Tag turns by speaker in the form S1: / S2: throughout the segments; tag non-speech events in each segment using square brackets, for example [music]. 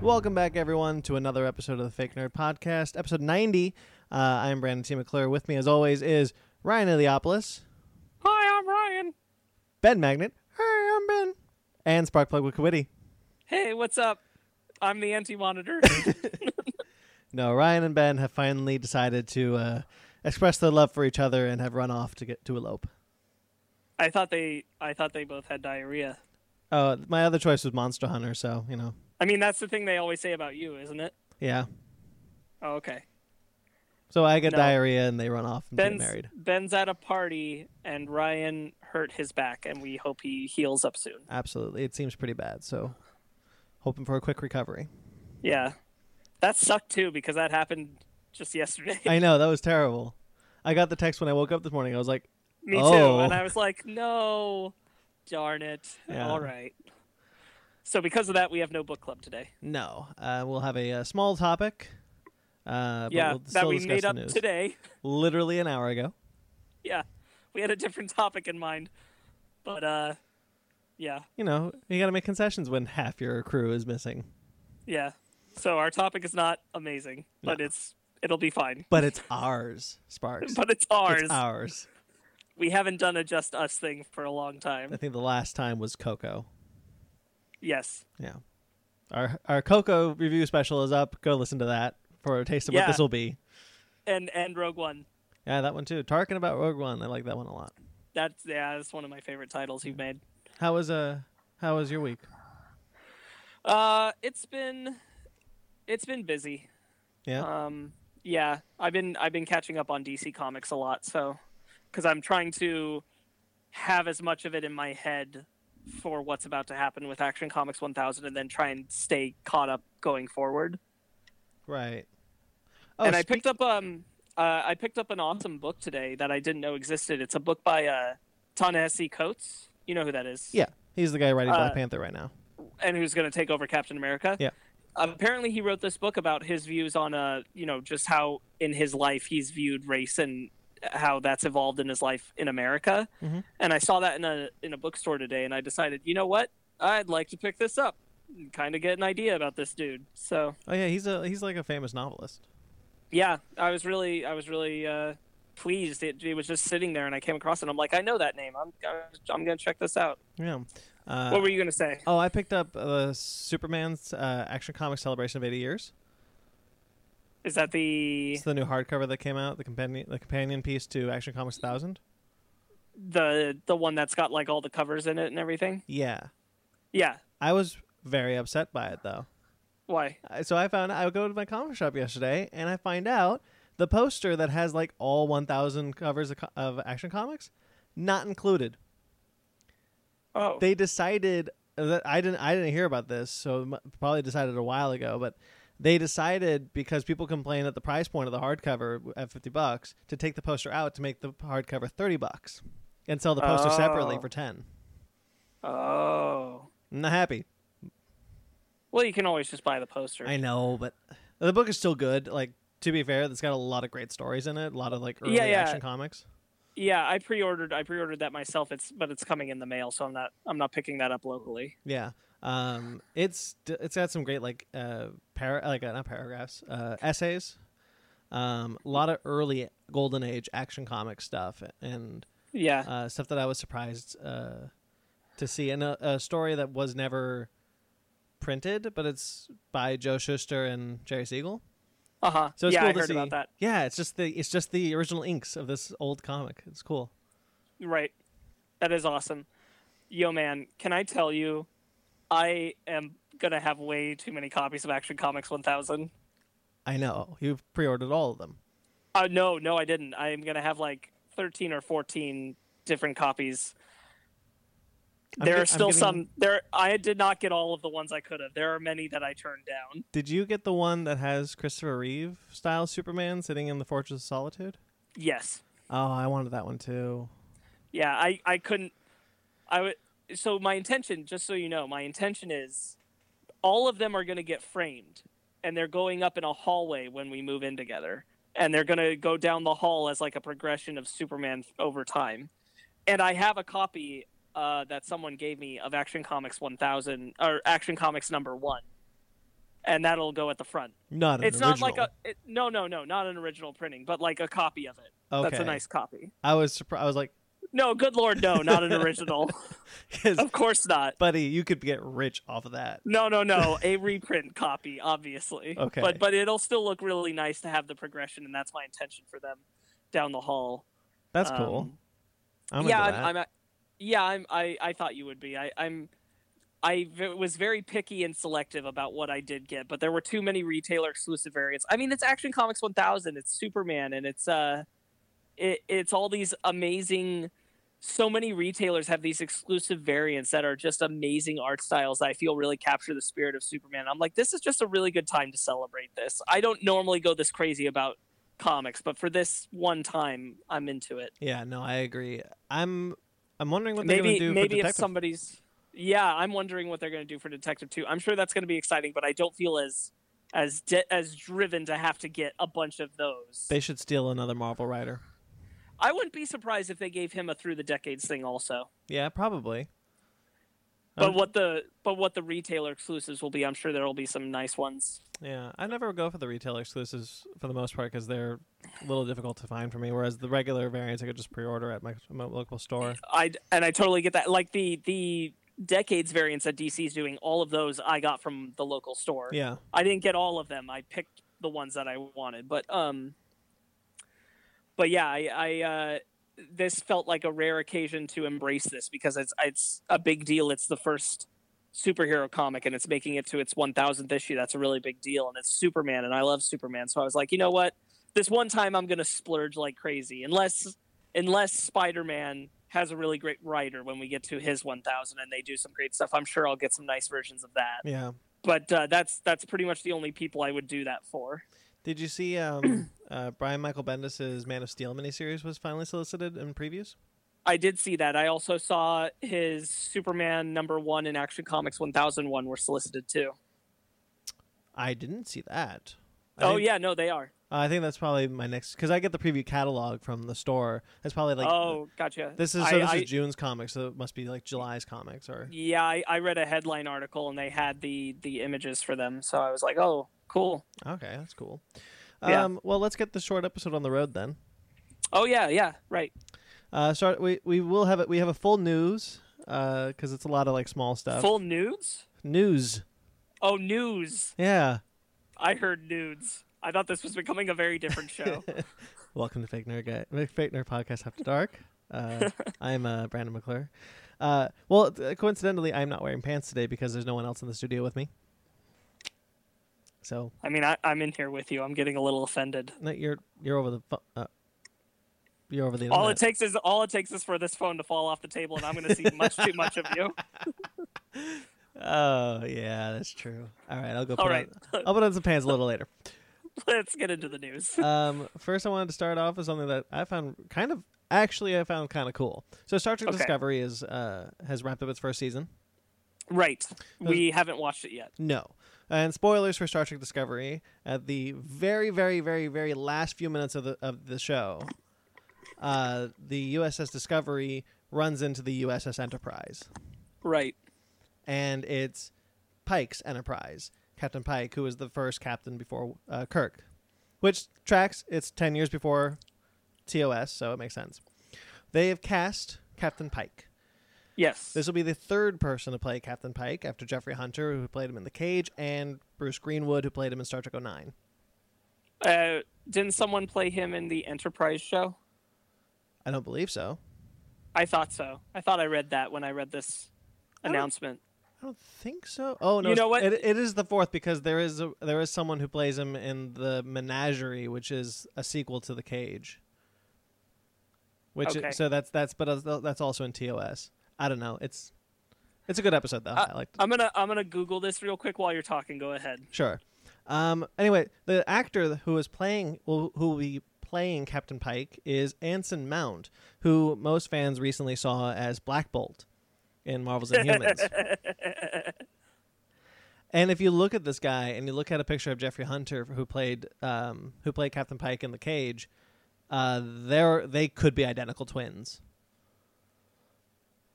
S1: Welcome back, everyone, to another episode of the Fake Nerd Podcast, episode 90. Uh, I am Brandon T. McClure. With me, as always, is Ryan Eliopoulos,
S2: Hi, I'm Ryan.
S1: Ben Magnet, hi, I'm Ben, and Sparkplug Wikowitty.
S2: Hey, what's up? I'm the
S1: [laughs]
S2: anti monitor.
S1: No, Ryan and Ben have finally decided to uh, express their love for each other and have run off to get to elope.
S2: I thought they I thought they both had diarrhea.
S1: Oh, my other choice was Monster Hunter, so, you know,
S2: I mean, that's the thing they always say about you, isn't it?
S1: yeah.
S2: Oh, okay.
S1: So I get
S2: No.
S1: diarrhea and they run off and
S2: Ben's
S1: get married.
S2: Ben's at a party and Ryan hurt his back and we hope he heals up soon.
S1: Absolutely. It seems pretty bad, so hoping for a quick recovery.
S2: Yeah. That sucked too because that happened just yesterday.
S1: I know, that was terrible. I got the text when I woke up this morning. I was like,
S2: [laughs] Me
S1: Oh.
S2: too. And I was like, no, darn it.
S1: Yeah.
S2: All right. So because of that, we have no book club today.
S1: No, uh, we'll have a, uh small topic. Uh, but
S2: yeah,
S1: we'll
S2: that
S1: still
S2: we
S1: discuss
S2: made
S1: the
S2: up
S1: news.
S2: today. [laughs]
S1: Literally an hour ago.
S2: yeah we had a different topic in mind but uh yeah
S1: You know, you got to make concessions when half your crew is missing,
S2: yeah so our topic is not amazing but it's it'll be fine [laughs]
S1: but it's ours, Sparks.
S2: but it's ours
S1: It's ours.
S2: we haven't done a just us thing for a long
S1: I
S2: time
S1: think the last time was Coco.
S2: yes
S1: Yeah, our our Coco review special is up. Go listen to that for a taste of what
S2: Yeah.
S1: this will be.
S2: and and rogue one
S1: Yeah, that one too. Tarkin about Rogue One. I like that one a lot.
S2: that's yeah that's one of my favorite titles you've made
S1: How was uh How was your week?
S2: uh it's been it's been busy
S1: Yeah,
S2: um yeah i've been i've been catching up on dc comics a lot so because i'm trying to have as much of it in my head for what's about to happen with action comics 1000 and then try and stay caught up going forward
S1: right. Oh,
S2: and i
S1: spe-
S2: picked up um uh, i picked up an awesome book today that i didn't know existed it's a book by uh ta-nehisi coates you know who that is
S1: yeah, he's the guy writing Black
S2: uh,
S1: Panther right now.
S2: and who's going to take over Captain America.
S1: Yeah.
S2: Apparently, he wrote this book about his views on, uh, you know, just how in his life he's viewed race and how that's evolved in his life in America.
S1: Mhm.
S2: And I saw that in a in a bookstore today, and I decided, you know what, I'd like to pick this up, and kind of get an idea about this dude. So
S1: Oh yeah, he's a he's like a famous novelist.
S2: yeah, I was really, I was really. Uh, pleased it, it was just sitting there and i came across it and i'm like i know that name i'm i'm gonna check this out
S1: Yeah. Uh,
S2: what were you gonna say
S1: oh, I picked up uh, Superman's uh, Action Comics Celebration of 80 Years.
S2: is that the
S1: It's the new hardcover that came out, the companion the companion piece to Action Comics 1000.
S2: the the one that's got like all the covers in it and everything
S1: Yeah.
S2: Yeah.
S1: I was very upset by it though.
S2: Why?
S1: I- So I found I would go to my comic shop yesterday and I find out the poster that has like all 1000 covers of, co- of Action Comics not included.
S2: Oh.
S1: they decided that I didn't I didn't hear about this, so m- probably decided a while ago, but they decided because people complained at the price point of the hardcover at 50 bucks to take the poster out to make the hardcover 30 bucks and sell the poster separately
S2: Oh.
S1: for 10.
S2: oh.
S1: I'm not happy.
S2: Well, you can always just buy the poster.
S1: I know, but the book is still good. Like to be fair, it's got a lot of great stories in it, a lot of like early
S2: Yeah, yeah.
S1: action comics.
S2: yeah, I pre-ordered. I pre-ordered that myself. It's but it's coming in the mail, so I'm not. I'm not picking that up locally.
S1: Yeah. Um it's d- it's got some great like uh para- like uh, not paragraphs, uh essays. Um a lot of early golden age action comic stuff and
S2: Yeah.
S1: uh stuff that I was surprised uh to see and a, a story that was never printed, but it's by Joe Shuster and Jerry Siegel.
S2: Uh huh.
S1: So it's
S2: yeah,
S1: cool
S2: I
S1: to
S2: heard
S1: see.
S2: about that.
S1: Yeah, it's just the it's just the original inks of this old comic. It's cool.
S2: Right. That is awesome. Yo, man, can I tell you, I am gonna have way too many copies of Action Comics 1000.
S1: I know. You've pre-ordered all of them.
S2: Uh, no, no, I didn't. I'm gonna have like 13 or 14 different copies.
S1: I'm
S2: there
S1: get-
S2: are
S1: I'm
S2: still
S1: getting-
S2: some. There, I did not get all of the ones I could have. There are many that I turned down.
S1: Did you get the one that has Christopher Reeve style Superman sitting in the Fortress of Solitude?
S2: Yes.
S1: Oh, I wanted that one too.
S2: Yeah, I, I couldn't. I would. So my intention, just so you know, my intention is, all of them are going to get framed, and they're going up in a hallway when we move in together, and they're going to go down the hall as like a progression of Superman over time, and I have a copy uh, that someone gave me of Action Comics 1000 or Action Comics number one, and that'll go at the front.
S1: Not an
S2: it's not like
S1: original.
S2: a it, no, no, no, not an original printing, but like a copy of it. That's a
S1: Okay.
S2: nice copy.
S1: I was surprised. I was like, [laughs]
S2: No, good lord, no, not an original. [laughs]
S1: 'cause,
S2: of course not.
S1: buddy, you could get rich off of that.
S2: No, no, no, a reprint copy, obviously.
S1: Okay.
S2: But but it'll still look really nice to have the progression, and that's my intention for them down the hall.
S1: That's
S2: Um,
S1: cool. I'm
S2: yeah,
S1: into that.
S2: I'm, I'm. a- Yeah, I'm. I, I thought you would be. I, I'm. I v- was very picky and selective about what I did get, but there were too many retailer exclusive variants. I mean, it's Action Comics 1000, it's Superman, and it's uh, it, it's all these amazing. So many retailers have these exclusive variants that are just amazing art styles. that I feel really capture the spirit of Superman. I'm like, this is just a really good time to celebrate this. I don't normally go this crazy about comics, but for this one time, I'm into it
S1: yeah, no, I agree. I'm I'm wondering what they're going
S2: maybe
S1: to do for
S2: maybe
S1: Detective.
S2: if somebody's yeah i'm wondering what they're going to do for detective 2 i'm sure that's going to be exciting but i don't feel as as de- as driven to have to get a bunch of those
S1: They should steal another Marvel writer.
S2: i wouldn't be surprised if they gave him a through the decades thing also
S1: Yeah, probably.
S2: but
S1: Um,
S2: what the but what the retailer exclusives will be i'm sure there'll be some nice ones
S1: Yeah, I never go for the retail exclusives for the most part because they're a little difficult to find for me. Whereas the regular variants, I could just pre-order at my, my local store.
S2: i and i totally get that like the the decades variants that dc's doing all of those i got from the local store
S1: Yeah,
S2: I didn't get all of them. I picked the ones that I wanted, but um, but yeah, I, I uh, this felt like a rare occasion to embrace this because it's it's a big deal. It's the first superhero comic, and it's making it to its 1,000th issue. That's a really big deal, and it's Superman, and I love Superman. So I was like, you know what? This one time, I'm gonna splurge like crazy, unless unless Spider-Man has a really great writer when we get to his 1,000 and they do some great stuff. I'm sure I'll get some nice versions of that
S1: yeah.
S2: but uh, that's that's pretty much the only people I would do that for.
S1: Did you see um, uh, Brian Michael Bendis's Man of Steel miniseries was finally solicited in previews?
S2: I did see that. I also saw his Superman number one in Action Comics 1001 were solicited too.
S1: I didn't see that. I
S2: Oh
S1: think-
S2: yeah, no, they are.
S1: I think that's probably my next because I get the preview catalog from the store. That's probably like
S2: oh, gotcha.
S1: this is
S2: I,
S1: so this
S2: I-
S1: is June's comics, so it must be like July's comics or
S2: yeah. I, I read a headline article and they had the the images for them, so I was like, oh, cool.
S1: okay, that's cool.
S2: Yeah.
S1: Um, well, let's get the short episode on the road then.
S2: Oh yeah, yeah, right.
S1: Uh, start. We we will have it. We have a full news because it's a lot of like small stuff.
S2: Full nudes.
S1: news.
S2: Oh, nudes.
S1: Yeah.
S2: I heard nudes. I thought this was becoming a very
S1: [laughs]
S2: different show.
S1: Welcome to Fake Nerd Guy, Fake Nerd Podcast After
S2: [laughs]
S1: Dark. Uh, I'm uh, Brandon McClure. Uh, well, th- coincidentally, I'm not wearing pants today because there's no one else in the studio with me. So
S2: I mean, I, I'm in here with you. I'm getting a little offended.
S1: no, you're you're over the fu- uh, you're over the
S2: All it
S1: internet.
S2: takes is all it takes is for this phone to fall off the table, and I'm going to see much too much of [laughs] you.
S1: oh yeah, that's true. All right, I'll go.
S2: All
S1: put
S2: right,
S1: on, I'll put on some pants a little later.
S2: [laughs] let's get into the news.
S1: um, first, I wanted to start off with something that I found kind of actually I found kind of cool. So Star Trek
S2: Okay.
S1: Discovery is uh, has wrapped up its first season.
S2: Right, we haven't watched it yet.
S1: No. And spoilers for Star Trek Discovery at the very, very, very, very last few minutes of the of the show. Uh, the USS Discovery runs into the USS Enterprise,
S2: Right,
S1: and it's Pike's Enterprise, Captain Pike, who was the first captain before uh, Kirk, which tracks. It's ten years before TOS, so it makes sense. They have cast Captain Pike.
S2: yes,
S1: This will be the third person to play Captain Pike after Jeffrey Hunter, who played him in The Cage, and Bruce Greenwood, who played him in Star Trek 09.
S2: uh, didn't someone play him in the Enterprise show?
S1: I don't believe so.
S2: I thought so. I thought I read that when I read this
S1: I don't-
S2: announcement.
S1: I don't think so. Oh no!
S2: You know
S1: it's-
S2: what?
S1: It, it is the fourth because there is a, there is someone who plays him in the Menagerie, which is a sequel to The Cage. Which i-
S2: Okay.
S1: so that's that's but as- that's also in TOS. I don't know. It's it's a good episode though.
S2: Uh,
S1: I liked it.
S2: I'm gonna I'm gonna Google this real quick while you're talking. Go ahead.
S1: Sure. Um, anyway, the actor who is playing who who will be playing Captain Pike is Anson Mount, who most fans recently saw as Black Bolt in Marvels and Humans. and if you look at this guy and you look at a picture of Jeffrey Hunter, who played um, who played Captain Pike in The Cage, uh, they're they could be identical twins.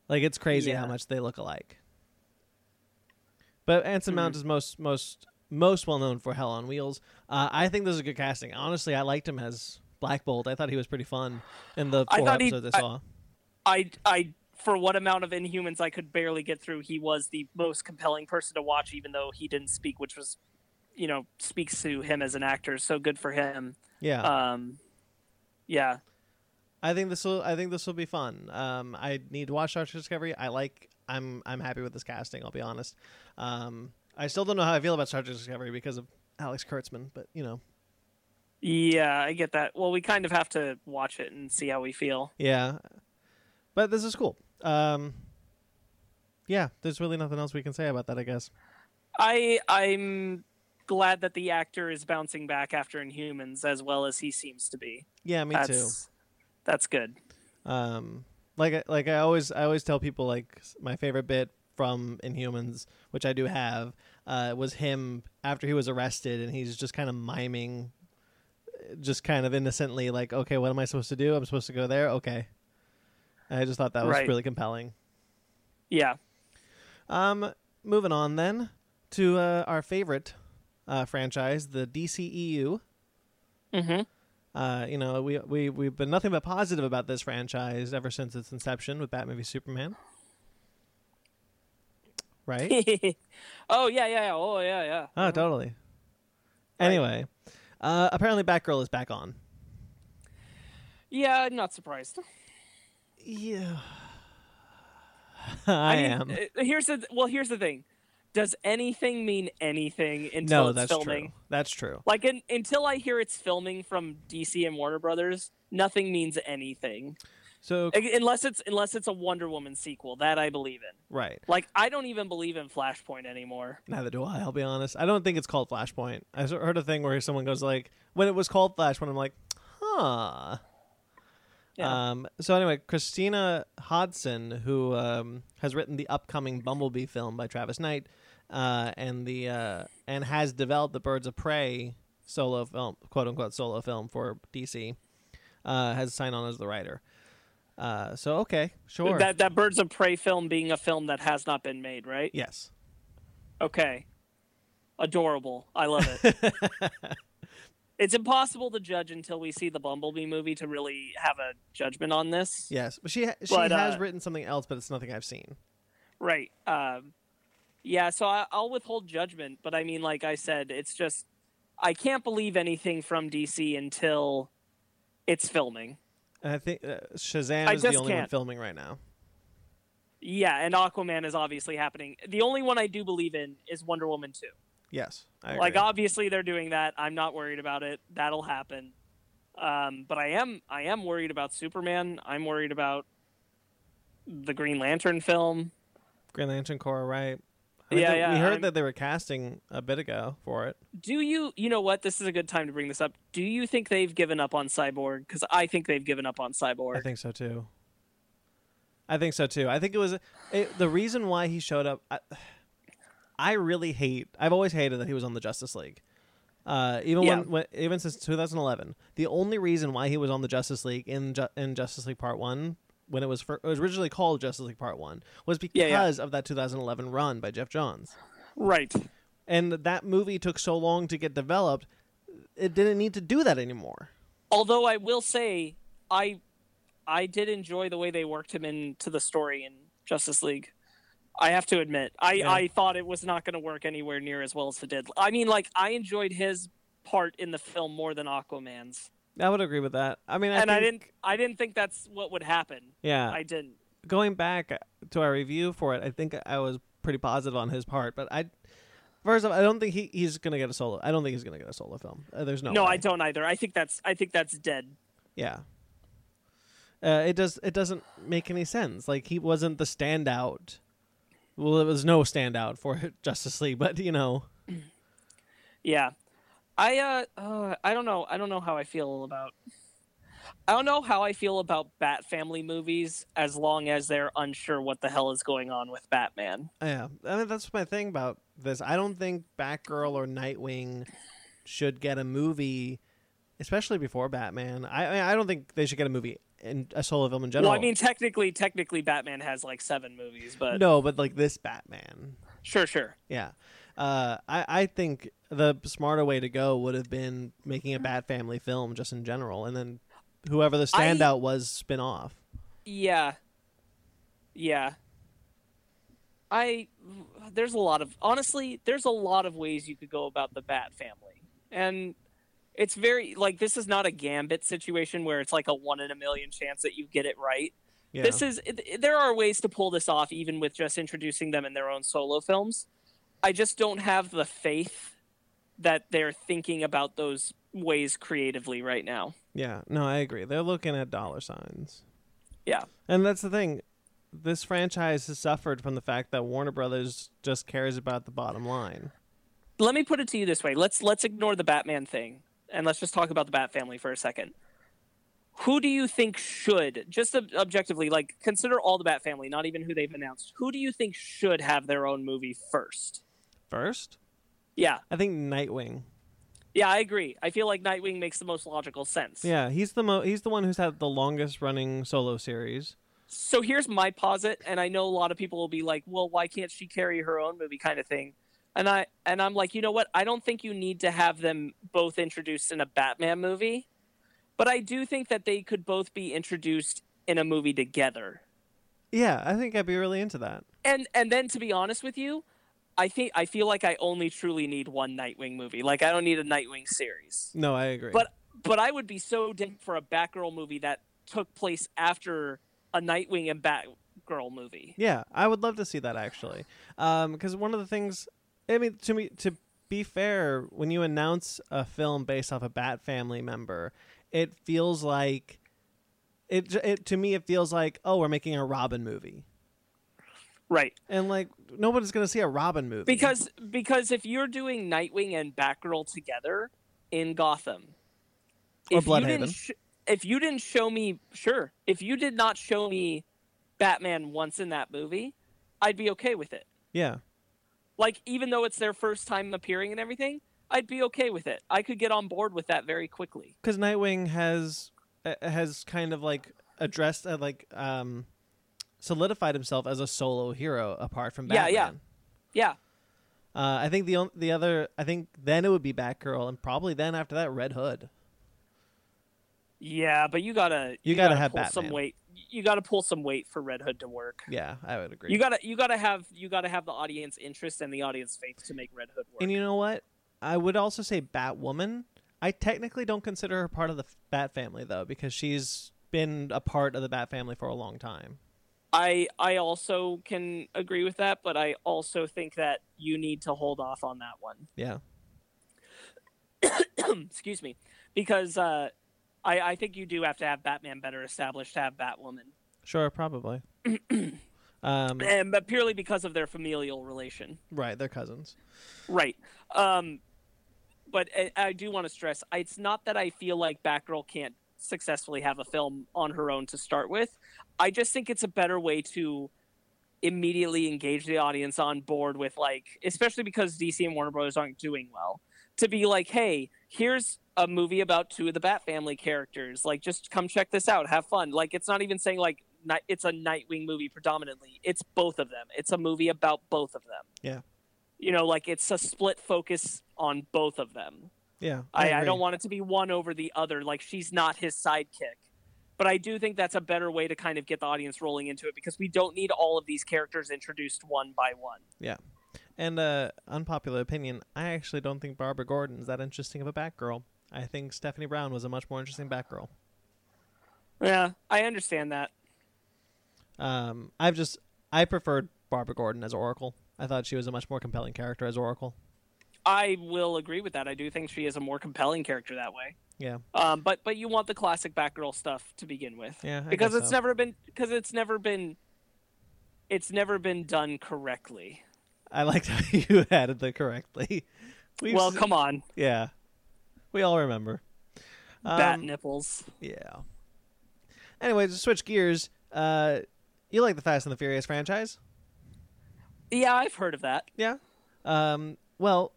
S1: Like it's crazy
S2: Yeah. Mm-hmm.
S1: how much they look alike. But Anson Mount is most most most well known for Hell on Wheels. Uh, I think this is good casting. Honestly, I liked him as Black Bolt. I thought he was pretty fun in the
S2: I
S1: four
S2: thought he-
S1: episodes I
S2: I-
S1: saw.
S2: I I for what amount of Inhumans I could barely get through, he was the most compelling person to watch, even though he didn't speak, which was, you know, speaks to him as an actor. So good for him.
S1: yeah,
S2: [laughs] Um, yeah,
S1: I think this will. I think this will be fun. Um, I need to watch Star Trek Discovery. I like. I'm. I'm happy with this casting. I'll be honest. Um, I still don't know how I feel about Star Trek Discovery because of Alex Kurtzman, but you know,
S2: yeah, I get that. Well, we kind of have to watch it and see how we feel.
S1: yeah. But this is cool. Um, yeah, there's really nothing else we can say about that. I guess.
S2: I I'm glad that the actor is bouncing back after Inhumans as well as he seems to be.
S1: Yeah, me too.
S2: that's, That's good.
S1: um like I- like i always i always tell people like s- my favorite bit from inhumans which i do have uh was him after he was arrested and he's just kind of miming uh, just kind of innocently like okay what am i supposed to do i'm supposed to go there okay i just thought that was
S2: Right.
S1: really compelling
S2: Yeah. [laughs]
S1: um moving on then to uh, our favorite uh franchise the dceu
S2: Mm-hmm.
S1: uh, you know, we we we've been nothing but positive about this franchise ever since its inception with Batman v Superman. Right?
S2: [laughs] oh yeah, yeah, yeah. Oh yeah, yeah.
S1: oh, totally. Anyway, uh, apparently Batgirl is back on.
S2: Yeah, I'm not surprised.
S1: Yeah. [laughs] I,
S2: mean,
S1: am.
S2: uh, Here's the well. Here's the thing. Does anything mean anything until
S1: No,
S2: it's
S1: that's
S2: filming?
S1: true. That's true.
S2: Like in, until I hear it's filming from DC and Warner Brothers, nothing means anything
S1: So
S2: Un- unless it's unless it's a Wonder Woman sequel that I believe in.
S1: right.
S2: Like I don't even believe in Flashpoint anymore.
S1: Neither do I. I'll be honest. I don't think it's called Flashpoint. I s- heard a thing where someone goes like, "When it was called Flashpoint," I'm like, "Huh."
S2: Yeah.
S1: Um, so anyway, Christina Hodson, who um, has written the upcoming Bumblebee film by Travis Knight, uh, and the uh, and has developed the Birds of Prey solo film, quote unquote solo film for DC, uh, has signed on as the writer. Uh, so okay, sure.
S2: That that Birds of Prey film being a film that has not been made, right?
S1: yes.
S2: Okay. Adorable. I love it. it's impossible to judge until we see the Bumblebee movie to really have a judgment on this.
S1: Yes, but she ha- she
S2: But,
S1: has
S2: uh,
S1: written something else, but it's nothing I've seen.
S2: Right. Um, yeah, so I, I'll withhold judgment, but I mean, like I said, it's just I can't believe anything from DC until it's filming.
S1: And I think uh, Shazam
S2: I
S1: is the
S2: just
S1: only one
S2: can't.
S1: filming right now.
S2: Yeah, and Aquaman is obviously happening. The only one I do believe in is Wonder Woman 2.
S1: Yes, I
S2: Like
S1: agree.
S2: obviously they're doing that. I'm not worried about it. That'll happen. Um, but I am I am worried about Superman. I'm worried about the Green Lantern film.
S1: Green Lantern Corps, right? I mean,
S2: Yeah,
S1: they-
S2: yeah,
S1: We heard
S2: I'm-
S1: that they were casting a bit ago for it.
S2: Do you you know what? This is a good time to bring this up. Do you think they've given up on Cyborg? Because I think they've given up on
S1: I
S2: Cyborg.
S1: think so too. I think so too. I think it was it, the reason why he showed up. I, I really hate. I've always hated that he was on the Justice League. Uh, even
S2: Yeah.
S1: when, when even since 2011, the only reason why he was on the Justice League in Ju- in Justice League Part One when it was, fir- it was originally called Justice League Part One was because
S2: Yeah, yeah.
S1: of that 2011 run by Jeff Johns.
S2: Right.
S1: and that movie took so long to get developed it didn't need to do that anymore
S2: Although I will say, I I did enjoy the way they worked him into the story in Justice League. I have to admit, I
S1: Yeah.
S2: I thought it was not going to work anywhere near as well as it did. I mean, like I enjoyed his part in the film more than Aquaman's,
S1: i would agree with that i mean I
S2: and I
S1: think-
S2: didn't I didn't think that's what would happen.
S1: yeah
S2: I didn't.
S1: going back to our review for it i think i was pretty positive on his part but i first of all i don't think he, he's gonna get a solo i don't think he's gonna get a solo film Uh, there's no
S2: no,
S1: way.
S2: I don't either. I think that's I think that's dead.
S1: yeah uh, it does it doesn't make any sense like he wasn't the standout well there was no standout for [laughs] justice league but you know
S2: Yeah. I uh, uh I don't know. I don't know how I feel about I don't know how I feel about Bat Family movies as long as they're unsure what the hell is going on with Batman.
S1: Yeah, I mean that's my thing about this. I don't think Batgirl or Nightwing should get a movie, especially before Batman. I I mean, I don't think they should get a movie in a solo film in general.
S2: Well, I mean uh, technically technically Batman has like 7 movies, but
S1: no, but like this Batman,
S2: sure, sure.
S1: yeah. uh, I, I think the smarter way to go would have been making a Bat Family film just in general, and then whoever the
S2: I-
S1: standout was spin off.
S2: Yeah. Yeah. I there's a lot of honestly, there's a lot of ways you could go about the Bat family. And it's very like this is not a gambit situation where it's like a one in a million chance that you get it right.
S1: Yeah.
S2: This is it- it- there are ways to pull this off even with just introducing them in their own solo films. I just don't have the faith that they're thinking about those ways creatively right now.
S1: Yeah, no, I agree. They're looking at dollar signs.
S2: Yeah.
S1: And that's the thing. This franchise has suffered from the fact that Warner Brothers just cares about the bottom line.
S2: let me put it to you this way. Let's let's ignore the Batman thing and let's just talk about the Bat family for a second. Who do you think should just ob- objectively like consider all the Bat family, not even who they've announced. Who do you think should have their own movie first?
S1: First,
S2: Yeah.
S1: I think Nightwing.
S2: Yeah, I agree. I feel like Nightwing makes the most logical sense.
S1: Yeah, he's the mo- he's the one who's had the longest running solo series.
S2: So here's my posit and I know a lot of people will be like, "Well, why can't she carry her own movie kind of thing?" And I and I'm like, "You know what? I don't think you need to have them both introduced in a Batman movie, but I do think that they could both be introduced in a movie together."
S1: Yeah, I think I'd be really into that.
S2: And and then to be honest with you, I think I feel like I only truly need one Nightwing movie. Like I don't need a Nightwing series.
S1: No, I agree.
S2: But but I would be so down for a Batgirl movie that took place after a Nightwing and Batgirl movie.
S1: Yeah, I would love to see that actually, because one of the things, I mean, to me, to be fair, when you announce a film based off a Bat Family member, it feels like, it, j- it to me, it feels like, oh, we're making a Robin movie,
S2: Right.
S1: and like nobody's gonna see a Robin movie
S2: Because because if you're doing Nightwing and Batgirl together in Gotham,
S1: Or
S2: if you didn't
S1: Bloodhaven.
S2: sh- if you didn't show me sure, if you did not show me Batman once in that movie, I'd be okay with it.
S1: yeah,
S2: Like even though it's their first time appearing and everything, I'd be okay with it. I could get on board with that very quickly.
S1: because Nightwing has uh, has kind of like addressed uh, like um solidified himself as a solo hero apart from
S2: Yeah,
S1: Batman.
S2: yeah. Yeah.
S1: Uh, I think the on- the other I think then it would be Batgirl and probably then after that Red Hood.
S2: Yeah, but you gotta
S1: You gotta have
S2: pull some
S1: Batman.
S2: weight. You gotta pull some weight for Red Hood to work.
S1: Yeah, I would agree.
S2: You gotta you gotta have you gotta have the audience interest and the audience faith to make Red Hood work.
S1: and you know what? I would also say Batwoman. I technically don't consider her part of the f- Bat family though because she's been a part of the Bat family for a long time.
S2: I I also can agree with that, but I also think that you need to hold off on that one. Hmm,
S1: Yeah.
S2: Excuse me, because uh, I I think you do have to have Batman better established to have Batwoman,
S1: Sure,
S2: [clears throat]
S1: probably. um,
S2: and but purely because of their familial relation.
S1: right, they're cousins.
S2: Right. Um, but I, I do want to stress I- it's not that I feel like Batgirl can't successfully have a film on her own to start with. I just think it's a better way to immediately engage the audience on board with, like, especially because DC and Warner Brothers aren't doing well, to be like, hey, here's a movie about two of the Bat family characters. Like, just come check this out. Have fun. Like, it's not even saying, like, night, it's a Nightwing movie predominantly. It's both of them. It's a movie about both of them you know like it's a split focus on both of them
S1: Yeah.
S2: i, I,
S1: agree.
S2: don't want it to be one over the other like she's not his sidekick but i do think that's a better way to kind of get the audience rolling into it because we don't need all of these characters introduced one by one
S1: And uh, unpopular opinion, I actually don't think Barbara Gordon is that interesting of a Batgirl. I think Stephanie Brown was a much more interesting Batgirl.
S2: yeah i understand that
S1: Um, I've just I preferred Barbara Gordon as Oracle. I thought she was a much more compelling character as Oracle.
S2: i will agree with that i do think she is a more compelling character that way
S1: Yeah,
S2: um, but but you want the classic batgirl stuff to begin with
S1: yeah. I
S2: because
S1: guess
S2: it's
S1: so.
S2: never been because it's never been it's never been done correctly
S1: I liked [laughs] how you added that correctly. [laughs] We've
S2: well
S1: s-
S2: come on
S1: yeah, we all remember.
S2: bat
S1: Um,
S2: nipples
S1: Yeah. Anyway, to switch gears, uh, you like the Fast and the Furious franchise?
S2: yeah i've heard of that
S1: Yeah. Um, well,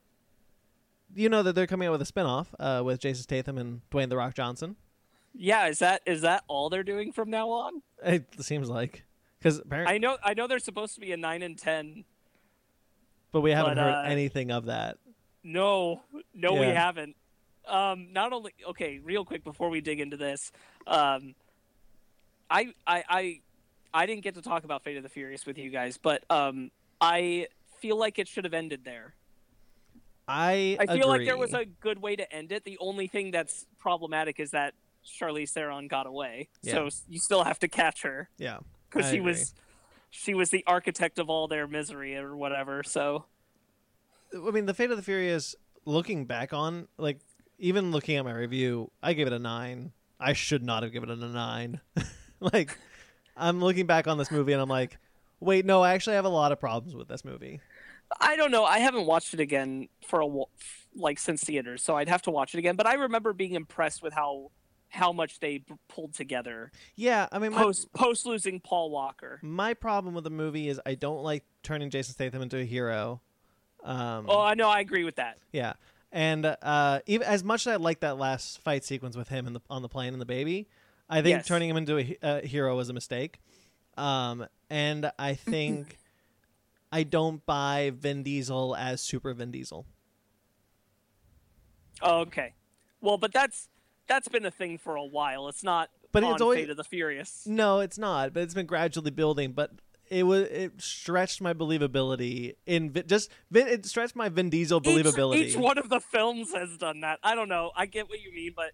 S1: you know that they're coming out with a spinoff uh, with Jason Statham and Dwayne the Rock Johnson.
S2: Yeah, is that is that all they're doing from now on?
S1: It seems like because apparently
S2: I know I know there's supposed to be a nine and ten
S1: but we haven't
S2: But,
S1: heard
S2: uh,
S1: anything of that.
S2: No, no, we
S1: Yeah.
S2: haven't. Um, not only okay, real quick before we dig into this, um, I, I, I, I didn't get to talk about Fate of the Furious with you guys, but um, I feel like it should have ended there.
S1: I
S2: I feel like there
S1: agree.
S2: was a good way to end it. The only thing that's problematic is that Charlize Theron got away, so s- you still have to catch her
S1: yeah. I
S2: [laughs] because she
S1: agree.
S2: was, she was the architect of all their misery or whatever. So
S1: I mean, the Fate of the Furious. Looking back on, like, even looking at my review, I gave it a nine. I should not have given it a nine. [laughs] like, I'm looking back on this movie and I'm like, wait, no, I actually have a lot of problems with this movie.
S2: I don't know. I haven't watched it again for a wh- like since theaters, so I'd have to watch it again. But I remember being impressed with how how much they b- pulled together
S1: Yeah, I mean, my,
S2: post post losing Paul Walker.
S1: my problem with the movie is I don't like turning Jason Statham into a hero. Um,
S2: Oh, I know. I agree with that.
S1: Yeah, and uh, even as much as I like that last fight sequence with him in the, on the plane and the baby, I think
S2: Yes.
S1: turning him into a, he- a hero was a mistake. Um, and
S2: [laughs]
S1: I think I don't buy Vin Diesel as Super Vin Diesel.
S2: Oh, okay. Well, but that's that's been a thing for a while. It's not.
S1: But
S2: on
S1: it's always-
S2: Fate of the Furious.
S1: No, it's not. But it's been gradually building. But it was it stretched my believability in Vin, just Vin, it stretched my Vin Diesel
S2: Each-
S1: believability.
S2: Each, one of the films has done that. I don't know. I get what you mean, but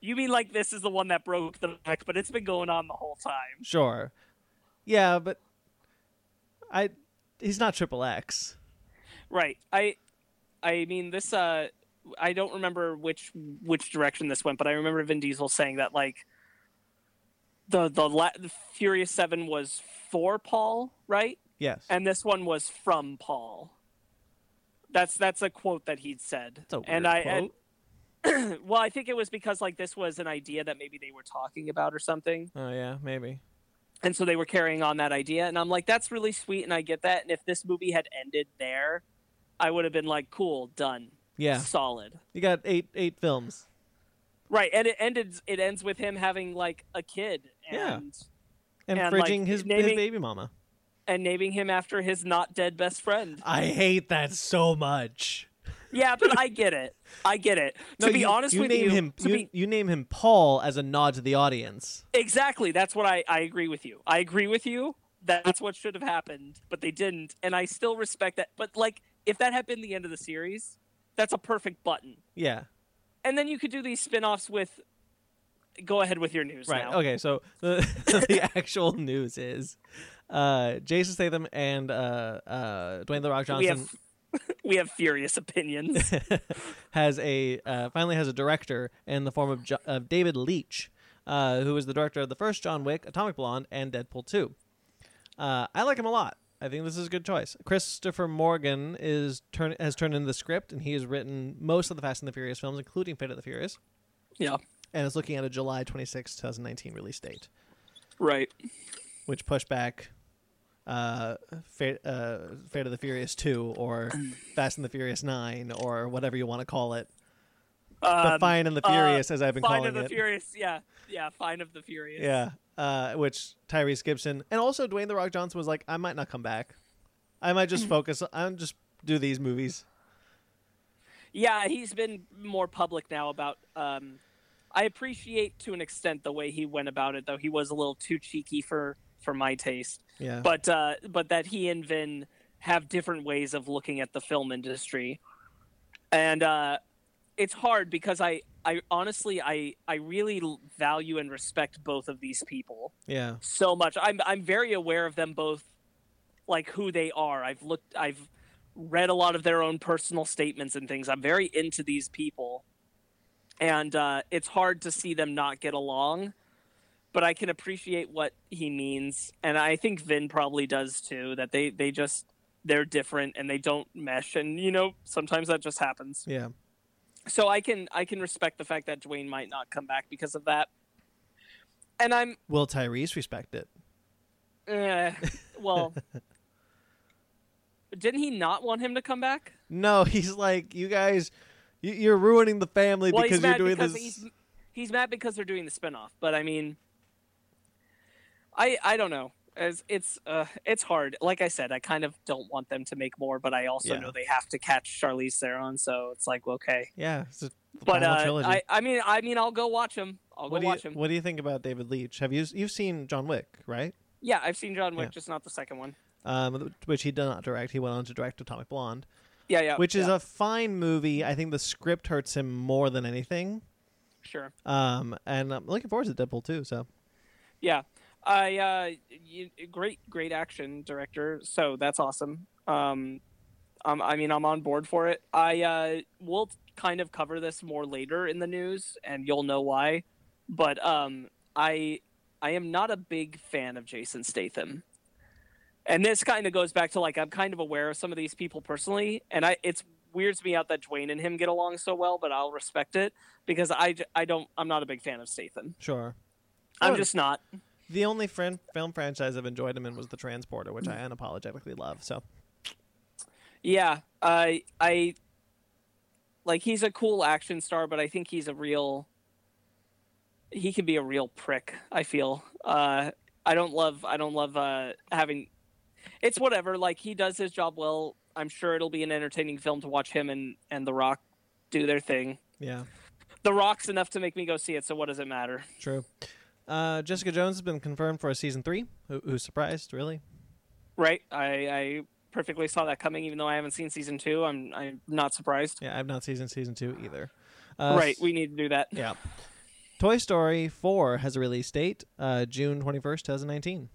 S2: you mean like this is the one that broke the back, but it's been going on the whole time.
S1: Sure. Yeah, but I he's not triple X.
S2: Right. I I mean this uh I don't remember which which direction this went, but I remember Vin Diesel saying that like the the, la- the Furious 7 was for Paul, right?
S1: Yes.
S2: And this one was from Paul. That's that's a quote that he'd said.
S1: That's a weird
S2: and I
S1: quote.
S2: and well, I think it was because like this was an idea that maybe they were talking about or something.
S1: oh yeah, maybe.
S2: And so they were carrying on that idea. And I'm like, that's really sweet. And I get that. And if this movie had ended there, I would have been like, cool, done.
S1: Yeah.
S2: Solid.
S1: You got eight eight films.
S2: Right. And it ended, it ends with him having like a kid
S1: Yeah.
S2: and,
S1: And,
S2: And, like,
S1: fridging his, his
S2: naming-
S1: baby mama.
S2: and naming him after his not dead best friend.
S1: I hate that so much.
S2: yeah. But I get it. I
S1: [laughs]
S2: get it. to be
S1: you,
S2: honest
S1: you
S2: with
S1: name
S2: you,
S1: him
S2: to
S1: you,
S2: be,
S1: you name him Paul as a nod to the audience.
S2: exactly. That's what I, I agree with you. I agree with you. That's what should have happened, but they didn't. And I still respect that. But like, if that had been the end of the series, that's a perfect button.
S1: Yeah.
S2: and then you could do these spin-offs with go ahead with your news
S1: Right.
S2: now.
S1: Okay. So the, [laughs] the actual news is uh, Jason Statham and uh, uh, Dwayne the Rock Johnson
S2: we have [laughs] we have
S1: [laughs]
S2: furious opinions
S1: has a uh, finally has a director in the form of, jo- of David Leitch, uh, who is the director of the first John Wick, Atomic Blonde, and Deadpool Two. Uh, I like him a lot. I think this is a good choice. Christopher Morgan is turn- has turned in the script, and he has written most of the Fast and the Furious films, including Fate of the Furious,
S2: yeah
S1: and is looking at a July twenty sixth, 2019 release date,
S2: right
S1: which pushed back uh, Fate, uh, Fate of the Furious 2
S2: [clears throat]
S1: or Fast and the Furious 9 or whatever you want to call it the
S2: um,
S1: Fine and the
S2: uh,
S1: Furious, as I've been
S2: fine
S1: calling
S2: of the
S1: it.
S2: furious yeah yeah fine of the furious
S1: Yeah, uh, which Tyrese Gibson and also Dwayne the Rock Johnson was like, I might not come back. I might
S2: [clears throat]
S1: just focus. I'm just do these movies.
S2: yeah he's been more public now about um i appreciate to an extent the way he went about it though he was a little too cheeky for for my taste
S1: Yeah,
S2: but uh but that he and vin have different ways of looking at the film industry and uh it's hard because i i honestly i i really l- value and respect both of these people
S1: yeah,
S2: so much i'm i'm very aware of them both like who they are i've looked i've read a lot of their own personal statements and things i'm very into these people and uh it's hard to see them not get along but i can appreciate what he means and i think vin probably does too that they they just they're different and they don't mesh and you know sometimes that just happens
S1: yeah.
S2: so i can i can respect the fact that dwayne might not come back because of that and i'm
S1: Will Tyrese respect it?
S2: Eh,
S1: [laughs]
S2: well, didn't he not want him to come back?
S1: No, [laughs] he's like, you guys, you, you're ruining the family
S2: Well,
S1: because
S2: he's
S1: you're
S2: mad
S1: doing
S2: because
S1: this.
S2: he's, he's mad because they're doing the spinoff. But I mean, I I don't know. As it's uh, it's hard. Like I said, I kind of don't want them to make more, but I also
S1: Yeah.
S2: know they have to catch Charlize Theron, so it's like okay.
S1: Yeah, it's a
S2: But
S1: final
S2: uh,
S1: trilogy.
S2: I, I mean, I mean, I'll go watch them. I'll
S1: what
S2: go
S1: do you
S2: watch them.
S1: What do you think about David Leitch? Have you you've seen John Wick, right?
S2: Yeah, I've seen John Wick,
S1: Yeah.
S2: just not the second one.
S1: Um, which he did not direct. He went on to direct Atomic Blonde,
S2: Yeah, yeah.
S1: which is
S2: Oh, yeah,
S1: a fine movie. I think the script hurts him more than anything.
S2: sure.
S1: Um, and I'm looking forward to Deadpool too. So
S2: Yeah, I uh, you, great, great action director. So that's awesome. Um, um, I mean, I'm on board for it. I uh, will kind of cover this more later in the news, and you'll know why. But um, I, I am not a big fan of Jason Statham. And this kind of goes back to like I'm kind of aware of some of these people personally, and I it's weirds me out that Dwayne and him get along so well, but I'll respect it because I, j- I don't I'm not a big fan of Statham.
S1: sure.
S2: I'm
S1: Oh.
S2: just not.
S1: The only fran- film franchise I've enjoyed him in was The Transporter, which I unapologetically love. So
S2: Yeah, I I like he's a cool action star, but I think he's a real he can be a real prick, I feel. Uh I don't love I don't love uh having it's whatever, like he does his job well. I'm sure it'll be an entertaining film to watch him and and The Rock do their thing.
S1: yeah,
S2: The Rock's enough to make me go see it, so what does it matter?
S1: true. Uh, Jessica Jones has been confirmed for a season three. Who, who's surprised? Really?
S2: Right? I I perfectly saw that coming even though I haven't seen season 2. I'm I'm not surprised.
S1: Yeah, I've not seen season two either. Uh,
S2: right, we need to do that.
S1: Yeah. Toy Story 4 has a release date, uh, June 21st, 2019.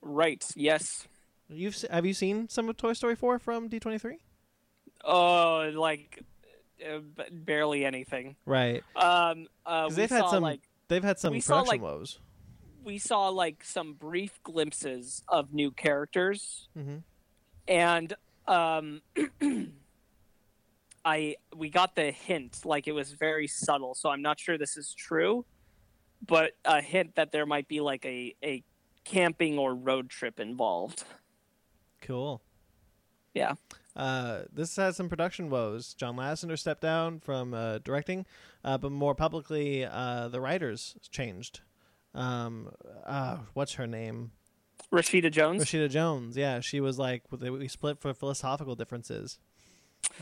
S2: Right. Yes.
S1: You've se- have you seen some of Toy Story 4 from D23?
S2: Oh, like uh, b- barely anything.
S1: Right.
S2: Um, uh,
S1: 'Cause
S2: we
S1: they've
S2: saw
S1: had some-
S2: like
S1: They've had some
S2: We
S1: production
S2: saw, like-
S1: woes.
S2: we saw like some brief glimpses of new characters,
S1: Mhm.
S2: and um, [clears throat] I we got the hint like it was very subtle. So I'm not sure this is true, but a hint that there might be like a a camping or road trip involved. [laughs]
S1: Cool.
S2: Yeah.
S1: Uh, this has some production woes. John Lasseter stepped down from uh, directing, uh, but more publicly, uh, the writers changed. Um, uh, what's her name?
S2: Rashida Jones.
S1: Rashida Jones. Yeah, she was like we split for philosophical differences.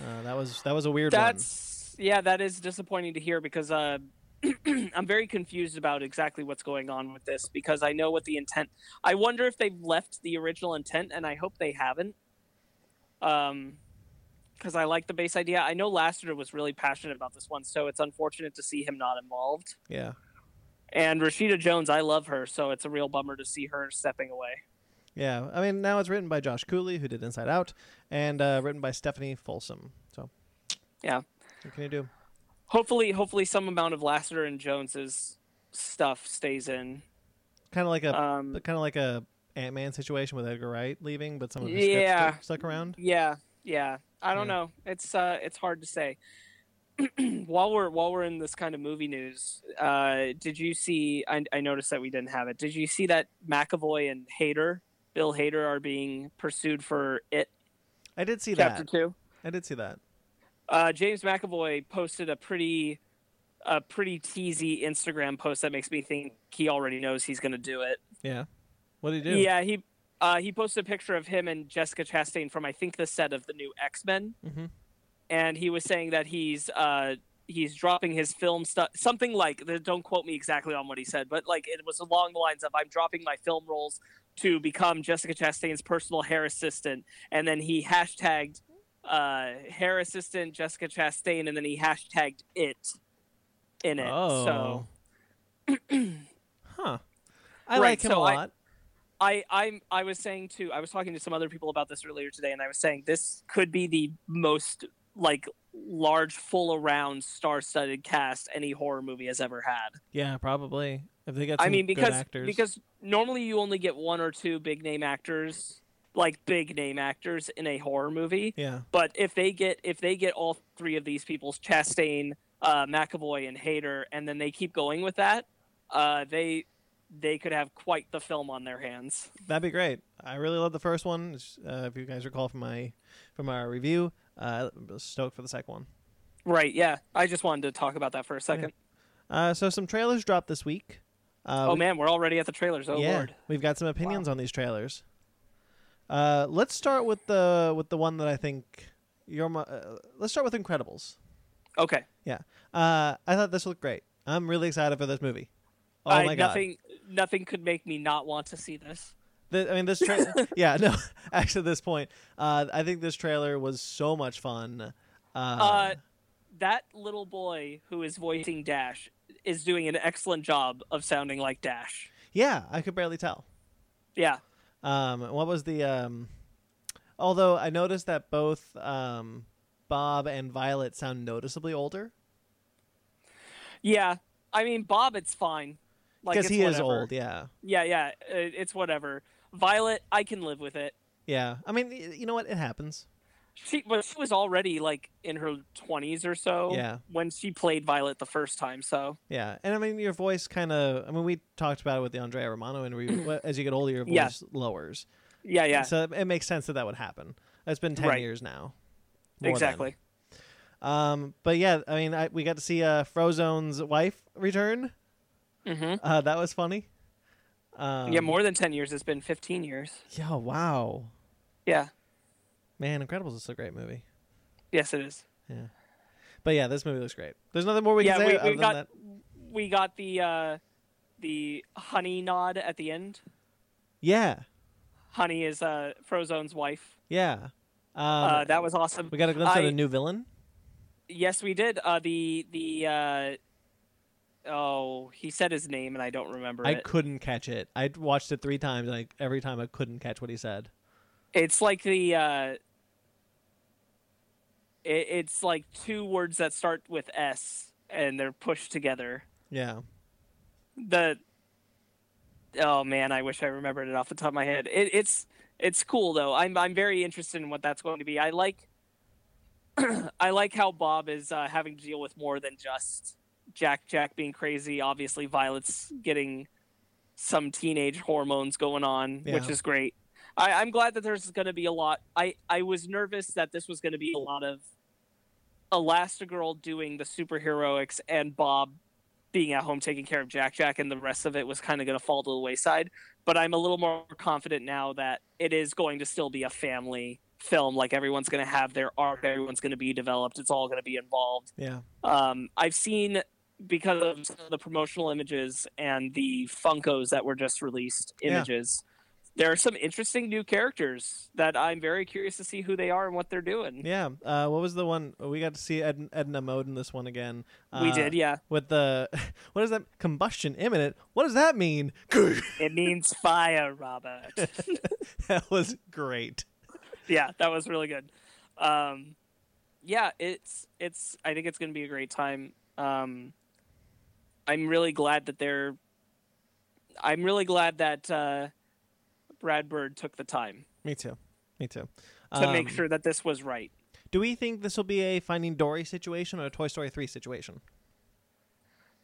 S1: Uh, that was that was a weird one.
S2: That's yeah, that is disappointing to hear because uh, [clears throat] I'm very confused about exactly what's going on with this because I know what the intent. I wonder if they've left the original intent, and I hope they haven't. Um, because I like the base idea. I know Lasseter was really passionate about this one, so it's unfortunate to see him not involved.
S1: Yeah.
S2: And Rashida Jones, I love her, so it's a real bummer to see her stepping away.
S1: Yeah, I mean, now it's written by Josh Cooley, who did Inside Out, and uh, written by Stephanie Folsom. So,
S2: Yeah.
S1: what can you do?
S2: Hopefully, hopefully, some amount of Lasseter and Jones's stuff stays in.
S1: Kind of like a
S2: Um,
S1: kind of like a Ant Man situation with Edgar Wright leaving, but some of his
S2: Yeah.
S1: scripts stuck around.
S2: Yeah, yeah. I don't
S1: Yeah.
S2: know. It's uh, it's hard to say. [clears throat] while we're while we're in this kind of movie news, uh, did you see? I, I noticed that we didn't have it. Did you see that McAvoy and Hader, Bill Hader, are being pursued for it
S1: I did see
S2: chapter
S1: that.
S2: two?
S1: I did see that.
S2: Uh, James McAvoy posted a pretty a pretty teasy Instagram post that makes me think he already knows he's going to do it.
S1: Yeah. What did he do?
S2: Yeah, he uh, he posted a picture of him and Jessica Chastain from I think the set of the new X Men.
S1: Mhm.
S2: and he was saying that he's uh he's dropping his film stuff something like don't quote me exactly on what he said but like it was along the lines of i'm dropping my film roles to become jessica chastain's personal hair assistant and then he hashtagged uh hair assistant jessica chastain and then he hashtagged it in it
S1: Oh.
S2: so
S1: [clears throat] huh. I
S2: Right,
S1: like him
S2: so
S1: a
S2: I-
S1: lot.
S2: I I'm I was saying too. I was talking to some other people about this earlier today, and I was saying this could be the most like large, full around, star-studded cast any horror movie has ever had.
S1: yeah, probably. If they get some
S2: I mean,
S1: good
S2: because
S1: actors.
S2: because normally you only get one or two big name actors, like big name actors in a horror movie.
S1: yeah,
S2: But if they get if they get all three of these people, Chastain, uh, McAvoy, and Hayter, and then they keep going with that, uh, they they could have quite the film on their hands.
S1: that'd be great. I really love the first one. It's, Uh, if you guys recall from my from our review, uh, stoked for the second one.
S2: Right, yeah. I just wanted to talk about that for a second.
S1: Uh, so some trailers dropped this week. Uh,
S2: Oh
S1: we-
S2: man, we're already at the trailers. Oh
S1: yeah,
S2: lord.
S1: we've got some opinions on these trailers. Uh, let's start with the with the one that I think you're. My, uh, let's start with Incredibles.
S2: Okay.
S1: Yeah, uh, I thought this looked great. I'm really excited for this movie. Oh
S2: I,
S1: my god!
S2: nothing nothing could make me not want to see this.
S1: The- I mean, this trailer. [laughs] yeah, no. Actually, at this point, uh, I think this trailer was so much fun. Uh,
S2: Uh, that little boy who is voicing Dash is doing an excellent job of sounding like Dash.
S1: yeah, I could barely tell.
S2: Yeah.
S1: Um, what was the? Um, although I noticed that both um, Bob and Violet sound noticeably older
S2: Yeah. I mean, Bob, it's fine. Like,
S1: because
S2: it's
S1: he is
S2: whatever.
S1: old. Yeah.
S2: Yeah, yeah. It, it's whatever. Violet, I can live with it.
S1: Yeah, I mean, y- you know what? It happens.
S2: She, but she was already like in her twenties or so
S1: Yeah.
S2: when she played Violet the first time. So
S1: Yeah, and I mean, your voice kind of. I mean, we talked about it with the Andrea Romano
S2: [clears throat]
S1: interview. wh- As you get older, your voice
S2: Yeah.
S1: lowers.
S2: yeah, yeah,
S1: So it makes sense that that would happen. It's been ten
S2: Right.
S1: years now. More than.
S2: exactly.
S1: Um, but yeah, I mean, I, we got to see uh, Frozone's wife return.
S2: hmm
S1: Uh, that was funny. Um,
S2: yeah, more than ten years. It's been fifteen years.
S1: Yeah. Wow.
S2: Yeah.
S1: Man, Incredibles is a great movie.
S2: Yes, it is.
S1: But yeah, this movie looks great. There's nothing more we
S2: yeah,
S1: can say
S2: we,
S1: other
S2: we got
S1: than that.
S2: we got the uh, the honey nod at the end.
S1: Yeah.
S2: Honey is uh, Frozone's wife.
S1: Yeah. Um,
S2: uh, that was awesome.
S1: we got a glimpse of
S2: I-
S1: a new villain.
S2: Yes, we did. Uh, the the uh, oh, he said his name and I don't remember
S1: I
S2: it.
S1: couldn't catch it. I watched it three times, and I, every time I couldn't catch what he said.
S2: It's like the uh it, it's like two words that start with S and they're pushed together.
S1: Yeah,
S2: The Oh man, I wish I remembered it off the top of my head. It, it's it's cool though. I'm I'm very interested in what that's going to be. I like [clears throat] I like how Bob is uh, having to deal with more than just Jack Jack being crazy. Obviously, Violet's getting some teenage hormones going on, which
S1: Yeah.
S2: is great. I, I'm glad that there's going to be a lot. I, I was nervous that this was going to be a lot of Elastigirl doing the superheroics and Bob being at home taking care of Jack Jack, and the rest of it was kind of going to fall to the wayside. But I'm a little more confident now that it is going to still be a family film. Like everyone's going to have their arc, everyone's going to be developed, it's all going to be involved.
S1: yeah,
S2: Um, I've seen because of some of the promotional images and the Funkos that were just released
S1: Yeah.
S2: images. There are some interesting new characters that I'm very curious to see who they are and what they're doing.
S1: yeah. Uh, what was the one we got to see Ed, Edna Mode in this one again? Uh,
S2: we did, yeah.
S1: With the [laughs] what is that combustion imminent? What does that mean? [laughs]
S2: It means fire, Robert.
S1: that was great.
S2: yeah, that was really good. Um, yeah, it's it's. I think it's going to be a great time. Um, I'm really glad that they're. I'm really glad that uh, Brad Bird took the time
S1: Me too. Me too.
S2: to make
S1: Um,
S2: sure that this was right.
S1: Do we think this will be a Finding Dory situation or a Toy Story three situation?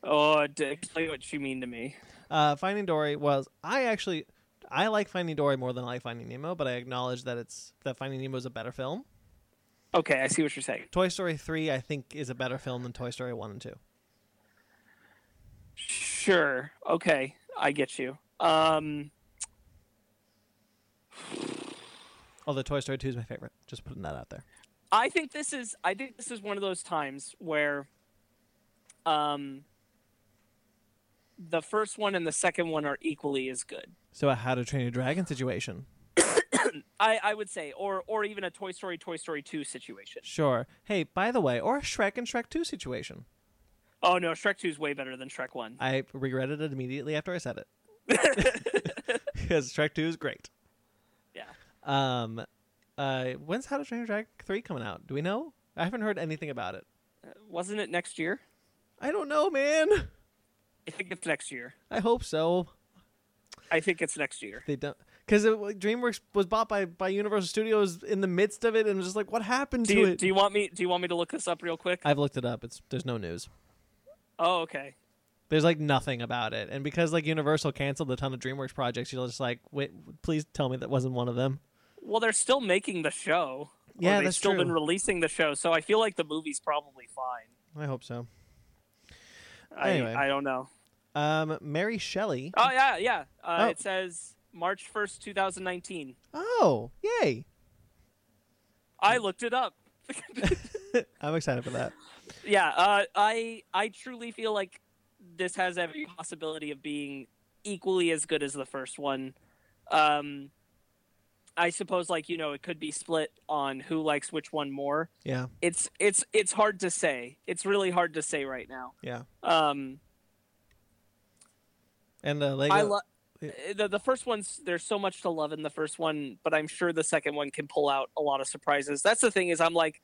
S2: Oh, d- explain what you mean to me.
S1: Uh, Finding Dory was I actually I like Finding Dory more than I like Finding Nemo, but I acknowledge that it's that Finding Nemo is a better film.
S2: Okay, I see what you're saying.
S1: Toy Story 3, I think, is a better film than Toy Story 1 and 2.
S2: Sure. Okay, I get you. Um,
S1: Although Toy Story 2 is my favorite. Just putting that out there.
S2: I think this is I think this is one of those times where um the first one and the second one are equally as good.
S1: So a How to Train Your Dragon situation.
S2: I, I would say, or or even a Toy Story Toy Story two situation.
S1: Sure. Hey, by the way, or a Shrek and Shrek 2 situation.
S2: Oh no, Shrek two is way better than Shrek one.
S1: I [laughs] regretted it immediately after I said it. [laughs] because Shrek 2 is great.
S2: Yeah.
S1: Um, uh, when's How to Train Your Dragon 3 coming out? Do we know? I haven't heard anything about it.
S2: Wasn't it next year?
S1: I don't know, man. [laughs]
S2: I think it's next year.
S1: I hope so.
S2: I think it's next year.
S1: They don't. Because DreamWorks was bought by, by Universal Studios in the midst of it, and it was just like, what happened
S2: Do
S1: to
S2: you,
S1: it?
S2: do you want me do you want me to look this up real quick?
S1: I've looked it up. It's there's no news.
S2: oh, okay.
S1: There's like nothing about it, and because like Universal canceled a ton of DreamWorks projects, you're just like, wait, please tell me that wasn't one of them.
S2: Well, they're still making the show. Or
S1: Yeah,
S2: they've
S1: that's
S2: still been
S1: true.
S2: releasing the show, so I feel like the movie's probably fine.
S1: I hope so.
S2: I
S1: Anyway.
S2: I don't know.
S1: Um, Mary Shelley.
S2: Oh yeah, yeah. Uh,
S1: Oh.
S2: It says March first, two thousand nineteen.
S1: Oh, yay!
S2: I looked it up. [laughs]
S1: I'm excited for that.
S2: yeah, uh, I I truly feel like this has every possibility of being equally as good as the first one. Um, I suppose, like you know, it could be split on who likes which one more.
S1: Yeah,
S2: It's it's it's hard to say. It's really hard to say right now.
S1: yeah.
S2: Um,
S1: And uh, Lego.
S2: I love
S1: Yeah.
S2: the the first one's. There's so much to love in the first one, but I'm sure the second one can pull out a lot of surprises. That's the thing is, I'm like,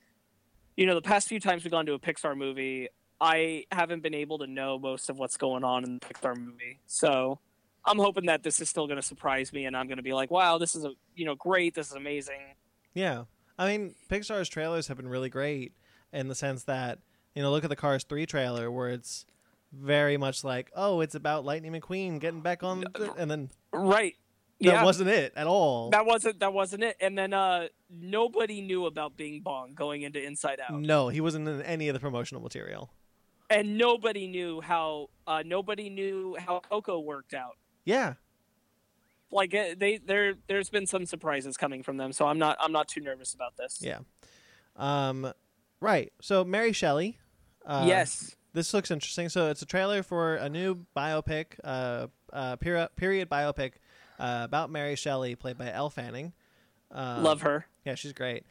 S2: you know, the past few times we've gone to a Pixar movie, I haven't been able to know most of what's going on in the Pixar movie. So I'm hoping that this is still going to surprise me, and I'm going to be like, wow, this is a you know great, this is amazing.
S1: Yeah. I mean, Pixar's trailers have been really great in the sense that, you know, look at the Cars 3 trailer where it's very much like, oh, it's about Lightning McQueen getting back on. th- and then
S2: Right?
S1: that
S2: yeah.
S1: wasn't it at all.
S2: that wasn't that wasn't it. And then uh nobody knew about Bing Bong going into Inside Out.
S1: No, he wasn't in any of the promotional material.
S2: and nobody knew how uh, nobody knew how Coco worked out.
S1: Yeah.
S2: Like eh, they there there's been some surprises coming from them, so I'm not I'm not too nervous about this.
S1: Yeah. Um, right. So, Mary Shelley. Uh,
S2: yes.
S1: This looks interesting. So, it's a trailer for a new biopic, uh, uh, peri- period biopic uh, about Mary Shelley, played by Elle Fanning. Um,
S2: Love her.
S1: Yeah, she's great.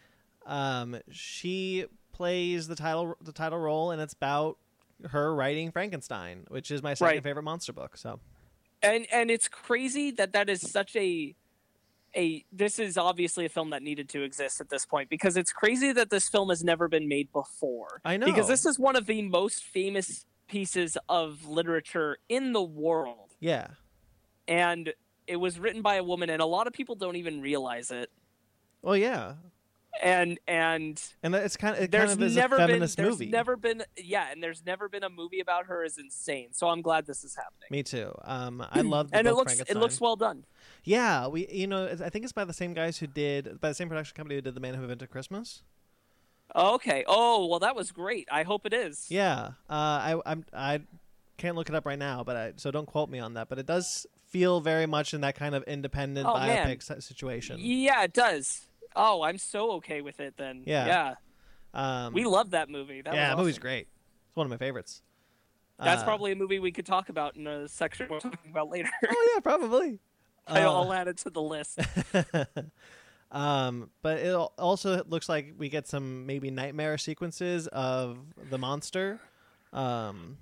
S1: Um, she plays the title the title role, and it's about her writing Frankenstein, which is my second
S2: Right.
S1: favorite monster book. So
S2: And and it's crazy that that is such a a this is obviously a film that needed to exist at this point because it's crazy that this film has never been made before.
S1: I know.
S2: Because this is one of the most famous pieces of literature in the world.
S1: yeah,
S2: And it was written by a woman and a lot of people don't even realize it.
S1: well, yeah,
S2: and and
S1: and that- it's kind of it
S2: there's
S1: kind of is
S2: never
S1: a feminist
S2: been there's
S1: movie.
S2: never been yeah and there's never been a movie about her is insane so i'm glad this is happening
S1: Me too. Um, I love the
S2: Hmm. and it
S1: book
S2: looks it
S1: Frankenstein.
S2: looks well done
S1: yeah. We you know it's- I think it's by the same guys who did by the same production company who did the Man Who Invented Christmas.
S2: okay oh well that was great i hope it is
S1: Yeah, uh, I I'm I can't look it up right now, but I so don't quote me on that. But it does feel very much in that kind of independent
S2: Oh, man.
S1: biopic si- situation.
S2: yeah it does oh i'm so okay with it then
S1: Yeah.
S2: yeah
S1: Um,
S2: we love that movie that
S1: yeah,
S2: was
S1: that movie's
S2: awesome.
S1: great. It's one of my favorites.
S2: that's
S1: Uh,
S2: probably a movie we could talk about in a section we're talking about later
S1: [laughs]
S2: [laughs]
S1: Oh yeah, probably.
S2: I'll- i'll add it to the list
S1: [laughs] um, but it al- also looks like we get some maybe nightmare sequences of the monster. Um,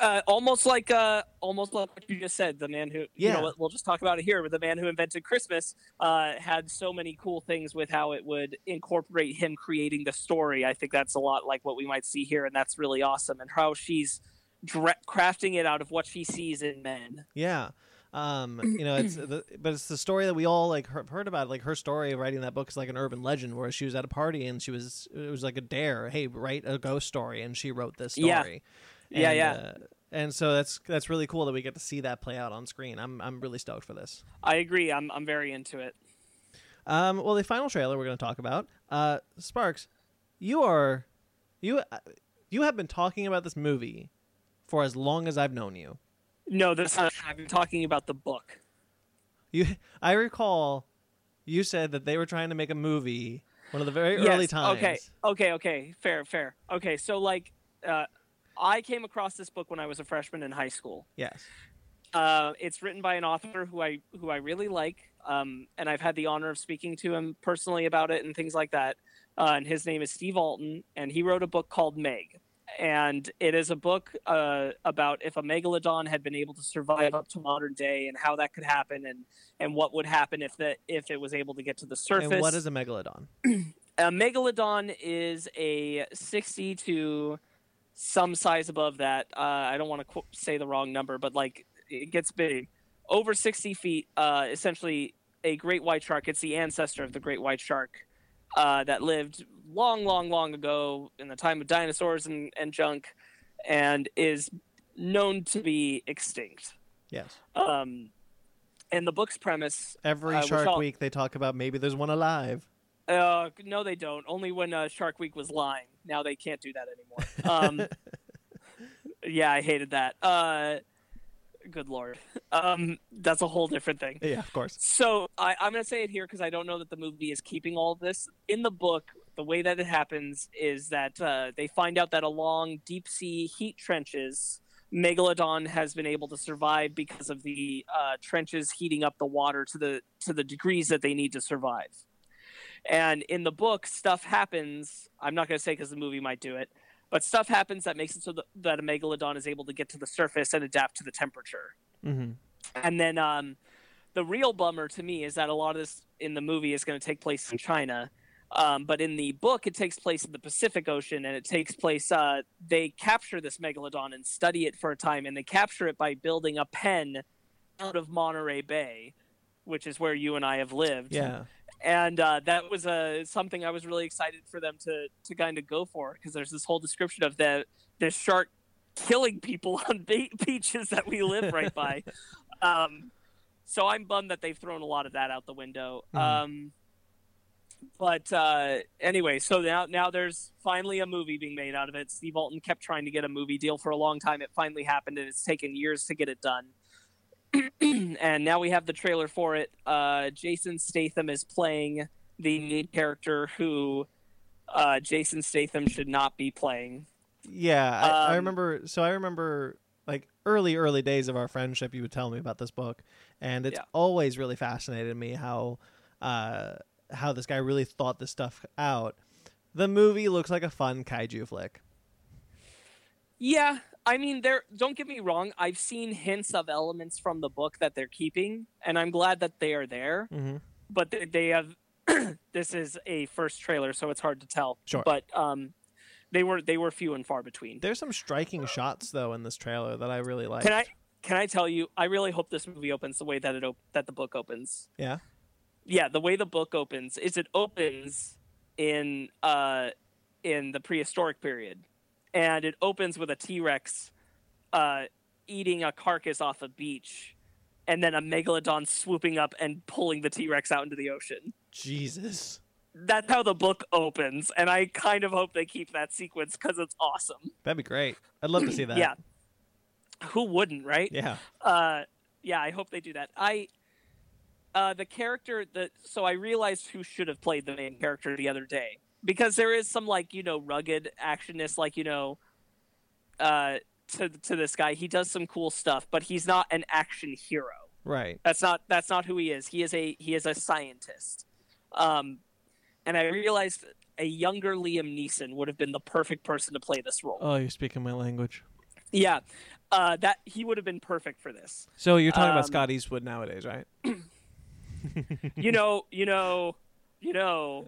S2: uh, almost like uh, almost like what you just said. The man who, you
S1: Yeah.
S2: know, what, we'll just talk about it here. But the man who invented Christmas uh, had so many cool things with how it would incorporate him creating the story. I think that's a lot like what we might see here, and that's really awesome. And how she's dra- crafting it out of what she sees in men.
S1: yeah.
S2: [clears throat]
S1: Um, you know, it's the, but it's the story that we all like heard, heard about. Like her story of writing that book is like an urban legend, where she was at a party and she was it was like a dare. Hey, write a ghost story, and she wrote this
S2: Yeah.
S1: story.
S2: Yeah,
S1: And,
S2: yeah.
S1: uh, and so that's that's really cool that we get to see that play out on screen. I'm I'm really stoked for this.
S2: I agree. I'm I'm very into it.
S1: Um, well, the final trailer we're going to talk about, uh, Sparks, you are, you, uh, you have been talking about this movie for as long as I've known you.
S2: No, that's not. I've been talking about the book.
S1: You, [laughs] I recall, you said that they were trying to make a movie one of the very early
S2: Yes,
S1: times.
S2: Okay, okay, okay. Fair, fair. Okay, so like, uh, I came across this book when I was a freshman in high school.
S1: Yes.
S2: Uh, it's written by an author who I who I really like, um, and I've had the honor of speaking to him personally about it and things like that. Uh, and his name is Steve Alton, and he wrote a book called Meg, and it is a book uh, about if a megalodon had been able to survive up to modern day and how that could happen and and what would happen if that if it was able to get to the surface.
S1: And what is a megalodon?
S2: A megalodon is a 60 to some size above that. Uh, I don't want to qu- say the wrong number, but like it gets big. Over 60 feet, uh, essentially a great white shark. It's the ancestor of the great white shark uh, that lived long, long, long ago in the time of dinosaurs and, and junk and is known to be extinct.
S1: Yes.
S2: Um, and the book's premise
S1: Every
S2: Uh, we
S1: Shark
S2: saw-
S1: Week they talk about maybe there's one alive.
S2: Uh, no, they don't. Only when uh, Shark Week was lying. Now they can't do that anymore. Um, yeah, I hated that. Uh, good lord. Um, that's a whole different thing.
S1: Yeah, of course.
S2: So I, I'm going to say it here because I don't know that the movie is keeping all of this. In the book, the way that it happens is that uh, they find out that along deep sea heat trenches, Megalodon has been able to survive because of the uh, trenches heating up the water to the to the degrees that they need to survive. And in the book, stuff happens. I'm not going to say because the movie might do it, but stuff happens that makes it so that, that a megalodon is able to get to the surface and adapt to the temperature.
S1: Mm-hmm.
S2: And then um, the real bummer to me is that a lot of this in the movie is going to take place in China. Um, but in the book, it takes place in the Pacific Ocean, and it takes place. Uh, they capture this megalodon and study it for a time, and they capture it by building a pen out of Monterey Bay, which is where you and I have lived
S1: Yeah.
S2: and uh, that was uh, something I was really excited for them to to kind of go for because there's this whole description of the this shark killing people [laughs] on be- beaches that we live right by. Um, so I'm bummed that they've thrown a lot of that out the window.
S1: Mhm.
S2: Um, but uh, anyway, so now now there's finally a movie being made out of it. Steve Alton kept trying to get a movie deal for a long time. It finally happened, and it's taken years to get it done. [clears throat] and now we have the trailer for it. Uh, Jason Statham is playing the lead character who uh, Jason Statham should not be playing.
S1: Yeah, I, I
S2: Um,
S1: remember. So I remember like early, early days of our friendship. You would tell me about this book, and it's
S2: Yeah.
S1: always really fascinated me how uh, how this guy really thought this stuff out. The movie looks like a fun kaiju flick.
S2: Yeah, I mean, there. Don't get me wrong. I've seen hints of elements from the book that they're keeping, and I'm glad that they are there.
S1: Mm-hmm.
S2: But they, they have. [clears throat] this is a first trailer, so it's hard to tell.
S1: Sure.
S2: But um, they were they were few and far between.
S1: There's some striking shots though in this trailer that I really like.
S2: Can I can I tell you? I really hope this movie opens the way that it op- that the book opens.
S1: Yeah.
S2: yeah the way the book opens is it opens in uh in the prehistoric period and it opens with a t-rex uh eating a carcass off a beach and then a megalodon swooping up and pulling the t-rex out into the ocean
S1: Jesus,
S2: that's how the book opens and i kind of hope they keep that sequence because it's awesome
S1: that'd be great. I'd love to
S2: [clears throat]
S1: see that.
S2: yeah who wouldn't right
S1: Yeah.
S2: uh yeah i hope they do that i uh the character that so i realized who should have played the main character the other day because there is some like you know rugged actionist like you know uh to to this guy he does some cool stuff but he's not an action hero
S1: Right.
S2: that's not that's not who he is. He is a he is a scientist. Um, and I realized a younger Liam Neeson would have been the perfect person to play this role.
S1: Oh, you're speaking my language.
S2: yeah, uh, that he would have been perfect for this.
S1: So you're
S2: talking about Um,
S1: Scott Eastwood nowadays, right?
S2: You know, you know,
S1: [laughs]
S2: you know.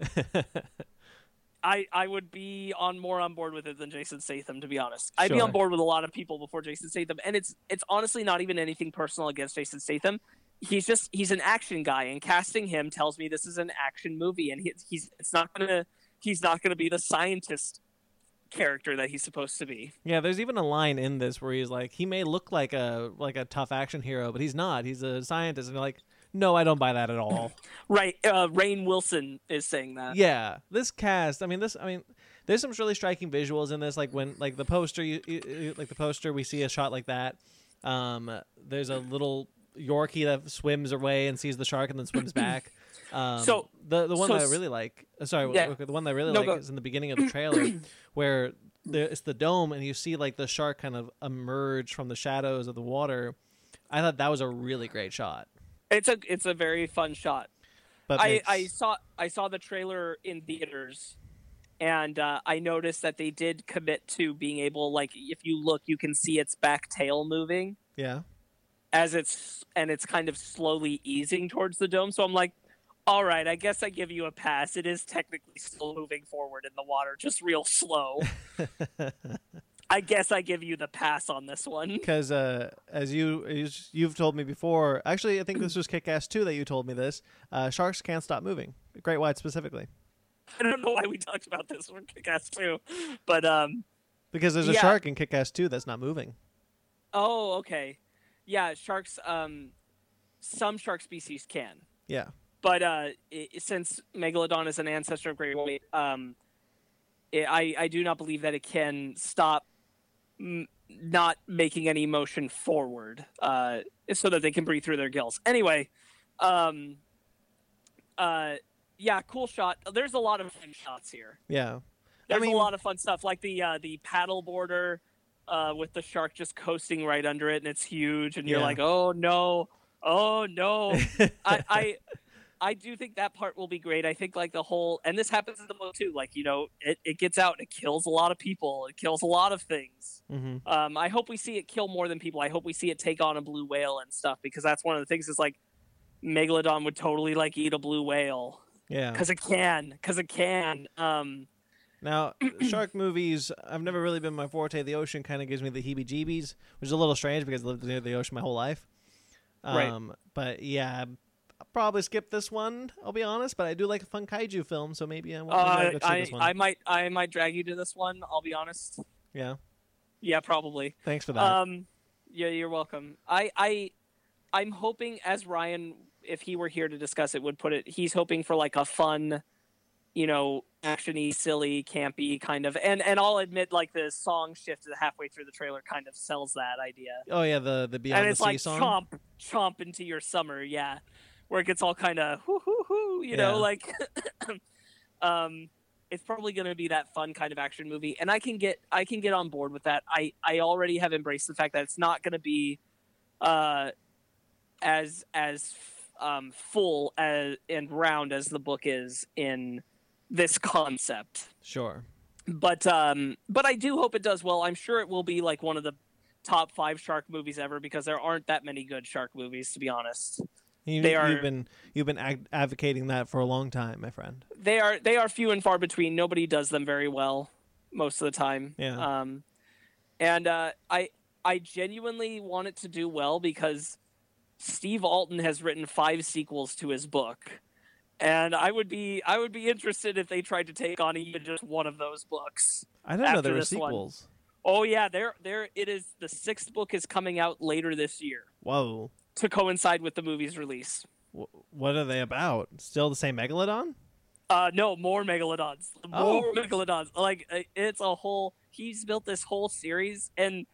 S2: I, I would be on more on board with it than Jason Statham, to be honest. I'd be
S1: Sure.
S2: on board with a lot of people before Jason Statham, and it's it's honestly not even anything personal against Jason Statham. He's just he's an action guy, and casting him tells me this is an action movie, and he, he's it's not gonna he's not gonna be the scientist character that he's supposed to be.
S1: Yeah, there's even a line in this where he's like, he may look like a like a tough action hero, but he's not. He's a scientist, and you're like, no, I don't buy that at all.
S2: Right? Uh, Rain Wilson is saying that.
S1: yeah, this cast. I mean, this. I mean, there's some really striking visuals in this. Like when, like the poster, you, you- you- like the poster, we see a shot like that. Um, there's a little Yorkie that swims away and sees the shark and then swims
S2: [clears throat]
S1: back. Um,
S2: So-
S1: the the one
S2: so
S1: that I
S2: s-
S1: really like, uh, sorry,
S2: Yeah.
S1: okay, the one that I really
S2: No,
S1: like
S2: go.
S1: is in the beginning of the
S2: [clears throat]
S1: trailer where there, it's the dome and you see like the shark kind of emerge from the shadows of the water. I thought that was a really great shot.
S2: It's a it's a very fun shot.
S1: But
S2: I,
S1: makes-
S2: I saw I saw the trailer in theaters, and uh, I noticed that they did commit to being able, like, if you look, you can see its back tail moving
S1: yeah,
S2: as it's and it's kind of slowly easing towards the dome. So I'm like, all right, I guess I give you a pass. It is technically still moving forward in the water, just real slow. I guess I give you the pass on this one. [laughs]
S1: because uh, as you as you've told me before, actually, I think this was Kick Ass Two that you told me this. Uh, sharks can't stop moving. Great white specifically,
S2: I don't know why we talked about this one, Kick-Ass too, but um,
S1: because there's a
S2: Yeah.
S1: shark in Kick Ass Two that's not moving.
S2: Oh, okay. Yeah, sharks. Um, some shark species can,
S1: Yeah,
S2: but uh, i since megalodon is an ancestor of great white, um, i I I do not believe that it can stop m- not making any motion forward uh, so that they can breathe through their gills. Anyway, um, uh, yeah, cool shot. There's a lot of fun shots here.
S1: Yeah.
S2: There's
S1: mean-
S2: a lot of fun stuff, like the uh, the paddle border uh, with the shark just coasting right under it, and it's huge, and you're
S1: Yeah.
S2: like, oh no, oh no. I, I I do think that part will be great. I think like the whole and this happens in the book too. Like you know, it, it gets out, it kills a lot of people, it kills a lot of things.
S1: hmm
S2: Um, I hope we see it kill more than people. I hope we see it take on a blue whale and stuff because that's one of the things is like megalodon would totally like eat a blue whale
S1: Yeah.
S2: because it can, because it can. Um,
S1: Now, shark movies, I've never really been my forte. The ocean kind of gives me the heebie jeebies, which is a little strange because I lived near the ocean my whole life.
S2: Right.
S1: Um, But yeah, I'll probably skip this one, I'll be honest, but I do like a fun kaiju film, so maybe I will go
S2: uh,
S1: see
S2: I
S1: this one.
S2: I might I might drag you to this one. I'll be honest.
S1: yeah.
S2: Yeah, probably.
S1: Thanks for that.
S2: Um, yeah, you're welcome. I, I, I'm hoping as Ryan, if he were here to discuss it, would put it. He's hoping for like a fun, you know, actiony, silly, campy kind of. And and I'll admit, like the song shift halfway through the trailer kind of sells that idea.
S1: oh, yeah, the, the Beyond
S2: and it's
S1: the Sea
S2: like
S1: song.
S2: chomp, chomp into your summer, yeah, where it gets all kind of hoo hoo hoo, you
S1: Yeah.
S2: know, like. [coughs] um, it's probably going to be that fun kind of action movie, and I can get I can get on board with that. I I already have embraced the fact that it's not going to be, uh, as as um full as and round as the book is in this concept
S1: Sure.
S2: but um but i do hope it does well i'm sure it will be like one of the top five shark movies ever because there aren't that many good shark movies to be honest
S1: You,
S2: They
S1: You've
S2: are-
S1: been, you've been ad- advocating that for a long time, my friend.
S2: they are they are few and far between nobody does them very well most of the time
S1: Yeah.
S2: um and uh i i genuinely want it to do well because steve alton has written five sequels to his book and i would be i would be interested if they tried to take on even just one of those books
S1: I didn't know
S2: After
S1: there were
S2: this one.
S1: sequels.
S2: Oh yeah, there there it is the sixth book is coming out later this year
S1: Whoa.
S2: to coincide with the movie's release.
S1: Wh- What are they about? Still the same megalodon?
S2: Uh no, more megalodons. More
S1: Oh.
S2: megalodons. Like uh, it's a whole he's built this whole series and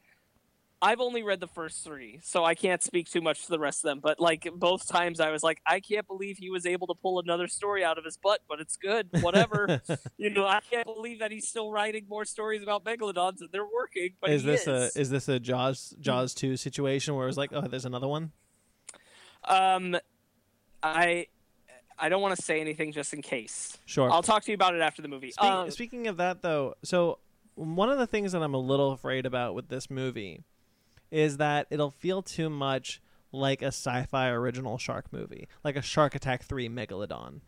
S2: I've only read the first 3, so I can't speak too much to the rest of them, but like both times I was like I can't believe he was able to pull another story out of his butt, but it's good,
S1: [laughs]
S2: whatever. you know, I can't believe that he's still writing more stories about megalodons and they're working, but
S1: is
S2: he
S1: this
S2: is.
S1: a is this a Jaws Jaws two situation where it's like oh there's another one?
S2: Um, I I don't want to say anything just in case.
S1: Sure.
S2: I'll talk to you about it after the movie.
S1: Speak-
S2: Um,
S1: speaking of that though, so one of the things that I'm a little afraid about with this movie is that it'll feel too much like a sci-fi original shark movie, like a Shark Attack three megalodon.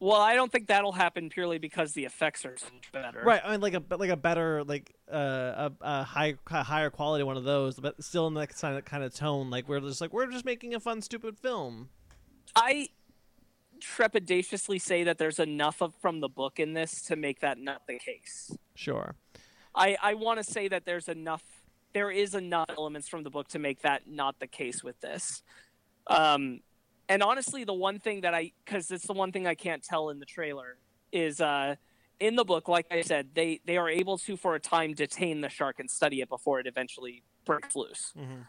S2: well, I don't think that'll happen purely because the effects are so much better.
S1: Right. I mean like a but like a better like uh, a a high a higher quality one of those, but still in that kind of kind of tone. Like we're just like we're just making a fun stupid film.
S2: I trepidatiously say that there's enough of from the book in this to make that not the case.
S1: Sure.
S2: I I want to say that there's enough. There is enough elements from the book to make that not the case with this. Um, and honestly, the one thing that I because it's the one thing I can't tell in the trailer is uh, in the book. Like I said, they they are able to for a time detain the shark and study it before it eventually breaks loose.
S1: Mhm.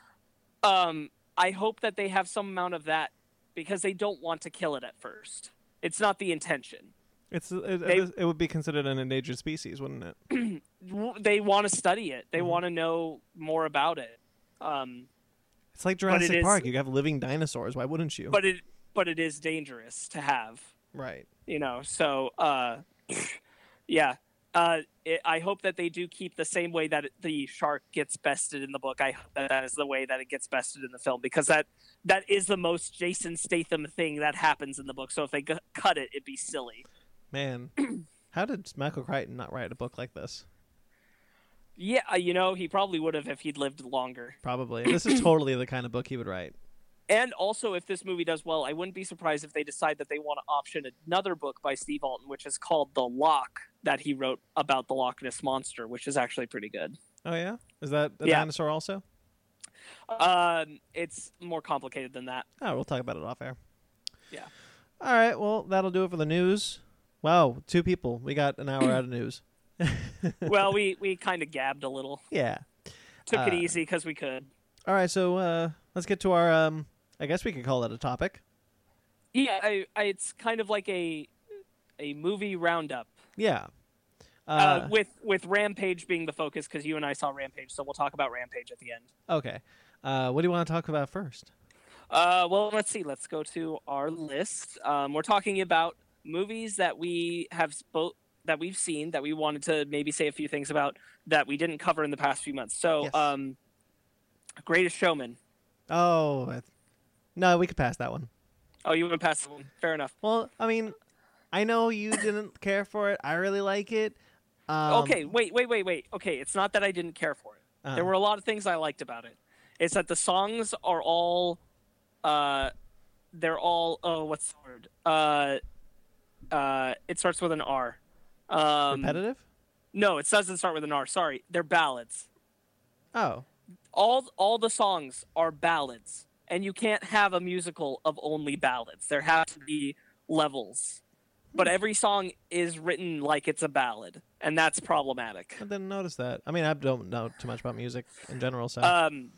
S2: Um, I hope that they have some amount of that because they don't want to kill it at first. It's not the intention.
S1: It's it,
S2: They-
S1: it would be considered an endangered species, wouldn't it?
S2: W- They want to study it. They
S1: Mhm.
S2: want to know more about it. Um,
S1: It's like
S2: it
S1: Jurassic
S2: is-
S1: Park. You have living dinosaurs. Why wouldn't you?
S2: but it but it is dangerous to have
S1: right.
S2: you know so uh [sniffs] yeah uh it, i hope that they do keep the same way that it- the shark gets bested in the book i hope that that is the way that it gets bested in the film because that that is the most jason statham thing that happens in the book so if they g- cut it it'd be silly [clears throat]
S1: Man, how did Michael Crichton not write a book like this?
S2: yeah uh, you know he probably would have if he'd lived longer
S1: Probably. This is totally the kind of book he would [clears throat] write.
S2: And also, if this movie does well, I wouldn't be surprised if they decide that they want to option another book by Steve Alton, which is called The Lock, that he wrote about the Loch Ness Monster, which is actually pretty good.
S1: Oh yeah? Is that a
S2: Yeah.
S1: dinosaur also?
S2: Um, it's more complicated
S1: [laughs]
S2: than that.
S1: Oh, we'll talk about it off air.
S2: Yeah.
S1: All right. Well, that'll do it for the news. Wow, two
S2: [coughs]
S1: people. We got an hour out of news.
S2: well, we, we kind of gabbed a little.
S1: Yeah.
S2: Took it
S1: Uh,
S2: easy because we could.
S1: All right, so uh, let's get to our. Um, I guess we could call that a topic.
S2: Yeah, I, I, it's kind of like a a movie roundup
S1: Yeah. Uh,
S2: uh, with with Rampage being the focus because you and I saw Rampage, so we'll talk about Rampage at the end.
S1: okay. Uh, what do you want to talk about first?
S2: Uh, well, let's see. Let's go to our list. Um, we're talking about movies that we have both that we've seen that we wanted to maybe say a few things about that we didn't cover in the past few months. So,
S1: Yes.
S2: um, Greatest Showman.
S1: Oh, I th- no, we could pass that one.
S2: Oh, you went past that one. Fair enough.
S1: Well, I mean, I know you [coughs] didn't care for it. I really like it. Um,
S2: okay, wait, wait, wait, wait. Okay, it's not that I didn't care for it.
S1: uh,
S2: There were a lot of things I liked about it. It's that the songs are all, uh, they're all. Oh, what's the word? Uh, uh, it starts with an R. Um,
S1: repetitive.
S2: No, it doesn't start with an R. Sorry, they're ballads.
S1: Oh,
S2: All all the songs are ballads, and you can't have a musical of only ballads. There have to be levels. But every song is written like it's a ballad, and that's problematic.
S1: I didn't notice that. I mean, I don't know too much about music in general, so
S2: Um,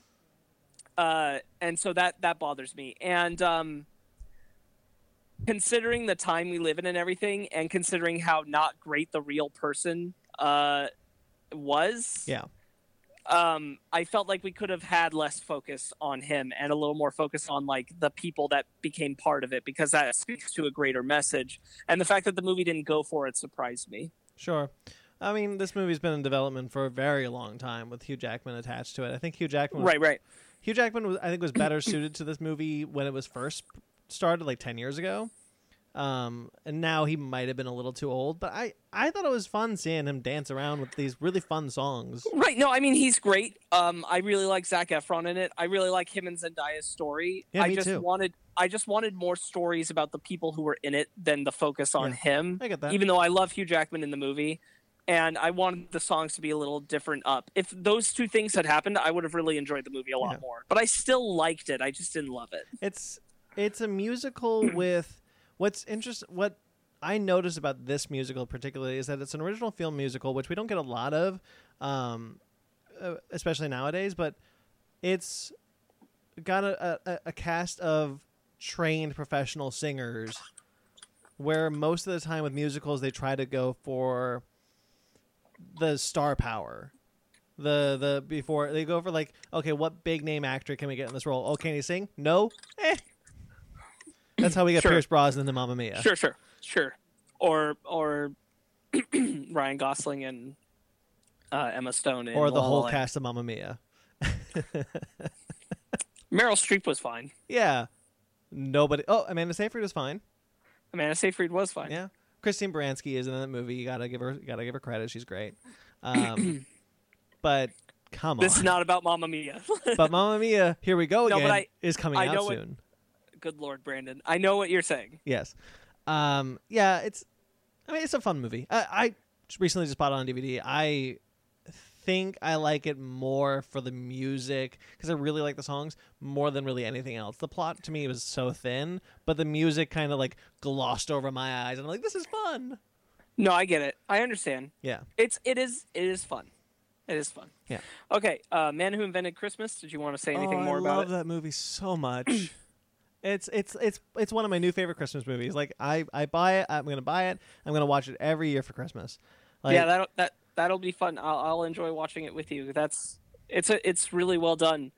S2: uh, and so that that bothers me. And um, considering the time we live in and everything, and considering how not great the real person uh, was,
S1: yeah.
S2: um, I felt like we could have had less focus on him and a little more focus on like the people that became part of it because that speaks to a greater message. And the fact that the movie didn't go for it surprised me.
S1: Sure. I mean, this movie's been in development for a very long time with Hugh Jackman attached to it. I think Hugh Jackman was,
S2: Right, right.
S1: Hugh Jackman was, I think was better suited to this movie when it was first started like 10 years ago. Um, and now he might have been a little too old, but I I thought it was fun seeing him dance around with these really fun songs.
S2: Right. No, I mean he's great. Um, I really like Zach Efron in it. I really like him and Zendaya's story.
S1: Yeah,
S2: I
S1: me
S2: just
S1: too.
S2: wanted I just wanted more stories about the people who were in it than the focus on
S1: Yeah,
S2: him.
S1: I get that.
S2: Even though I love Hugh Jackman in the movie. And I wanted the songs to be a little different up. If those two things had happened, I would have really enjoyed the movie a lot
S1: Yeah.
S2: more. But I still liked it. I just didn't love it.
S1: It's it's a musical with what's interest what I notice about this musical particularly is that it's an original film musical, which we don't get a lot of, um, uh, especially nowadays. But it's got a, a, a cast of trained professional singers, where most of the time with musicals they try to go for the star power the the before they go for like okay what big name actor can we get in this role oh can he sing no eh. that's how we get
S2: Sure.
S1: pierce brosnan and mamma mia
S2: Sure, sure, sure. Or or [clears throat] Ryan Gosling and uh, Emma Stone, in
S1: or the
S2: La La
S1: whole
S2: Land.
S1: cast of mamma mia
S2: Meryl Streep was fine.
S1: yeah nobody oh amanda seyfried was fine
S2: Amanda Seyfried was fine.
S1: yeah christine baranski is in that movie you gotta give her gotta give her credit she's great
S2: [clears throat]
S1: um but come on
S2: This is not about Mamma Mia. [laughs]
S1: but mamma mia here we go
S2: No,
S1: again
S2: but I-
S1: is coming
S2: I
S1: out
S2: know what-
S1: soon
S2: Good Lord, Brandon. I know what you're saying.
S1: Yes. Um, yeah, it's. I mean, it's a fun movie. I, I just recently just bought it on DVD. I think I like it more for the music because I really like the songs more than really anything else. The plot to me was so thin, but the music kind of like glossed over my eyes, and I'm like, this is fun.
S2: No, I get it. I understand.
S1: Yeah.
S2: It's it is it is fun. It is fun.
S1: Yeah.
S2: Okay. Uh, Man Who Invented Christmas. Did you want to say anything
S1: oh,
S2: more
S1: I
S2: about
S1: love
S2: it?
S1: that movie so much. [clears throat] it's it's it's it's one of my new favorite Christmas movies. Like I I buy it. I'm gonna buy it. I'm gonna watch it every year for Christmas. Like,
S2: yeah. That that that'll be fun. I'll, I'll enjoy watching it with you. That's it's a it's really well done.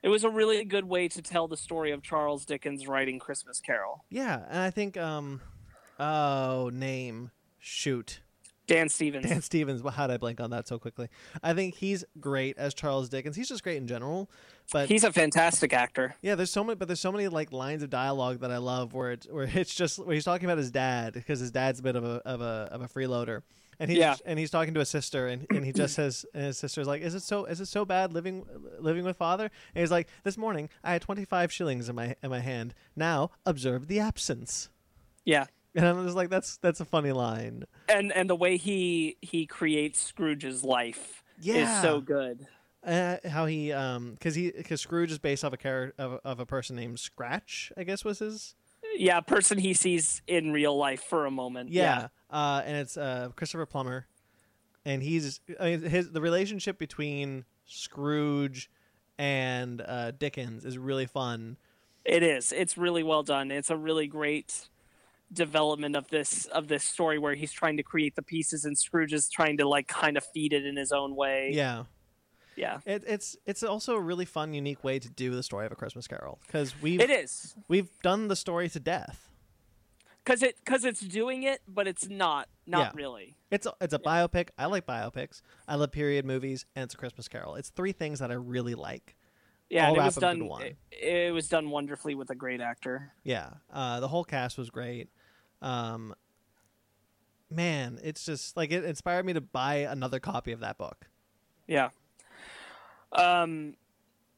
S2: It was a really good way to tell the story of Charles Dickens writing Christmas Carol.
S1: Yeah, and I think um oh name shoot [laughs]
S2: Dan Stevens.
S1: Dan Stevens. How did I blank on that so quickly? I think he's great as Charles Dickens. He's just great in general, but
S2: He's a fantastic actor.
S1: yeah, there's so many, but there's so many like lines of dialogue that I love where it's where it's just where he's talking about his dad because his dad's a bit of a of a of a freeloader, and he's
S2: Yeah.
S1: and he's talking to his sister and, and he just says and his sister's like, is it so is it so bad living living with father? And he's like, this morning I had 25 shillings in my in my hand. Now observe the absence.
S2: Yeah.
S1: And I'm just like, that's that's a funny line.
S2: And and the way he he creates Scrooge's life is so good.
S1: Uh, how he um because he because Scrooge is based off a character of, of a person named Scratch, I guess was his.
S2: Yeah, person he sees in real life for a moment.
S1: Yeah. Uh, and it's uh Christopher Plummer, and he's I mean, his the relationship between Scrooge, and uh, Dickens is really fun.
S2: It is. It's really well done. It's a really great development of this of this story where he's trying to create the pieces and Scrooge is trying to like kind of feed it in his own way.
S1: Yeah.
S2: Yeah.
S1: It, it's it's also a really fun, unique way to do the story of a Christmas Carol because we've
S2: It is.
S1: we've done the story to death.
S2: Cuz it cuz it's doing it but it's not not
S1: Yeah.
S2: really.
S1: It's a, it's a biopic. I like biopics. I love period movies, and it's a Christmas Carol. It's three things that I really like.
S2: Yeah,
S1: All
S2: and it
S1: wrap
S2: was
S1: up into
S2: done
S1: one.
S2: it, it was done wonderfully with a great actor.
S1: Yeah, uh, the whole cast was great. Um, man, it's just like it inspired me to buy another copy of that book.
S2: Yeah. Um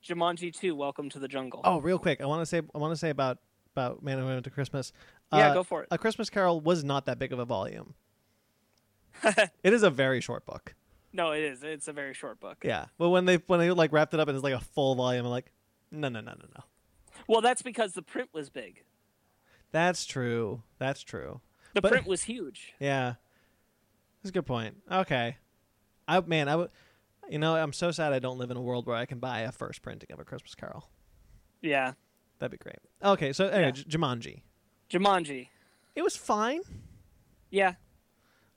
S2: Jumanji 2, Welcome to the Jungle.
S1: Oh, real quick, I want to say I want to say about about Man and Women to Christmas.
S2: yeah,
S1: Uh,
S2: go for it.
S1: A Christmas Carol was not that big of a
S2: [laughs]
S1: volume. it is a very short book.
S2: No, it is. It's a very short book.
S1: Yeah, but when they when they like wrapped it up and it's like a full volume, I'm like, no, no, no, no, no.
S2: Well, that's because the print was big.
S1: That's true. That's true.
S2: The
S1: But-
S2: print was huge.
S1: Yeah, that's a good point. Okay, I man, I would. You know, I'm so sad I don't live in a world where I can buy a first printing of a Christmas Carol.
S2: Yeah.
S1: That'd be great. Okay, so anyway,
S2: Yeah.
S1: J- Jumanji.
S2: Jumanji.
S1: It was fine.
S2: Yeah,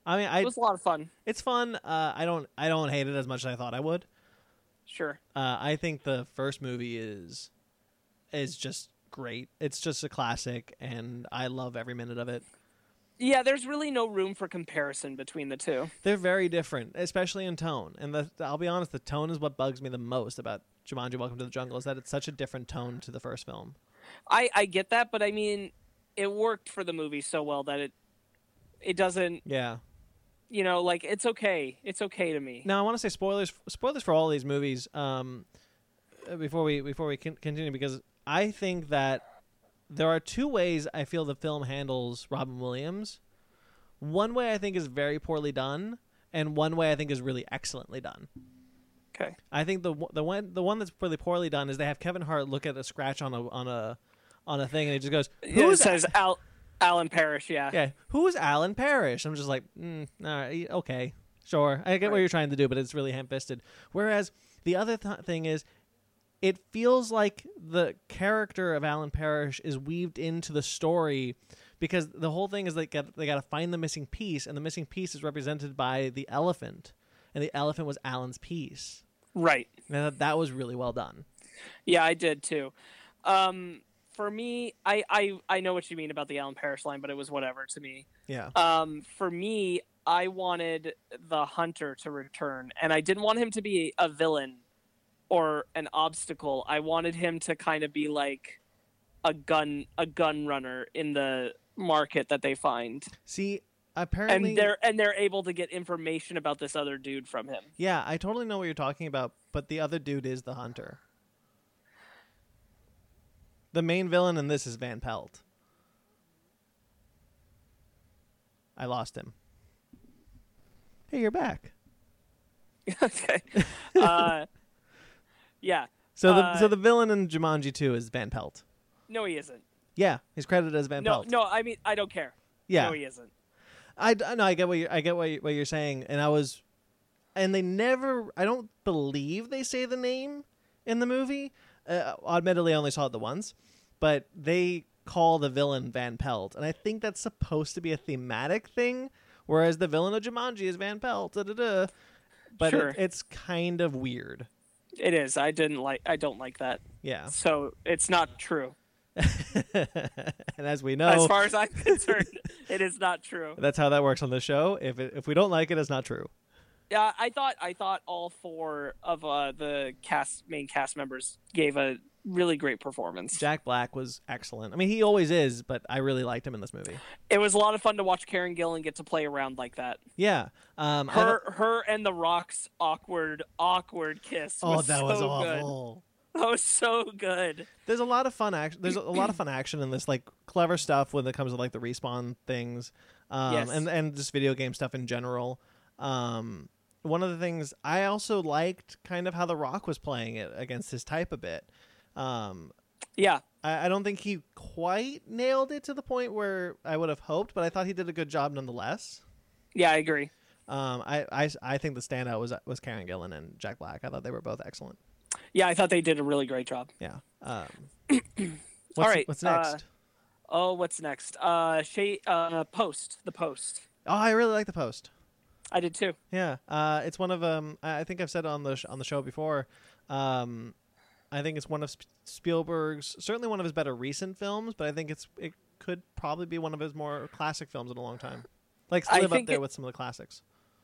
S1: I mean, I
S2: it was a lot of fun.
S1: it's fun. Uh, I don't I don't hate it as much as I thought I would.
S2: Sure.
S1: Uh, I think the first movie is is just great. It's just a classic, and I love every minute of it.
S2: Yeah, there's really no room for comparison between the two.
S1: They're very different, especially in tone. And the, I'll be honest, the tone is what bugs me the most about Jumanji: Welcome to the Jungle is that it's such a different tone to the first film.
S2: I I get that, but I mean, it worked for the movie so well that it it doesn't,
S1: Yeah.
S2: you know, like it's okay. It's okay to me.
S1: Now I want to say spoilers spoilers for all these movies. Um, uh, before we before we con- continue, because I think that there are two ways I feel the film handles Robin Williams. One way I think is very poorly done, and one way I think is really excellently done.
S2: Okay.
S1: I think the one- the one the one that's really poorly done is they have Kevin Hart look at a scratch on a on a on a thing and he just goes,
S2: yeah, it
S1: "Who's
S2: says Al Alan Parrish, yeah.
S1: yeah, who's Alan Parrish? I'm just like, mm, all right, okay, sure. I get what
S2: Right.
S1: you're trying to do, but it's really ham fisted. Whereas the other th- thing is, it feels like the character of Alan Parrish is weaved into the story because the whole thing is they got they got to find the missing piece, and the missing piece is represented by the elephant, and the elephant was Alan's piece.
S2: Right.
S1: And I thought that was really well done.
S2: Yeah, I did too. Um for me, I, I I know what you mean about the Alan Parrish line, but it was whatever to me.
S1: Yeah,
S2: Um, for me, I wanted the hunter to return, and I didn't want him to be a villain or an obstacle. I wanted him to kind of be like a gun, a gun runner in the market that they find,
S1: see, apparently
S2: and they're and they're able to get information about this other dude from him. [laughs]
S1: Yeah, I totally know what you're talking about, but the other dude is the hunter. The main villain in this is Van Pelt. I lost him. Hey, you're back.
S2: okay. Uh, yeah.
S1: So the
S2: Uh,
S1: so the villain in Jumanji 2 is Van Pelt.
S2: No, he isn't.
S1: Yeah, he's credited as Van
S2: No,
S1: Pelt.
S2: no. I mean, I don't care.
S1: yeah,
S2: No, he isn't.
S1: I d- no, I get what you I get what, you, what you're saying, and I was, and they never. I don't believe they say the name in the movie. Uh, admittedly, I only saw it the once, but they call the villain Van Pelt, and I think that's supposed to be a thematic thing. Whereas the villain of Jumanji is Van Pelt, da da da. But it-
S2: Sure.
S1: it's kind of weird.
S2: It is. I didn't like. I don't like that. [laughs]
S1: Yeah, [laughs]
S2: So it's not true.
S1: and as we know,
S2: As far
S1: [laughs]
S2: as I'm concerned, it is not true.
S1: that's how that works on the show. If it, if we don't like it, it's not true.
S2: Yeah, I thought I thought all four of uh, the cast main cast members gave a really great performance.
S1: Jack Black was excellent. I mean, he always is, but I really liked him in this movie.
S2: It was a lot of fun to watch Karen Gillan get to play around like that.
S1: Yeah. Um, I don't-
S2: Her, her, and the Rock's awkward, awkward kiss.
S1: oh,
S2: was
S1: that
S2: so
S1: was
S2: good.
S1: awful.
S2: That was so good.
S1: There's a lot of fun action. There's a lot of fun action in this, like clever stuff when it comes to like the respawn things, um,
S2: Yes.
S1: and and just video game stuff in general. Um, one of the things I also liked, kind of how The Rock was playing it against his type a bit. Um,
S2: Yeah,
S1: I, I don't think he quite nailed it to the point where I would have hoped, but I thought he did a good job nonetheless.
S2: yeah, I agree.
S1: Um, I, I, I think the standout was was Karen Gillan and Jack Black. I thought they were both excellent.
S2: Yeah, I thought they did a really great job.
S1: Yeah.
S2: [clears throat]
S1: Um, what's,
S2: All right,
S1: What's
S2: uh,
S1: next?
S2: Oh, what's next? Uh, Shay, uh, Post, the Post.
S1: oh, I really like the post.
S2: I did too.
S1: Yeah, uh, it's one of um. I I think I've said on the sh- on the show before. Um, I think it's one of Sp- Spielberg's certainly one of his better recent films, but I think it's it could probably be one of his more classic films in a long time. Like
S2: I
S1: live up
S2: think
S1: there
S2: it-
S1: with some of the classics.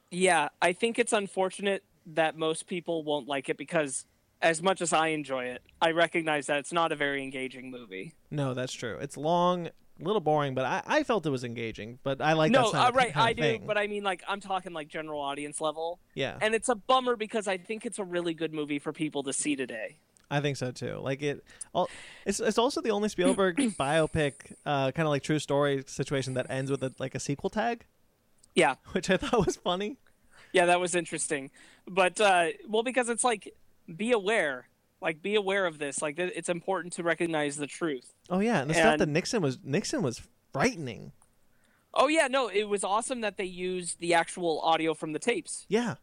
S2: Yeah, I think it's unfortunate that most people won't like it because, as much as I enjoy it, I recognize that it's not a very engaging movie.
S1: No, that's true. It's long, a little boring, but I, I felt it was engaging. But I like
S2: no,
S1: that
S2: uh,
S1: kind of-
S2: right,
S1: kind of
S2: I do,
S1: thing.
S2: but I mean, like, I'm talking like general audience level,
S1: yeah,
S2: and it's a bummer because I think it's a really good movie for people to see today.
S1: I think so too. Like it, all, it's it's also the only [clears throat] Spielberg biopic, uh, kind of like true story situation that ends with a, like a sequel tag, [laughs]
S2: Yeah,
S1: which I thought was funny.
S2: yeah, that was interesting, but uh, well, because it's like, be aware, like, be aware of this. Like, th- it's important to recognize the truth.
S1: Oh yeah, and the stuff that
S2: And-
S1: Nixon was Nixon was frightening.
S2: Oh yeah, no, it was awesome that they used the actual audio from the tapes.
S1: Yeah,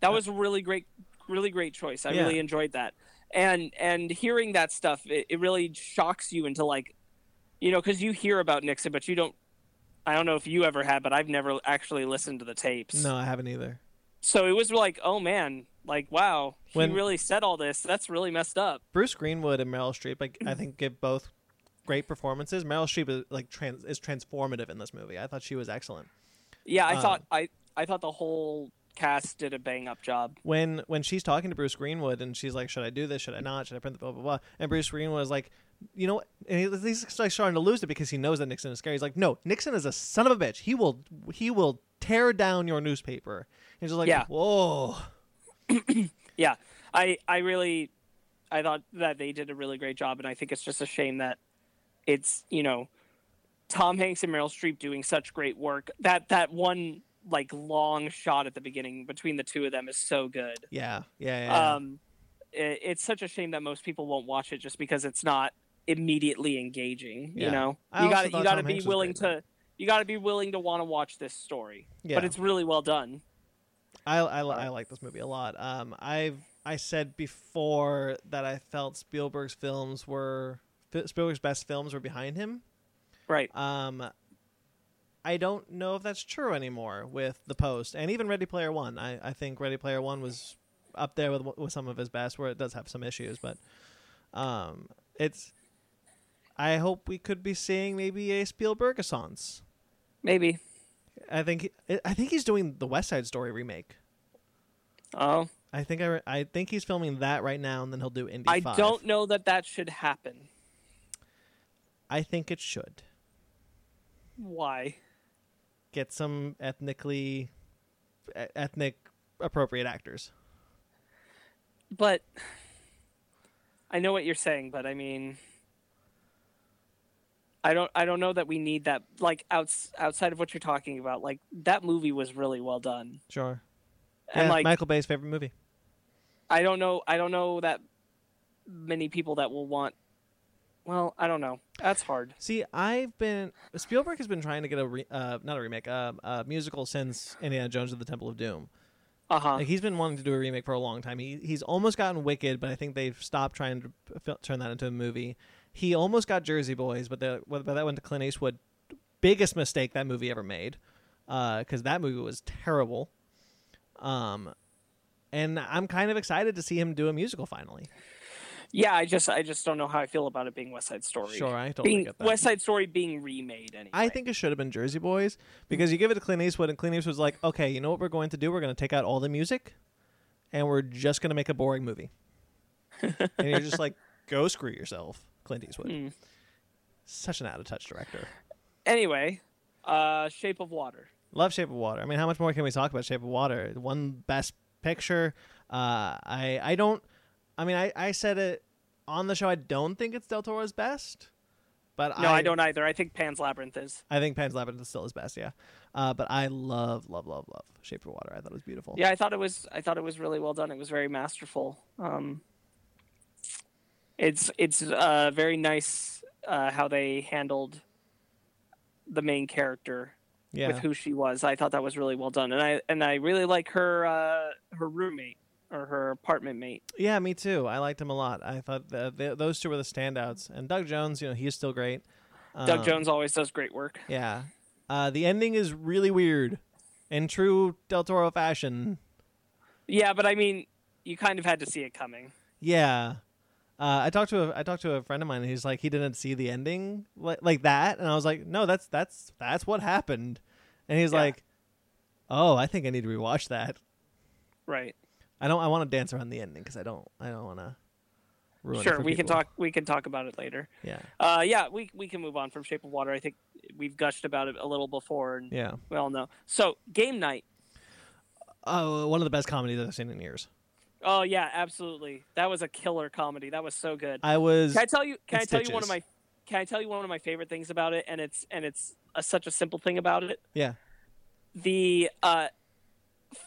S2: That was a really great, really great choice. I
S1: Yeah.
S2: really enjoyed that. And and hearing that stuff, it, it really shocks you into like, you know, because you hear about Nixon, but you don't. I don't know if you ever had, but I've never actually listened to the tapes.
S1: no, I haven't either.
S2: So it was like, oh man, like wow, he
S1: When-
S2: really said all this. That's really messed up.
S1: Bruce Greenwood and Meryl Streep, like, I think, give both great performances. Meryl Streep is like trans is transformative in this movie. I thought she was excellent.
S2: Yeah, I
S1: Um,
S2: thought I I thought the whole cast did a bang up job.
S1: When when she's talking to Bruce Greenwood and she's like, "Should I do this? Should I not? Should I print the blah blah blah?" And Bruce Greenwood is like, "You know," what?" and he, he's like starting to lose it because he knows that Nixon is scary. He's like, "No, Nixon is a son of a bitch. He will he will tear down your newspaper." And she's like,
S2: Yeah.
S1: "Whoa."
S2: yeah i i really i thought that they did a really great job and i think it's just a shame that it's you know tom hanks and meryl streep doing such great work that that one like long shot at the beginning between the two of them is so good
S1: Yeah, yeah, yeah.
S2: um it, it's such a shame that most people won't watch it just because it's not immediately engaging
S1: Yeah.
S2: you know
S1: I
S2: you
S1: also
S2: gotta
S1: thought
S2: you gotta
S1: Tom
S2: be
S1: Hanks was
S2: willing
S1: great
S2: to
S1: in
S2: you gotta be willing to want to watch this story
S1: Yeah.
S2: but it's really well done
S1: I, I, li- I like this movie a lot. Um, I've I said before that I felt Spielberg's films were Fi- Spielberg's best films were behind him.
S2: right
S1: Um, I don't know if that's true anymore with The Post and even Ready Player One. I, I think Ready Player One was up there with with some of his best, where it does have some issues, but um, it's. I hope we could be seeing maybe a Spielberg Spielbergaissance.
S2: maybe
S1: I think I think he's doing the West Side Story remake.
S2: oh
S1: I think I, re- I think he's filming that right now, and then he'll do Indy.
S2: I
S1: 5.
S2: don't know that that should happen.
S1: I think it should
S2: Why?
S1: get some ethnically e- ethnic appropriate actors.
S2: But I know what you're saying, but I mean I don't I don't know that we need that like outs, outside of what you're talking about. Like that movie was really well done.
S1: Sure.
S2: And
S1: Yeah,
S2: like
S1: Michael Bay's favorite movie.
S2: I don't know I don't know that many people that will want well, I don't know. That's hard.
S1: See, I've been Spielberg has been trying to get a re, uh, not a remake, uh, a musical since Indiana Jones and the Temple of Doom.
S2: Uh-huh.
S1: Like he's been wanting to do a remake for a long time. He he's almost gotten Wicked, but I think they've stopped trying to fil- turn that into a movie. He almost got Jersey Boys, but the but that went to Clint Eastwood. Biggest mistake that movie ever made, because that movie was terrible. Um, and I'm kind of excited to see him do a musical finally.
S2: yeah, I just I just don't know how I feel about it being West Side Story.
S1: Sure, I totally
S2: Being
S1: get that.
S2: West Side Story being remade anyway.
S1: I think it should have been Jersey Boys
S2: Hmm.
S1: because you give it to Clint Eastwood, and Clint Eastwood's like, okay, you know what we're going to do? We're going to take out all the music, and we're just going to make a boring movie. and you're just
S2: [laughs]
S1: like, go screw yourself, Clint Eastwood.
S2: Hmm.
S1: Such an out of touch director.
S2: anyway, uh Shape of Water.
S1: Love Shape of Water. I mean, how much more can we talk about Shape of Water? One best picture. Uh, I I don't. I mean, I, I said it on the show. I don't think it's Del Toro's best, but
S2: No, I, don't either. I think Pan's Labyrinth is.
S1: I think Pan's Labyrinth is still his best, yeah. Uh, but I love, love, love, love Shape of Water. I thought it was beautiful.
S2: Yeah, I thought it was. I thought it was really well done. It was very masterful. Um, it's it's uh, very nice uh, how they handled the main character
S1: Yeah.
S2: with who she was. I thought that was really well done, and I and I really like her uh, her roommate or her apartment mate.
S1: Yeah, me too. I liked him a lot. I thought th th those two were the standouts. And Doug Jones, you know, he's still great.
S2: Doug
S1: Um,
S2: Jones always does great work.
S1: Yeah. Uh, the ending is really weird. In true Del Toro fashion.
S2: Yeah, but I mean, you kind of had to see it coming.
S1: Yeah. Uh, I talked to a I talked to a friend of mine and he's like he didn't see the ending like, like that and I was like no that's that's that's what happened and he's
S2: Yeah.
S1: like oh I think I need to rewatch that
S2: Right.
S1: I don't I want to dance around the ending because I don't I don't want to ruin it
S2: sure,
S1: for
S2: we can
S1: people.
S2: talk we can talk about it later.
S1: yeah
S2: Uh, yeah, we we can move on from Shape of Water. I think we've gushed about it a little before, and
S1: yeah
S2: we all know. So game night.
S1: oh one of the best comedies I've seen in years
S2: Oh yeah, absolutely. That was a killer comedy. That was so good.
S1: I was
S2: Can I tell you? Can I
S1: it's
S2: tell you one of my?
S1: stitches.
S2: Can I tell you one of my favorite things about it? And it's and it's a, such a simple thing about it.
S1: yeah
S2: The uh,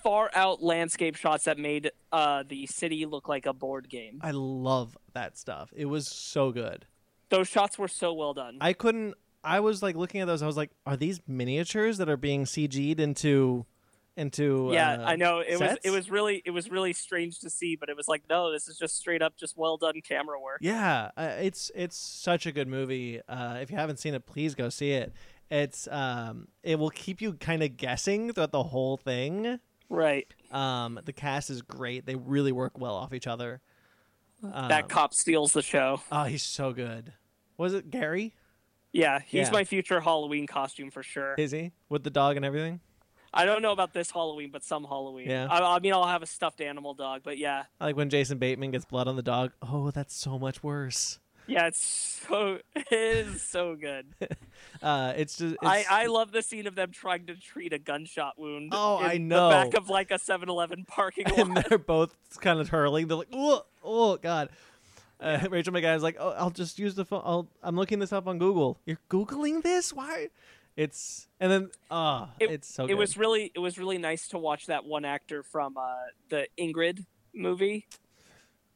S2: far out landscape shots that made uh, the city look like a board game.
S1: I love that stuff. It was so good.
S2: Those shots were so well done.
S1: I couldn't. I was like looking at those. I was like, are these miniatures that are being CG'd into, into?
S2: yeah,
S1: uh,
S2: I know it was
S1: sets?
S2: it was really it was really strange to see, but it was like no, this is just straight up just well done camera work.
S1: Yeah, uh, it's it's such a good movie. Uh, if you haven't seen it, please go see it. It's um, it will keep you kind of guessing throughout the whole thing.
S2: Right.
S1: Um, the cast is great. They really work well off each other. Um,
S2: that cop steals the show.
S1: oh, he's so good. Was it Gary?
S2: Yeah, he's
S1: yeah.
S2: my future Halloween costume for sure.
S1: Is he with the dog and everything?
S2: I don't know about this Halloween, but some Halloween.
S1: Yeah.
S2: I, I mean, I'll have a stuffed animal dog, but yeah,
S1: I like when Jason Bateman gets blood on the dog. Oh, that's so much worse.
S2: yeah, it's so [laughs] it is
S1: [laughs]
S2: so good.
S1: Uh, it's just. It's,
S2: I I love the scene of them trying to treat a gunshot wound.
S1: Oh,
S2: in
S1: I
S2: The back
S1: know.
S2: of like a 7-Eleven [laughs] parking
S1: [laughs] and
S2: lot.
S1: they're both kind of hurling. They're like, oh, oh God. Uh, Rachel McAdams like, oh, I'll just use the phone. I'll, I'm looking this up on Google. You're googling this? Why? It's and then ah,
S2: It-
S1: it's so.
S2: it
S1: good.
S2: was really it was really nice to watch that one actor from uh, the Ingrid movie,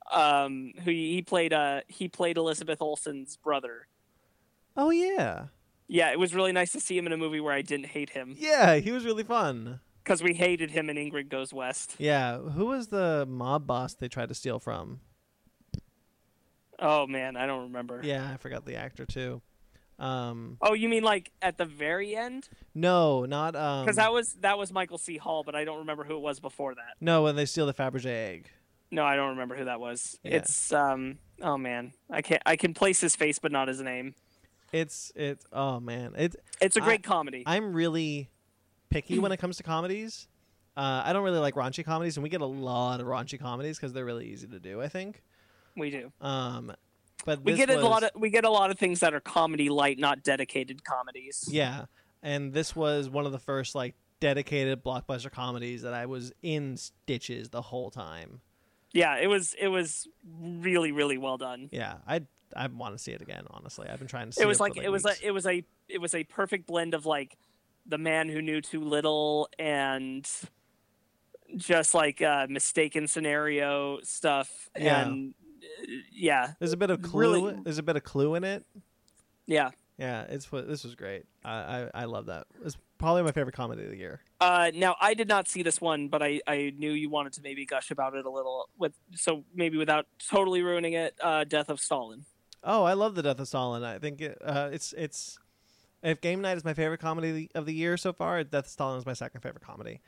S2: um, who he played uh he played Elizabeth Olsen's brother.
S1: Oh yeah,
S2: Yeah, it was really nice to see him in a movie where I didn't hate him
S1: yeah. He was really fun.
S2: because we hated him in Ingrid Goes West.
S1: Yeah. Who was the mob boss they tried to steal from?
S2: Oh man, I don't remember.
S1: Yeah, I forgot the actor too. Um,
S2: Oh, you mean like at the very end?
S1: no, not um.
S2: Because that was that was Michael C. Hall, but I don't remember who it was before that.
S1: no, when they steal the Fabergé egg.
S2: No, I don't remember who that was.
S1: Yeah.
S2: It's um oh man, I can't I can place his face but not his name.
S1: It's it's oh man, it's
S2: It's a
S1: I-
S2: great comedy.
S1: I'm really picky when it comes to comedies. Uh, I don't really like raunchy comedies, and we get a lot of raunchy comedies because they're really easy to do. I think.
S2: we do.
S1: Um, but
S2: We
S1: this
S2: get a
S1: was-
S2: lot of we get a lot of things that are comedy light, not dedicated comedies.
S1: yeah, and this was one of the first like dedicated blockbuster comedies that I was in stitches the whole time.
S2: Yeah, it was it was really really well done.
S1: Yeah, I I want to see it again. Honestly, I've been trying to. see
S2: It was
S1: for,
S2: like it was like
S1: weeks.
S2: it was a it was a perfect blend of like the man who knew too little and just like uh, mistaken scenario stuff
S1: Yeah.
S2: and uh, yeah
S1: There's a bit of clue.
S2: really-
S1: There's a bit of clue in it.
S2: yeah
S1: Yeah, it's what this was great. I, I I love that. It's probably my favorite comedy of the year.
S2: uh, now i did not see this one but I, I knew you wanted to maybe gush about it a little with so maybe without totally ruining it uh, death of stalin
S1: Oh, I love the Death of Stalin. I think it, uh, it's it's if Game Night is my favorite comedy of the year so far, Death of Stalin is my second favorite comedy.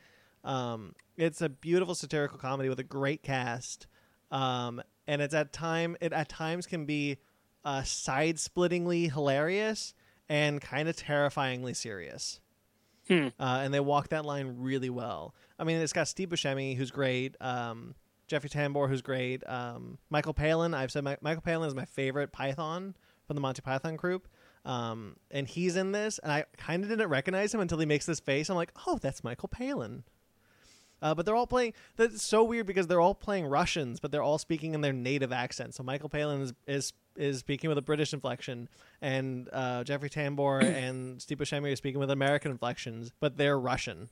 S1: Um, it's a beautiful satirical comedy with a great cast, um, and it's at time it at times can be uh, side splittingly hilarious and kind of terrifyingly serious.
S2: Hmm.
S1: Uh, and they walk that line really well. I mean, it's got Steve Buscemi, who's great. Um, Jeffrey Tambor, who's great. Um, Michael Palin. I've said Mi- Michael Palin is my favorite Python from the Monty Python group. Um, and he's in this, and I kind of didn't recognize him until he makes this face. I'm like, oh, that's Michael Palin. Uh, but they're all playing. That's so weird because they're all playing Russians, but they're all speaking in their native accent. So Michael Palin is is, is speaking with a British inflection, and uh, Jeffrey Tambor and Steve Buscemi are speaking with American inflections, but they're Russian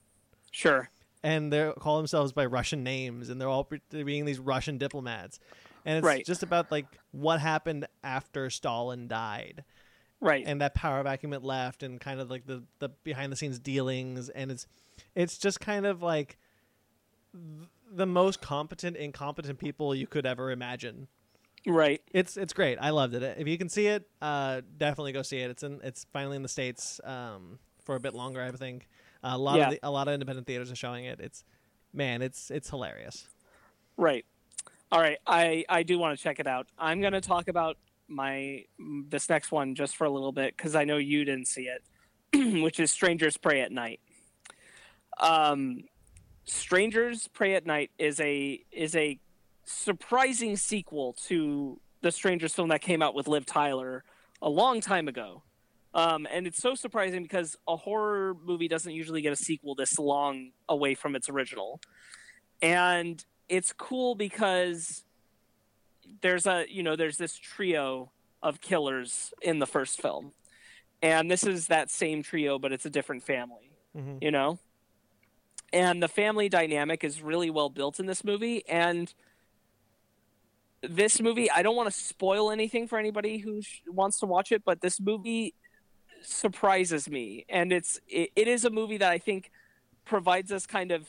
S2: sure
S1: and they call themselves by Russian names, and they're all pre- they're being these Russian diplomats, and it's
S2: Right.
S1: just about like what happened after Stalin died,
S2: right.
S1: and that power vacuum it left and kind of like the the behind the scenes dealings and it's it's just kind of like th- the most competent incompetent people you could ever imagine
S2: right.
S1: it's it's great i loved it if you can see it uh definitely go see it it's in it's finally in the states um for a bit longer i think a lot
S2: Yeah.
S1: of the, a lot of independent theaters are showing it it's man it's it's hilarious
S2: Right. All right. I I do want to check it out. I'm gonna talk about my this next one just for a little bit because I know you didn't see it, [clears throat] which is Strangers Pray at Night. Um, Strangers Pray at Night is a is a surprising sequel to the Strangers film that came out with Liv Tyler a long time ago. Um, and it's so surprising because a horror movie doesn't usually get a sequel this long away from its original. And it's cool because there's a you know there's this trio of killers in the first film and this is that same trio but it's a different family
S1: Mhm.
S2: you know and the family dynamic is really well built in this movie and this movie i don't want to spoil anything for anybody who sh- wants to watch it but this movie surprises me and it's it, it is a movie that i think provides us kind of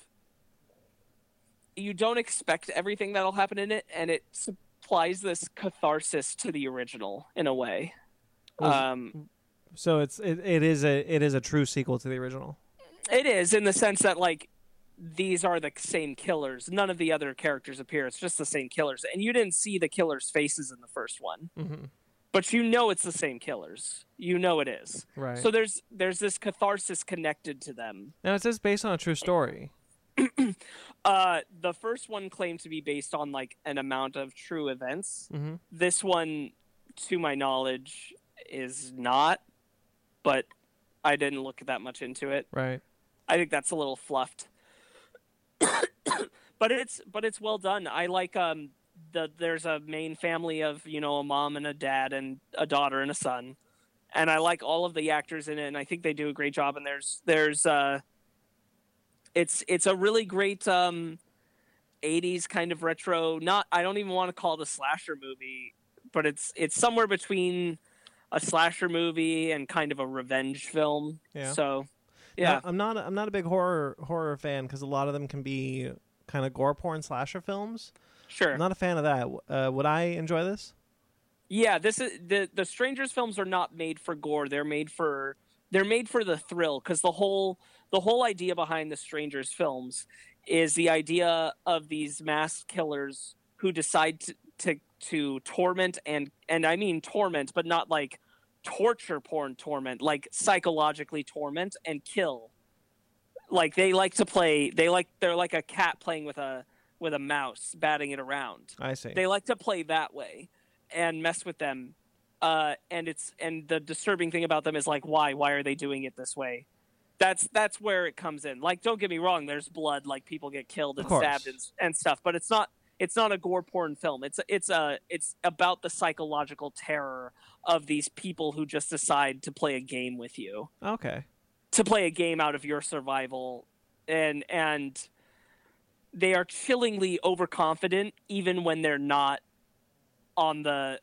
S2: you don't expect everything that'll happen in it, and it supplies this catharsis to the original in a way.
S1: Was-
S2: Um,
S1: so it's it, it is a it is a true sequel to the original
S2: it is in the sense that like these are the same killers. None of the other characters appear. It's just the same killers, and you didn't see the killers' faces in the first one,
S1: mm-hmm.
S2: but you know it's the same killers. You know it is.
S1: right
S2: So there's there's this catharsis connected to them.
S1: now it says based on a true story
S2: Uh, the first one claimed to be based on like an amount of true events.
S1: mm-hmm.
S2: this one to my knowledge is not but i didn't look that much into it
S1: right
S2: i think that's a little fluffed [coughs] but it's but it's well done i like um the there's a main family of you know a mom and a dad and a daughter and a son and i like all of the actors in it and i think they do a great job and there's there's uh it's it's a really great um 80s kind of retro not i don't even want to call it a slasher movie but it's it's somewhere between a slasher movie and kind of a revenge film
S1: Yeah.
S2: so yeah
S1: Yeah, I'm not. I'm not a big horror horror fan because a lot of them can be kind of gore porn slasher films.
S2: sure
S1: I'm not a fan of that. Uh, would I enjoy this?
S2: Yeah, this is the the strangers films are not made for gore. They're made for they're made for the thrill because the whole the whole idea behind the strangers films is the idea of these mass killers who decide to to, to torment and and I mean torment, but not like torture porn torment, like psychologically torment and kill. Like they like to play. They like they're like a cat playing with a with a mouse, batting it around
S1: I see.
S2: they like to play that way and mess with them uh, and it's and the disturbing thing about them is like why why are they doing it this way that's that's where it comes in like don't get me wrong there's blood like people get killed
S1: Of
S2: and
S1: course.
S2: stabbed and, and stuff but it's not it's not a gore porn film it's it's a it's about the psychological terror of these people who just decide to play a game with you [clears throat]
S1: okay.
S2: to play a game out of your survival and and they are chillingly overconfident even when they're not on the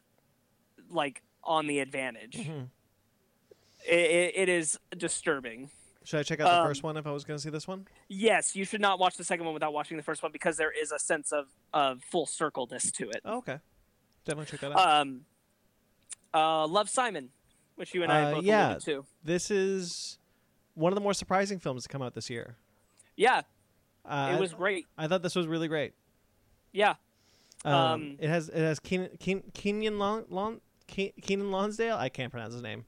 S2: like on the advantage
S1: Mhm.
S2: I- I- it is disturbing
S1: Should I check out the
S2: Um,
S1: first one if I was going to see this one?
S2: yes you should not watch the second one without watching the first one because there is a sense of of full circleness to it
S1: Oh, okay. Definitely check that out.
S2: um uh love simon which you and i
S1: Uh,
S2: both
S1: yeah.
S2: alluded to
S1: this is one of the more surprising films to come out this year.
S2: yeah
S1: Uh,
S2: it was great
S1: I thought this was really great.
S2: yeah
S1: Um,
S2: Um,
S1: it has it has Keenan Keen, Keenan Lon, Lon, Keen, Keenan Lonsdale. I can't pronounce his name.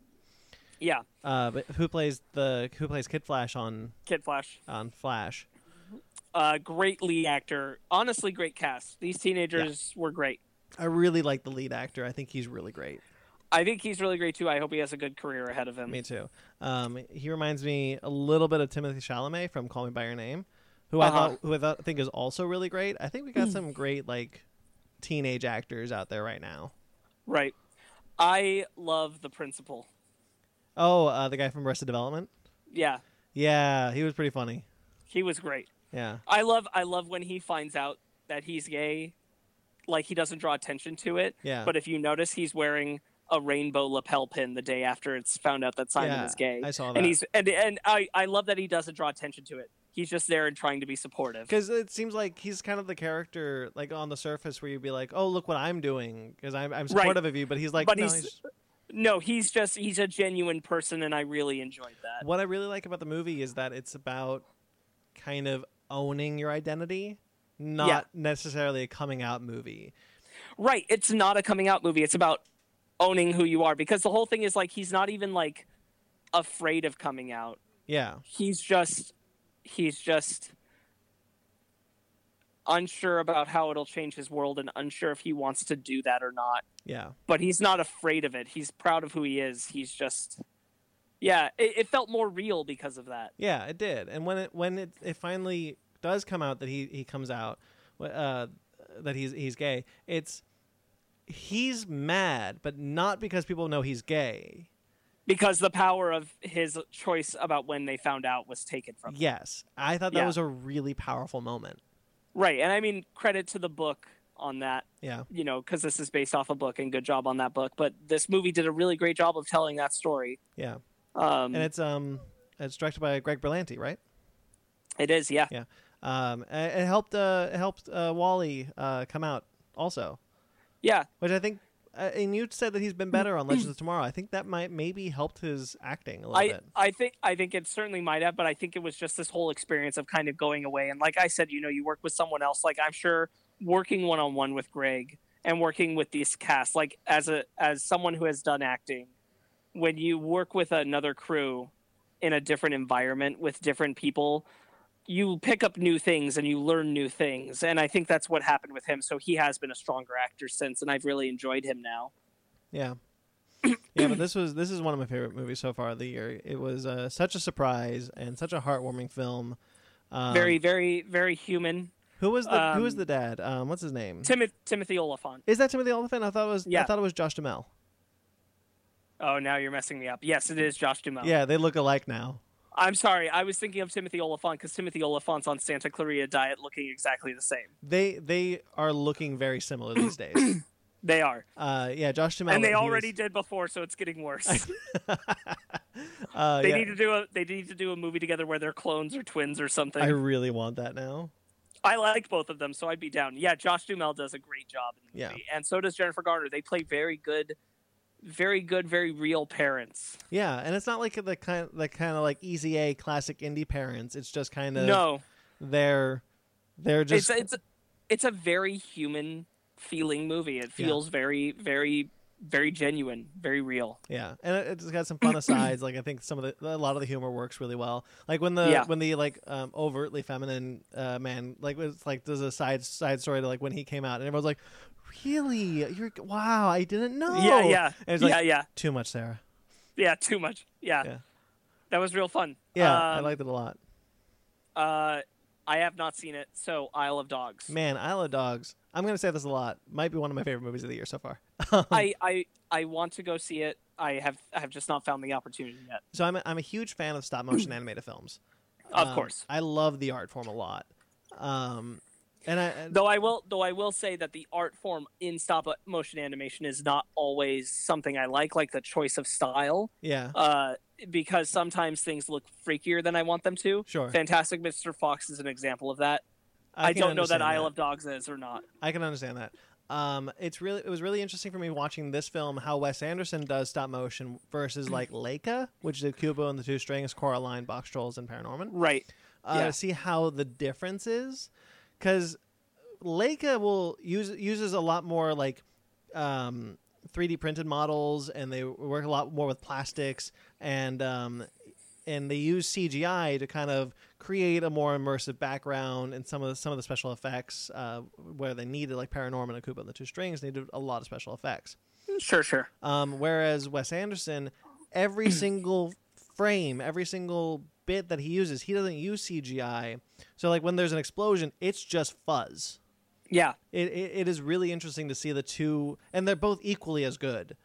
S2: yeah
S1: Uh, but who plays the who plays Kid Flash on
S2: kid flash
S1: on Flash?
S2: uh, great lead actor. Honestly, great cast. These teenagers were great.
S1: I really like the lead actor. I think he's really great.
S2: I think he's really great too. I hope he has a good career ahead of him.
S1: Me too. Um, he reminds me a little bit of Timothy Chalamet from Call Me by Your Name, who I
S2: Uh-huh.
S1: thought, who I thought, think is also really great. I think we got some great like teenage actors out there right now.
S2: Right. I love the principal.
S1: Oh, uh, the guy from Arrested Development.
S2: Yeah,
S1: Yeah, he was pretty funny.
S2: he was great.
S1: Yeah,
S2: I love. I love when he finds out that he's gay. Like he doesn't draw attention to it.
S1: Yeah.
S2: But if you notice, he's wearing a rainbow lapel pin the day after it's found out that Simon
S1: Yeah,
S2: is gay.
S1: I saw that.
S2: and he's and and I I love that he doesn't draw attention to it. He's just there and trying to be supportive.
S1: because it seems like he's kind of the character, like on the surface, where you'd be like, "Oh, look what I'm doing," because I'm, I'm supportive of you. But he's like,
S2: But
S1: no,
S2: he's-
S1: he's-
S2: No, he's just he's a genuine person, and I really enjoyed that.
S1: what I really like about the movie is that it's about kind of owning your identity, not necessarily a coming out movie.
S2: Right. It's not a coming out movie. It's about owning who you are because the whole thing is like he's not even like afraid of coming out.
S1: Yeah,
S2: He's just he's just unsure about how it'll change his world and unsure if he wants to do that or not.
S1: yeah.
S2: But he's not afraid of it. He's proud of who he is. He's just yeah, it, it felt more real because of that.
S1: Yeah, it did. And when it when it, it finally does come out that he he comes out wh- uh, that he's he's gay, it's he's mad, but not because people know he's gay.
S2: Because the power of his choice about when they found out was taken from him.
S1: Yes, I thought that
S2: Oh. Yeah.
S1: was a really powerful moment.
S2: Right. And I mean credit to the book on that
S1: Yeah,
S2: you know, because this is based off a book and good job on that book. But this movie did a really great job of telling that story.
S1: yeah.
S2: Um,
S1: And it's um it's directed by Greg Berlanti, right?
S2: it is, yeah.
S1: Yeah. Um, it it helped uh it helped uh, Wally uh come out also,
S2: Yeah.
S1: which I think. Uh, and you said that he's been better on Legends of Tomorrow. I think that might maybe helped his acting a little
S2: I,
S1: bit.
S2: I think I think it certainly might have, but I think it was just this whole experience of kind of going away. And like I said, you know, you work with someone else. Like I'm sure working one on one with Greg and working with these cast, like as a as someone who has done acting, when you work with another crew in a different environment with different people, you pick up new things and you learn new things. And I think that's what happened with him. So he has been a stronger actor since, and I've really enjoyed him now. [clears throat]
S1: Yeah. yeah, but this was this is one of my favorite movies so far of the year. It was uh, such a surprise and such a heartwarming film. Um,
S2: very, very, very human.
S1: Who was the Who was
S2: um,
S1: the dad? Um, what's his name?
S2: Timoth- Timothy Oliphant.
S1: is that Timothy Oliphant? I thought it was. I
S2: Yeah.
S1: thought it was Josh Duhamel.
S2: Oh, now you're messing me up. Yes, it is Josh Dumel.
S1: Yeah, they look alike now.
S2: I'm sorry. I was thinking of Timothy Oliphant because Timothy Oliphant's on Santa Clarita Diet looking exactly the same.
S1: They they are looking very similar these
S2: [clears throat]
S1: days.
S2: They are.
S1: Uh, yeah, Josh Duhamel.
S2: and they
S1: he
S2: already
S1: was-
S2: did before, so it's getting worse.
S1: [laughs] uh,
S2: they
S1: Oh, yeah,
S2: need to do a they need to do a movie together where they're clones or twins or something.
S1: I
S2: I,
S1: really want that now.
S2: like both of them, so I'd be down. Yeah, Josh Dumel does a great job in the
S1: Yeah.
S2: movie. And so does Jennifer Garner. They play very good very good, very real parents.
S1: Yeah, and it's not like the kind the kind of like easy A classic indie parents. It's just kind of
S2: no.
S1: they're they're just
S2: it's it's it's a very human feeling movie. It
S1: Yeah.
S2: feels very very very genuine, very real.
S1: Yeah, and it, it's got some fun asides. Like I think some of the a lot of the humor works really well. Like when the
S2: Yeah.
S1: when the like um, overtly feminine uh, man like it's like there's a side side story to like when he came out and everyone's like, really, you're wow, I didn't know.
S2: Yeah, yeah,
S1: Oh! And it's
S2: yeah,
S1: like
S2: yeah,
S1: too much, Sarah.
S2: yeah. Too much. Yeah.
S1: Yeah.
S2: that was real fun.
S1: Yeah, I
S2: Um,
S1: liked it a lot.
S2: Uh, I have not seen it, so Isle of Dogs.
S1: Man, I love dogs. I'm gonna say this a lot. Might be one of my favorite movies of the year so far.
S2: I, I I want to go see it. I have I have just not found the opportunity yet.
S1: so I'm a, I'm a huge fan of stop
S2: [clears throat]
S1: motion animated films.
S2: Of
S1: Um,
S2: course.
S1: I love the art form a lot. Um, and I
S2: Though I will though I will say that the art form in stop motion animation is not always something I like, like the choice of style,
S1: yeah,
S2: uh, because sometimes things look freakier than I want them to.
S1: sure.
S2: Fantastic Mr. Fox is an example of that. I,
S1: can
S2: don't know that
S1: understand
S2: Isle of Dogs is or not.
S1: I can understand that. Um, it's really it was really interesting for me watching this film how Wes Anderson does stop motion
S2: [clears throat]
S1: versus like Leica, which did Kubo and the Two Strings, Coraline, Box Trolls, and Paranorman.
S2: Right.
S1: Uh,
S2: Yeah.
S1: To see how the difference is, because Leica will use uses a lot more like um, 3D printed models, and they work a lot more with plastics, and um, and they use CGI to kind of create a more immersive background and some of the, some of the special effects uh, where they needed like Paranorman and Koopa and the Two Strings needed a lot of special effects.
S2: Sure, sure.
S1: Um, whereas Wes Anderson, every single frame, every single bit that he uses, he doesn't use CGI. So like when there's an explosion, it's just fuzz.
S2: Yeah.
S1: It, it, it is really interesting to see the two, and they're both equally as good.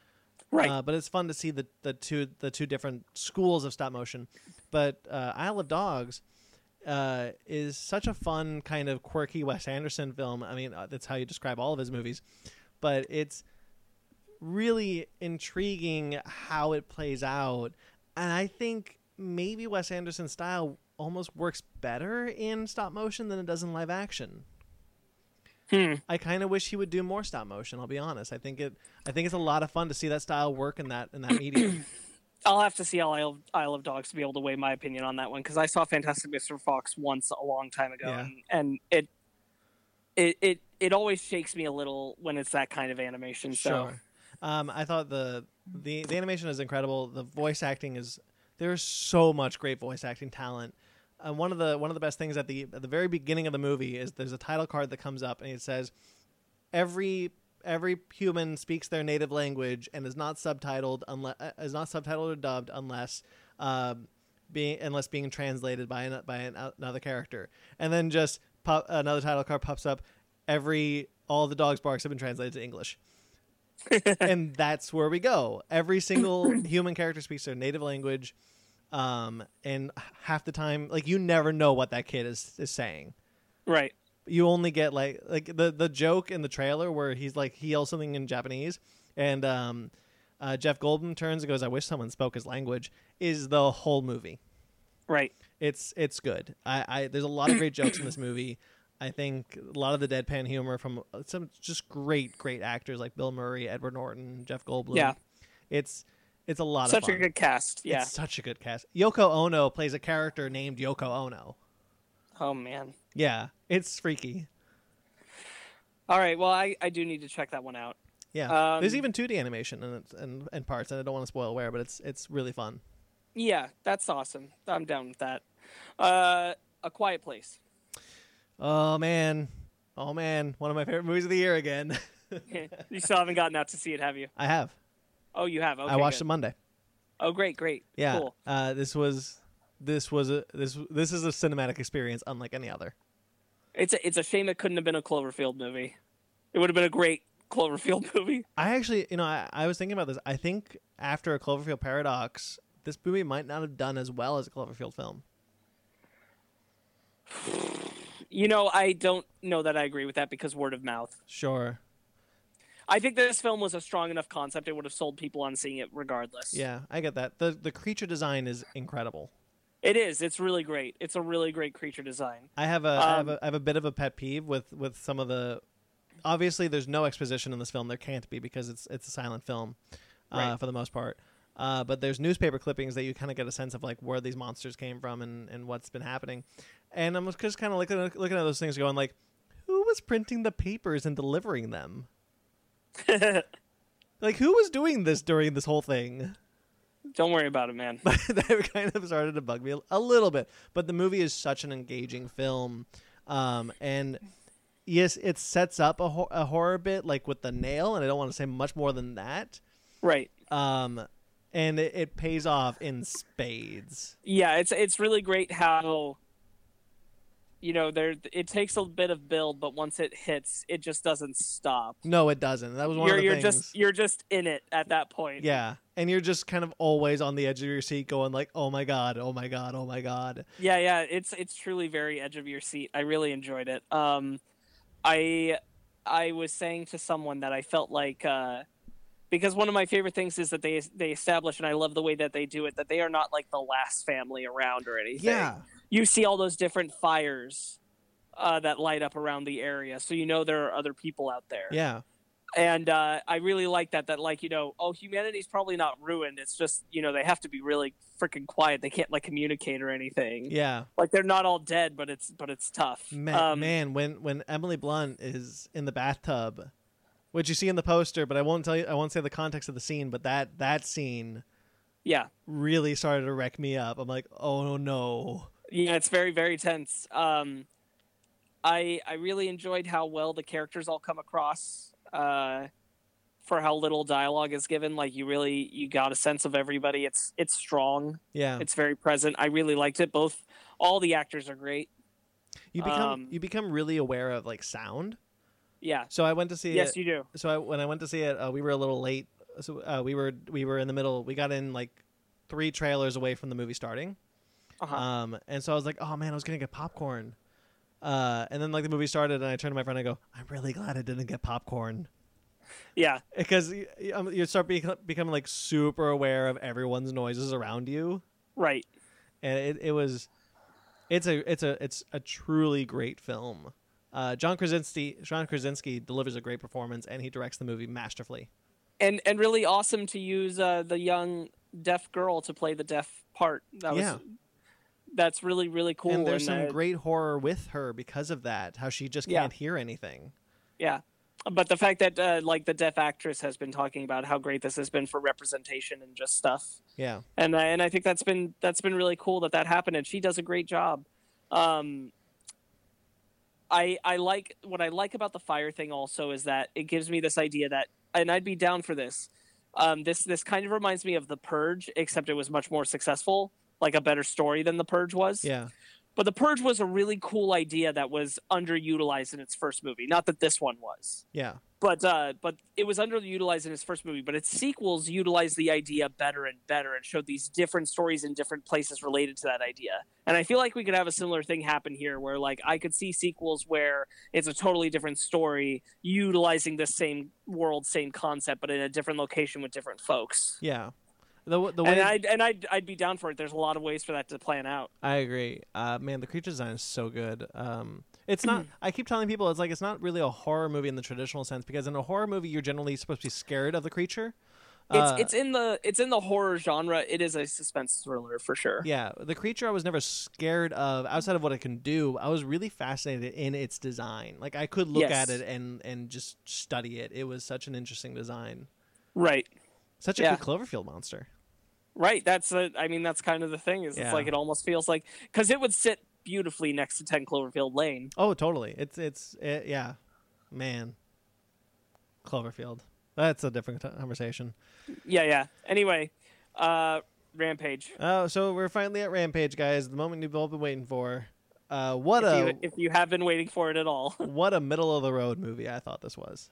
S2: Right.
S1: Uh, but it's fun to see the, the two the two different schools of stop motion. But uh, Isle of Dogs uh, is such a fun kind of [laughs] quirky Wes Anderson film. I mean, uh, that's how you describe all of his movies. But it's really intriguing how it plays out. And I think maybe Wes Anderson style almost works better in stop motion than it does in live action.
S2: Hmm.
S1: I kind of wish he would do more stop motion. I'll be honest. I think it. I think it's a lot of fun to see that style work in that in that medium.
S2: I'll have to see Isle of, Isle of Dogs to be able to weigh my opinion on that one because I saw Fantastic Mr. Fox once a long time ago,
S1: Yeah.
S2: and, and it, it it it always shakes me a little when it's that kind of animation. So
S1: Um, I thought the the the animation is incredible. The voice acting is there's so much great voice acting talent. And one of the one of the best things at the at the very beginning of the movie is there's a title card that comes up and it says every every human speaks their native language and is not subtitled unless is not subtitled or dubbed unless um, being unless being translated by an, by an, uh, another character. And then just pop, another title card pops up. Every all the dogs barks have been translated to English and that's where we go. Every single human character speaks their native language, um, and half the time, like you never know what that kid is is saying.
S2: right,
S1: You only get like like the the joke in the trailer where he's like he yells something in Japanese, and um, uh, Jeff Goldblum turns and goes, "I wish someone spoke his language." Is the whole movie?
S2: right.
S1: It's it's good. I, I there's a lot of great jokes in this movie. I think a lot of the deadpan humor from some just great great actors like Bill Murray, Edward Norton, Jeff Goldblum.
S2: Yeah.
S1: it's it's a lot
S2: Such
S1: of fun.
S2: a good cast. Yeah.
S1: It's such a good cast. Yoko Ono plays a character named Yoko Ono.
S2: Oh man.
S1: Yeah, it's freaky.
S2: All right. Well, I I do need to check that one out.
S1: Yeah,
S2: Um,
S1: there's even 2D animation and and and parts, and I don't want to spoil where, but it's it's really fun.
S2: Yeah, that's awesome. I'm down with that. Uh, a Quiet Place. [laughs]
S1: Oh man, oh man, one of my favorite movies of the year again. [laughs]
S2: you still haven't gotten out to see it, have you?
S1: I have.
S2: Oh, you have. Okay,
S1: I watched it
S2: good.
S1: Monday.
S2: Oh, great, great.
S1: Yeah.
S2: Cool.
S1: Uh, this was this was a this this is a cinematic experience unlike any other.
S2: It's a, it's a shame it couldn't have been a Cloverfield movie. It would have been a great Cloverfield [laughs] movie.
S1: I actually, you know, I, I was thinking about this. I think after a Cloverfield paradox, this movie might not have done as well as a Cloverfield film.
S2: You know, I don't know that I agree with that because word of mouth.
S1: Sure.
S2: I think this film was a strong enough concept; it would have sold people on seeing it regardless.
S1: Yeah, I get that. the The creature design is incredible.
S2: it is. It's really great. It's a really great creature design.
S1: I have a, I have
S2: Um,
S1: a I have a bit of a pet peeve with with some of the. Obviously, there's no exposition in this film. There can't be because it's it's a silent film, uh,
S2: Right.
S1: for the most part. Uh, but there's newspaper clippings that you kind of get a sense of like where these monsters came from and, and what's been happening, and I'm just kind of looking at- looking at those things going like, who was printing the papers and delivering
S2: [laughs]
S1: them? Like who was doing this during this whole thing?
S2: don't worry about it, man.
S1: but [laughs] that kind of started to bug me a little bit. But the movie is such an engaging film, um, and yes, it sets up a, ho- a horror bit like with the nail, and I don't want to say much more than that.
S2: Right.
S1: Um, and it, it pays off in spades.
S2: yeah it's it's really great how you know there it takes a bit of build but once it hits it just doesn't stop
S1: No, it doesn't. That was one
S2: you're
S1: of the
S2: you're
S1: things.
S2: just you're just in it at that point
S1: yeah, and you're just kind of always on the edge of your seat, going like, "Oh my god, oh my god, oh my god."
S2: yeah yeah it's it's truly very edge of your seat i really enjoyed it um i i was saying to someone that i felt like uh because one of my favorite things is that they they establish and i love the way that they do it that they are not like the last family around or anything
S1: Yeah,
S2: you see all those different fires uh, that light up around the area, so you know there are other people out there.
S1: yeah,
S2: And uh, I really like that. That like you know, oh, humanity's probably not ruined. It's just you know they have to be really freaking quiet. They can't like communicate or anything.
S1: yeah.
S2: Like they're not all dead, but it's but it's tough. Um,
S1: Man, man, when when Emily Blunt is in the bathtub, which you see in the poster, but I won't tell you, I won't say the context of the scene, but that that scene
S2: Yeah.
S1: really started to wreck me up. I'm like, oh no,
S2: Yeah, it's very very tense. Um, I I really enjoyed how well the characters all come across. Uh, for how little dialogue is given, like you really you got a sense of everybody. It's it's strong.
S1: yeah.
S2: It's very present. I really liked it. Both all the actors are great.
S1: You become
S2: um,
S1: you become really aware of like sound.
S2: Yeah.
S1: So I went to see
S2: Yes,
S1: it.
S2: you do.
S1: so I, when I went to see it, uh, we were a little late. So uh, we were we were in the middle. We got in like three trailers away from the movie starting.
S2: Uh-huh.
S1: Um, and so I was like, oh man, I was gonna get popcorn. Uh, and then like the movie started, and I turned to my friend, I go, I'm really glad I didn't get popcorn. [laughs]
S2: yeah,
S1: because y- y- um, you start bec becoming like super aware of everyone's noises around you,
S2: right.
S1: and it, it was, it's a it's a it's a truly great film. Uh, John Krasinski John Krasinski delivers a great performance, and he directs the movie masterfully.
S2: And and really awesome to use uh, the young deaf girl to play the deaf part. That was
S1: Yeah.
S2: that's really really cool.
S1: and there's some
S2: uh,
S1: great horror with her because of that, how she just
S2: Yeah.
S1: can't hear anything.
S2: yeah. But the fact that uh, like the deaf actress has been talking about how great this has been for representation and just stuff
S1: Yeah,
S2: and I, and I think that's been that's been really cool that that happened, and she does a great job. Um, I I like what I like about the fire thing also is that it gives me this idea that, and I'd be down for this. Um, this this kind of reminds me of the Purge, except it was much more successful, like a better story than the Purge was.
S1: yeah.
S2: But the Purge was a really cool idea that was underutilized in its first movie. Not that this one was
S1: Yeah.
S2: but uh, but it was underutilized in his first movie. But its sequels utilized the idea better and better, and showed these different stories in different places related to that idea. And I feel like we could have a similar thing happen here, where like I could see sequels where it's a totally different story, utilizing the same world, same concept, but in a different location with different folks.
S1: Yeah. The, w- the way
S2: And I'd, and I'd, I'd be down for it. There's a lot of ways for that to plan out.
S1: I agree. Uh, man, the creature design is so good. Um, it's
S2: [clears throat]
S1: not. I keep telling people it's like it's not really a horror movie in the traditional sense because in a horror movie you're generally supposed to be scared of the creature.
S2: It's
S1: Uh,
S2: it's in the it's in the horror genre. It is a suspense thriller for sure.
S1: yeah, the creature I was never scared of outside of what it can do. I was really fascinated in its design. Like I could look at
S2: Yes.
S1: it and and just study it. It was such an interesting design.
S2: Right.
S1: Such a
S2: Yeah.
S1: good Cloverfield monster.
S2: Right. That's a, I mean, that's kind of the thing. Is
S1: Yeah.
S2: it's like it almost feels like because it would sit beautifully next to Ten Cloverfield Lane.
S1: Oh, totally. It's it's it, yeah, man. Cloverfield. That's a different t- conversation.
S2: Yeah, yeah. Anyway, uh, Rampage.
S1: Oh, so we're finally at Rampage, guys. The moment you've all been waiting for. Uh, what
S2: if,
S1: a
S2: you, if you have been waiting for it at all,
S1: [laughs]
S2: [laughs]
S1: what a middle of the road movie I thought this was.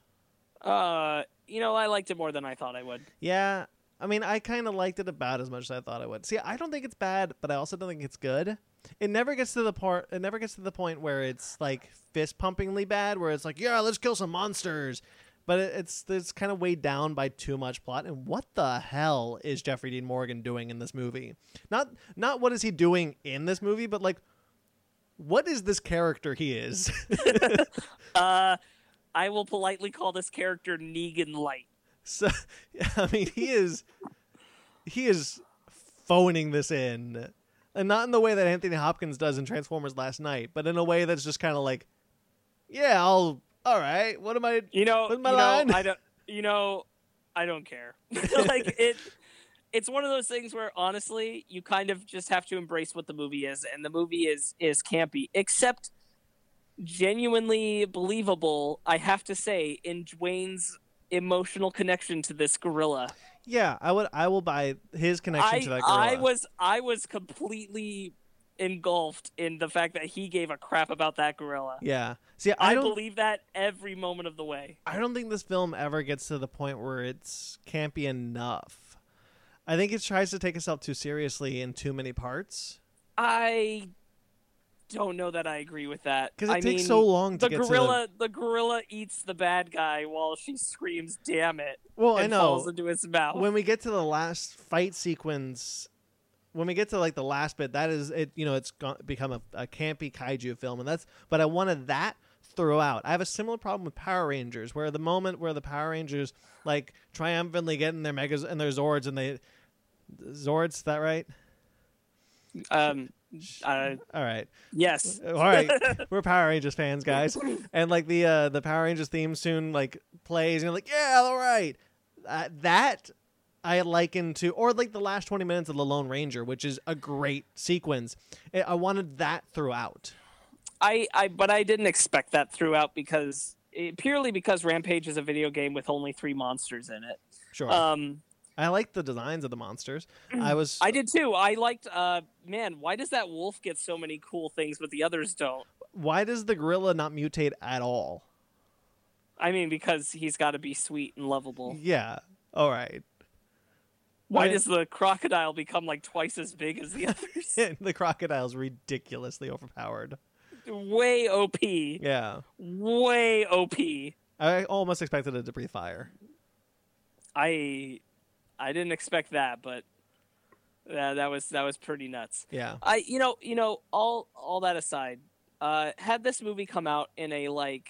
S2: uh, you know, I liked it more than I thought I would.
S1: Yeah, I mean, I kind of liked it about as much as I thought I would. See, I don't think it's bad, but I also don't think it's good. It never gets to the part. It never gets to the point where it's like fist pumpingly bad, where it's like, yeah, let's kill some monsters. But it, it's it's kind of weighed down by too much plot. And what the hell is Jeffrey Dean Morgan doing in this movie? Not not what is he doing in this movie, but like, what is this character he is? [laughs]
S2: Uh, I will politely call this character Negan Light.
S1: So [laughs] I mean, he is he is phoning this in, and not in the way that Anthony Hopkins does in Transformers last night, but in a way that's just kind of like, yeah, I'll all right. What am I?
S2: You know,
S1: What's my
S2: you
S1: line?
S2: know, I don't. You know, I don't
S1: [laughs]
S2: care. like it, it's one of those things where honestly, you kind of just have to embrace what the movie is, and the movie is is campy, except genuinely believable. I have to say, in Dwayne's emotional connection to this gorilla,
S1: Yeah, I would. I will buy his connection
S2: I
S1: to that. Gorilla.
S2: I was I was completely engulfed in the fact that he gave a crap about that gorilla.
S1: Yeah. See, I,
S2: I,
S1: don't.
S2: believe that every moment of the way.
S1: I don't think this film ever gets to the point where it's campy enough. I think it tries to take itself too seriously in too many parts.
S2: I don't know that I agree with that.
S1: Because it
S2: I
S1: takes
S2: mean,
S1: so long to
S2: The
S1: get
S2: gorilla, the... gorilla eats the bad guy while she screams "Damn it!"
S1: to the. Well,
S2: and
S1: I know.
S2: falls into his mouth.
S1: when we get to the last fight sequence when we get to like the last bit that is it you know it's gone, become a, a campy kaiju film and that's but i wanted that throughout i have a similar problem with power rangers where the moment where the power rangers like triumphantly get in their megas and their zords and they zords is that right
S2: Um, uh,
S1: all right
S2: yes,
S1: all right we're power rangers fans guys and like the uh the power rangers theme soon like plays and you're like yeah all right uh, that i liken to or like the last 20 minutes of the lone ranger which is a great sequence I- i wanted that throughout
S2: I, I, but I didn't expect that throughout because eh, purely because Rampage is a video game with only three monsters in it.
S1: sure
S2: Um,
S1: i like the designs of the monsters i was
S2: I did too. I liked. Uh, man, why does that wolf get so many cool things but the others don't?
S1: why does the gorilla not mutate at all
S2: I mean, because he's got to be sweet and lovable.
S1: yeah all right [laughs]
S2: Why
S1: Why-
S2: does the crocodile become like twice as big as the others? [laughs]
S1: the crocodile's ridiculously overpowered
S2: way OP.
S1: yeah
S2: Way OP.
S1: I almost expected a debris fire.
S2: I I didn't expect that, but uh, that was that was pretty nuts.
S1: Yeah.
S2: I you know you know all all that aside, uh, had this movie come out in a like,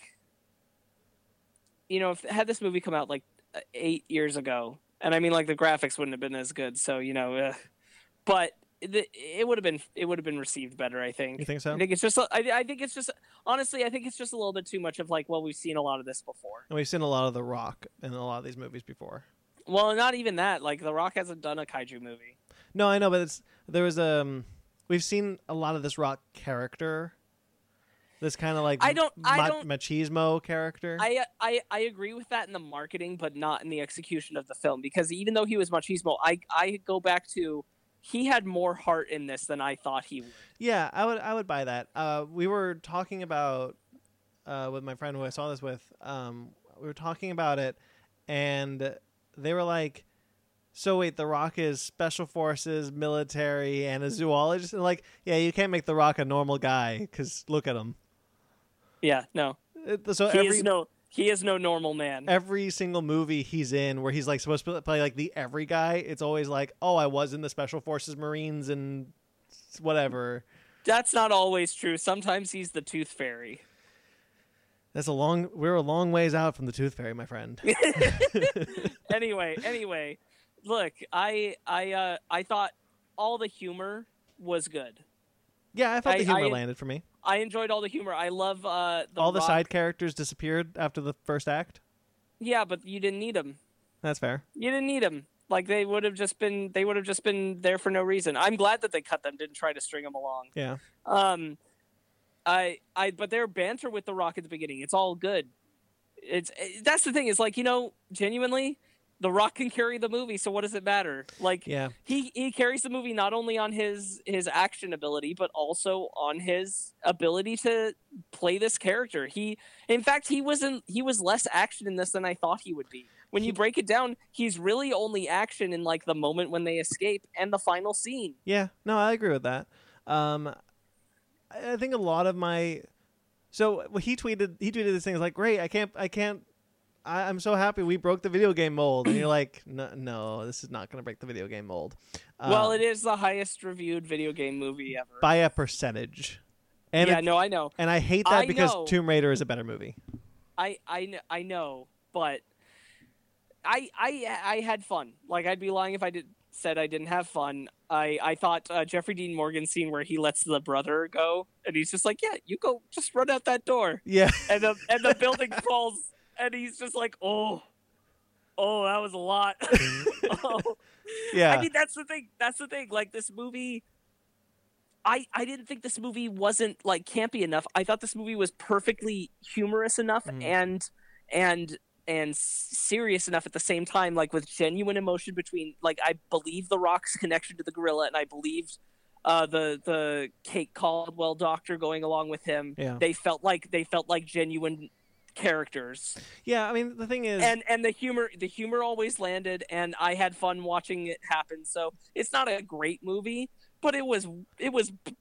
S2: you know, if had this movie come out like uh, eight years ago, and I mean like the graphics wouldn't have been as good, so you know, uh, but the, it would have been it would have been received better, I think.
S1: You think so?
S2: I think it's just I, I think it's just honestly I think it's just a little bit too much of like well we've seen a lot of this before.
S1: And we've seen a lot of The Rock in a lot of these movies before.
S2: Well, not even that. Like The Rock hasn't done a kaiju movie.
S1: No, I know, but it's there was um we've seen a lot of this rock character. This kind of like
S2: I don't- I
S1: ma-
S2: don't-
S1: machismo character.
S2: I, I I agree with that in the marketing, but not in the execution of the film. Because even though he was machismo, I I go back to he had more heart in this than I thought he would.
S1: Yeah, I would I would buy that. Uh, we were talking about uh, with my friend who I saw this with. Um, we were talking about it, and they were like, "So wait, The Rock is special forces, military, and a zoologist." And like, yeah, you can't make The Rock a normal guy because look at him.
S2: Yeah, no,
S1: It- So
S2: he
S1: every
S2: is no he is no normal man.
S1: every single movie he's in where he's like supposed to play like the every guy, it's always like, "Oh, I was in the special forces, Marines, and whatever."
S2: That's not always true. Sometimes he's the tooth fairy.
S1: That's a long. We're a long ways out from the Tooth Fairy, my
S2: [laughs]
S1: friend.
S2: anyway, [laughs] anyway, look, I I uh, I thought all the humor was good.
S1: Yeah, I thought the
S2: I-
S1: humor
S2: I-
S1: landed for me.
S2: I enjoyed all the humor. I love uh, the
S1: All the
S2: Rock-
S1: side characters disappeared after the first act.
S2: Yeah, but you didn't need him.
S1: That's fair.
S2: you didn't need them. Like they would have just been they would have just been there for no reason. I'm glad that they cut them, didn't try to string them along.
S1: Yeah.
S2: Um, I I but their banter with the Rock at the beginning, it's all good. It's eh, that's the thing is like you know genuinely, the Rock can carry the movie, so what does it matter? Like
S1: Yeah.
S2: he he carries the movie not only on his his action ability but also on his ability to play this character he in fact he wasn't he was less action in this than i thought he would be when you break it down he's really only action in like the moment when they escape and the final scene
S1: Yeah. No, I agree with that. Um, I I think a lot of my so well, he tweeted he tweeted this thing it's like great I can't I can't I, I'm so happy we broke the video game mold and you're like no no this is not gonna break the video game mold. Uh,
S2: well it is the highest reviewed video game movie ever
S1: by a percentage, and
S2: yeah
S1: it-
S2: no i know
S1: and I hate that
S2: I
S1: because
S2: know.
S1: Tomb Raider is a better movie.
S2: I I kn- I know, but I I I had fun. Like I'd be lying if I did said I didn't have fun. I I thought uh, Jeffrey Dean Morgan scene where he lets the brother go and he's just like, "Yeah, you go, just run out that door," [laughs]
S1: Yeah. [laughs]
S2: and the and the building falls and he's just like, "Oh, oh, that was a lot." [laughs] oh.
S1: yeah.
S2: I mean, that's the thing. That's the thing. Like this movie, I I didn't think this movie wasn't like campy enough. I thought this movie was perfectly humorous enough
S1: Mhm.
S2: and and and s- serious enough at the same time, like with genuine emotion between. Like I believe the Rock's connection to the gorilla, and I believed uh, the the Kate Caldwell doctor going along with him.
S1: Yeah.
S2: They felt like they felt like genuine characters
S1: yeah. I mean the thing is
S2: [laughs] and and the humor the humor always landed and i had fun watching it happen so it's not a great movie but it was it was b-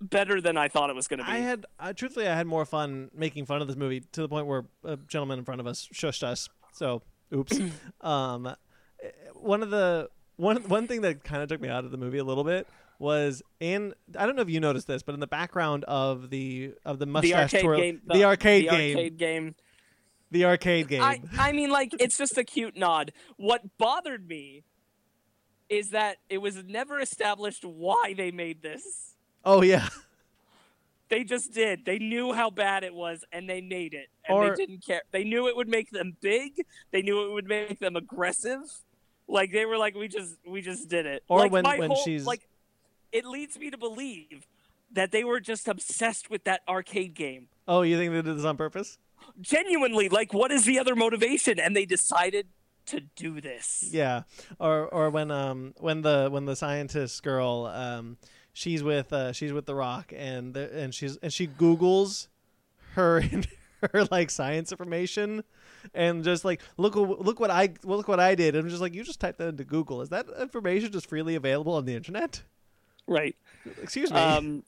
S2: better than i thought it was going to be
S1: I had, uh, truthfully, I had more fun making fun of this movie to the point where a gentleman in front of us shushed us. So,
S2: [clears throat]
S1: oops. um, eh, one of the one one thing that kind of took me out of the movie a little bit was in I don't know if you noticed this, but in the background of the of the
S2: the
S1: mustache
S2: arcade
S1: twirl,
S2: game
S1: the, arcade
S2: the
S1: game,
S2: arcade game
S1: the arcade game.
S2: I, I mean like it's just a cute nod what bothered me is that it was never established why they made this
S1: oh yeah,
S2: they just did they knew how bad it was and they made it and
S1: Or-
S2: they didn't care they knew it would make them big they knew it would make them aggressive like they were like we just we just did it
S1: Or
S2: like,
S1: when-
S2: my
S1: when
S2: whole-
S1: she's-
S2: like it leads me to believe that they were just obsessed with that arcade game
S1: oh you think they did this on purpose?
S2: genuinely like what is the other motivation and they decided to do this
S1: Yeah, or or when um when the when the scientist girl um she's with uh she's with the Rock and the, and she's and she Google's her [laughs] and her like science information and just like look wh- look what I look what I did and I'm just like you just typed that into Google is that information just freely available on the internet?
S2: right
S1: Excuse me.
S2: um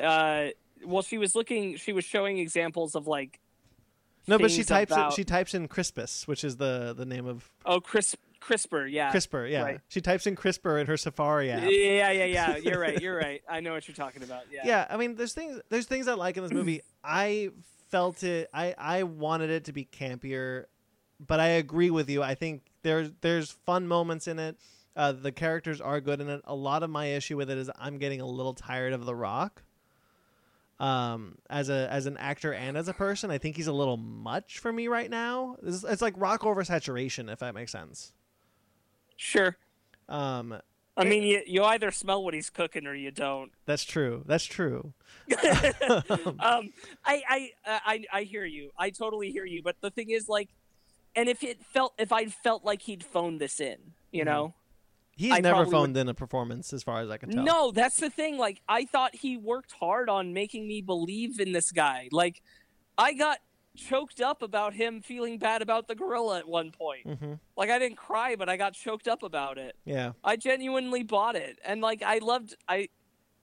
S2: uh well she was looking she was showing examples of like
S1: No, but she
S2: things
S1: types
S2: about-
S1: it, she types in Crispus, which is the the name of
S2: oh crisp CRISPR yeah
S1: CRISPR. Yeah,
S2: Uh, right.
S1: she types in CRISPR in her Safari app.
S2: yeah yeah yeah, yeah. you're right you're right I know what you're talking about yeah
S1: yeah i mean there's things there's things i like in this
S2: [clears throat]
S1: movie i felt it i i wanted it to be campier but i agree with you i think there's there's fun moments in it uh, the characters are good in it a lot of my issue with it is i'm getting a little tired of the rock um as a as an actor and as a person i think he's a little much for me right now it's, it's like rock oversaturation if that makes sense
S2: sure
S1: um
S2: I mean you you either smell what he's cooking or you
S1: [laughs]
S2: don't [laughs]
S1: that's true that's true
S2: um, I, I, uh, I, I hear you. I totally hear you. But the thing is, like, and if it felt, if I felt like he'd phoned this in, you know,
S1: he's
S2: I
S1: never
S2: probably would-
S1: phoned in a performance as far as Mm-hmm. i can tell
S2: no, that's the thing. Like, I thought he worked hard on making me believe in this guy. Like, I got choked up about him feeling bad about the gorilla at one point.
S1: hmm
S2: Like, I didn't cry, but I got choked up about it.
S1: yeah
S2: I genuinely bought it, and like, I loved. I,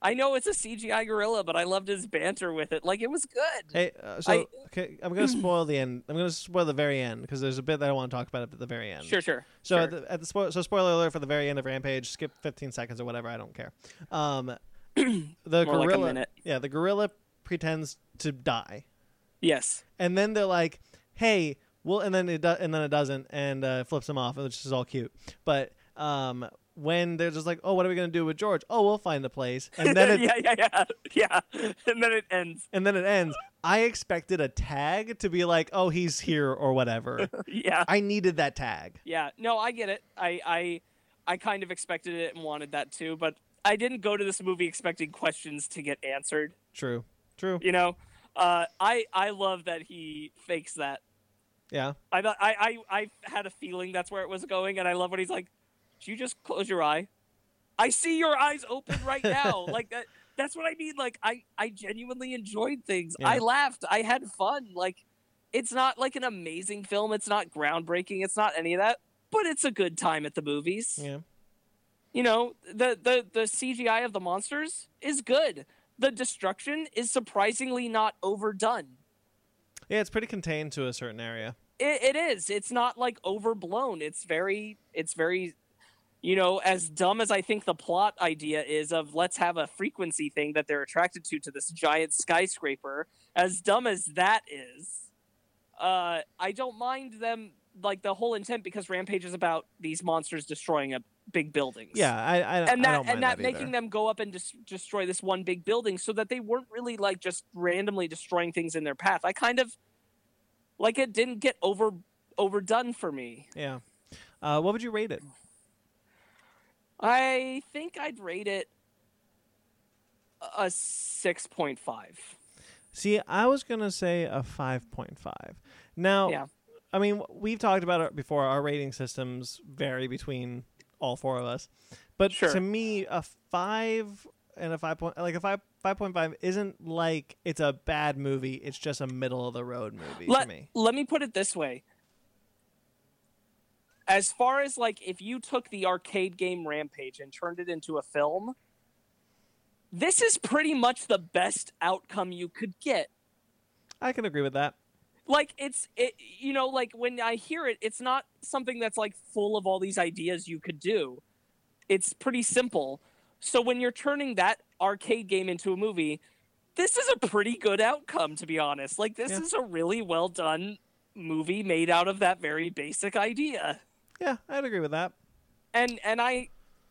S2: I know it's a CGI gorilla, but I loved his banter with it. Like, it was good.
S1: Hey, uh, so
S2: I-
S1: okay, I'm gonna spoil the end. I'm gonna spoil the very end because there's a bit that I want to talk about at the very end.
S2: Sure, sure.
S1: So
S2: sure.
S1: at the, at the spo- so spoiler alert for the very end of Rampage. Skip 15 seconds or whatever. I don't care.
S2: [clears throat]
S1: Um, the
S2: More like a
S1: gorilla.
S2: minute.
S1: yeah, the gorilla pretends to die,
S2: yes.
S1: and then they're like, "Hey, well," and then it do- and then it doesn't, and uh, flips him off, which is all cute. But um, when they're just like, "Oh, what are we gonna do with George? Oh, we'll find a place," and then it
S2: [laughs] yeah, yeah, yeah, yeah. And then it ends. [laughs]
S1: and then it ends. I expected a tag to be like, "Oh, he's here" or
S2: [laughs]
S1: whatever.
S2: Yeah,
S1: I needed that tag.
S2: yeah. No, I get it. I, I, I kind of expected it and wanted that too, but I didn't go to this movie expecting questions to get answered.
S1: True. True.
S2: You know, uh, I, I love that he fakes that.
S1: Yeah.
S2: I thought I, I, I had a feeling that's where it was going, and I love when he's like, "Did you just close your eye? I see your eyes open
S1: [laughs]
S2: right now." like that. That's what I mean. Like I, I genuinely enjoyed things. I
S1: Yeah.
S2: laughed. I had fun. Like it's not like an amazing film. It's not groundbreaking. It's not any of that. But it's a good time at the movies.
S1: Yeah.
S2: You know, the the the CGI of the monsters is good. The destruction is surprisingly not overdone.
S1: Yeah, it's pretty contained to a certain area.
S2: it, it is it's not like overblown it's very it's very you know as dumb as i think the plot idea is of let's have a frequency thing that they're attracted to to this giant skyscraper as dumb as that is uh i don't mind them like the whole intent because rampage is about these monsters destroying a big buildings
S1: Yeah, I, I, I
S2: and that
S1: don't mind
S2: and that,
S1: either.
S2: making them go up and dis- destroy this one big building so that they weren't really like just randomly destroying things in their path i kind of like it didn't get over overdone for me
S1: Yeah. Uh, what would you rate it?
S2: i think i'd rate it a 6.5
S1: See, I was gonna say a five point five. Now,
S2: Yeah.
S1: I mean, we've talked about it before. Our rating systems vary between all four of us, but
S2: Sure.
S1: to me, a five and a five point like a five five point five isn't like it's a bad movie. It's just a middle of the road movie
S2: let,
S1: to me.
S2: let me put it this way as far as like if you took the arcade game rampage and turned it into a film this is pretty much the best outcome you could get
S1: I can agree with that.
S2: like it's it you know like when i hear it it's not something that's like full of all these ideas you could do it's pretty simple so when you're turning that arcade game into a movie this is a pretty good outcome to be honest like this
S1: Yeah.
S2: is a really well done movie made out of that very basic idea
S1: Yeah, I'd agree with that.
S2: and and i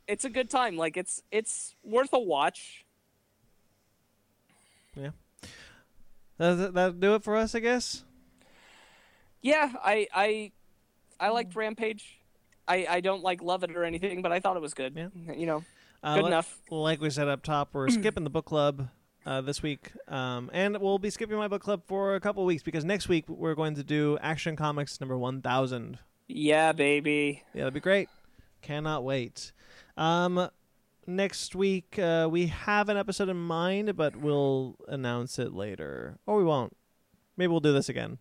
S2: it's a good time like it's it's worth a watch
S1: That that do it for us, I guess.
S2: yeah i i i
S1: Mm.
S2: liked rampage i i don't like love it or anything but i thought it was good
S1: Yeah.
S2: you know
S1: Uh,
S2: Good
S1: like-
S2: enough.
S1: Like we said up top,
S2: [clears throat]
S1: we're skipping the book club uh, this week, um, and we'll be skipping my book club for a couple weeks because next week we're going to do Action Comics number one thousand. [laughs]
S2: Yeah, baby.
S1: Yeah, that'd be great. Cannot wait. Um, next week uh, we have an episode in mind, but we'll announce it later, or we won't. Maybe we'll do this again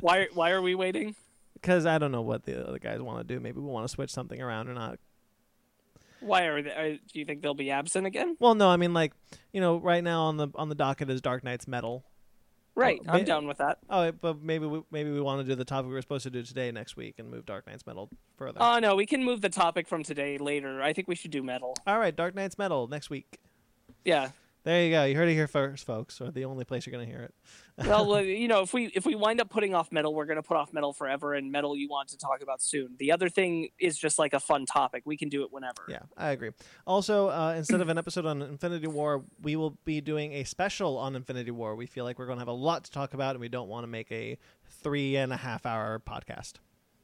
S2: Why why are we waiting?
S1: because I don't know what the other guys want to do. Maybe we want to switch something around or not.
S2: Why are they? Are, do you think they'll be absent again?
S1: Well, no, I mean like you know, right now on the on the docket is Dark Knight's Metal.
S2: Right,
S1: Oh,
S2: I'm
S1: ma-
S2: down with that.
S1: Oh, but maybe we, maybe we want to do the topic we were supposed to do today next week and move Dark Knight's Metal further.
S2: Oh no, we can move the topic from today later. I think we should do metal.
S1: All right, Dark Knight's Metal next week. [laughs]
S2: Yeah.
S1: There you go. You heard it here first, folks, or the only place you're going to hear it.
S2: Well, well, you know, if we if we wind up putting off metal, we're going to put off metal forever, and metal you want to talk about soon. The other thing is just like a fun topic. We can do it whenever.
S1: Yeah, I agree. Also, uh, instead of an episode on Infinity War, we will be doing a special on Infinity War. We feel like we're going to have a lot to talk about, and we don't want to make a three and a half hour podcast.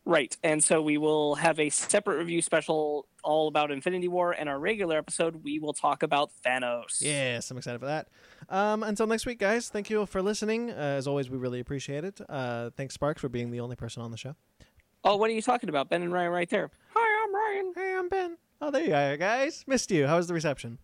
S2: Right. And so we will have a separate review special all about Infinity War, and our regular episode we will talk about Thanos.
S1: Yes, I'm excited for that. Um, until next week, guys, thank you for listening. Uh, as always, we really appreciate it. Uh, thanks, Sparks, for being the only person on the show.
S2: Oh, what are you talking about, Ben and Ryan? Right there. Hi, I'm Ryan.
S1: Hey, I'm Ben. Oh, there you are, guys. Missed you. How was the reception?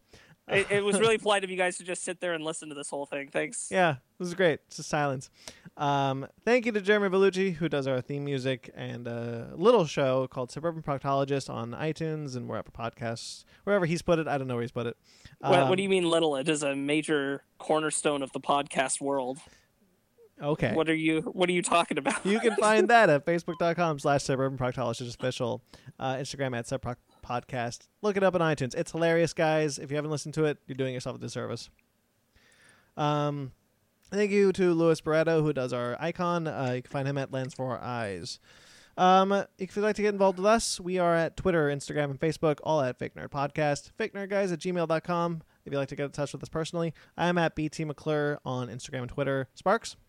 S2: It, it
S1: [laughs]
S2: was really polite of you guys to just sit there and listen to this whole thing. Thanks.
S1: Yeah, this is great. It's just silence. Um, thank you to Jeremy Bellucci, who does our theme music and a little show called Suburban Proctologist on iTunes and wherever podcasts, wherever he's put it. I don't know where he's put it.
S2: What,
S1: Um,
S2: what do you mean little? It is a major cornerstone of the podcast world.
S1: Um, Okay.
S2: What are you What are you talking about?
S1: you can find that at facebook.com slash suburban proctologist official uh, instagram at subproc podcast look it up on itunes it's hilarious guys if you haven't listened to it you're doing yourself a disservice um, thank you to luis barreto who does our icon uh, you can find him at lens for eyes um, if you'd like to get involved with us we are at twitter instagram and facebook all at fake nerd podcast fake nerd guys at gmail.com if you'd like to get in touch with us personally i'm at bt mcclure on instagram and twitter sparks
S2: [laughs]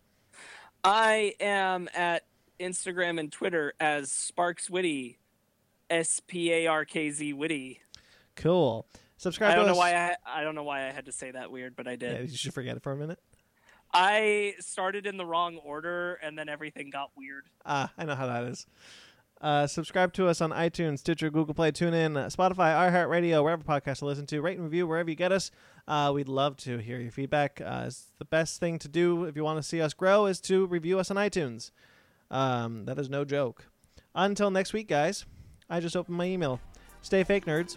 S2: I am at Instagram and Twitter as Sparks Witty, S P A R K Z Witty.
S1: cool subscribe
S2: I
S1: to
S2: don't know
S1: us.
S2: why I I don't know why I had to say that weird, but I did.
S1: Yeah, you should forget it for a minute.
S2: I started in the wrong order, and then everything got weird.
S1: Ah, I know how that is. Uh, subscribe to us on iTunes, Stitcher, Google Play, TuneIn, uh, Spotify, iHeartRadio, wherever podcasts to listen to. Rate and review wherever you get us. Uh, we'd love to hear your feedback. Uh, it's the best thing to do if you want to see us grow is to review us on iTunes. Um, that is no joke. Until next week, guys, I just opened my email. Stay fake, nerds.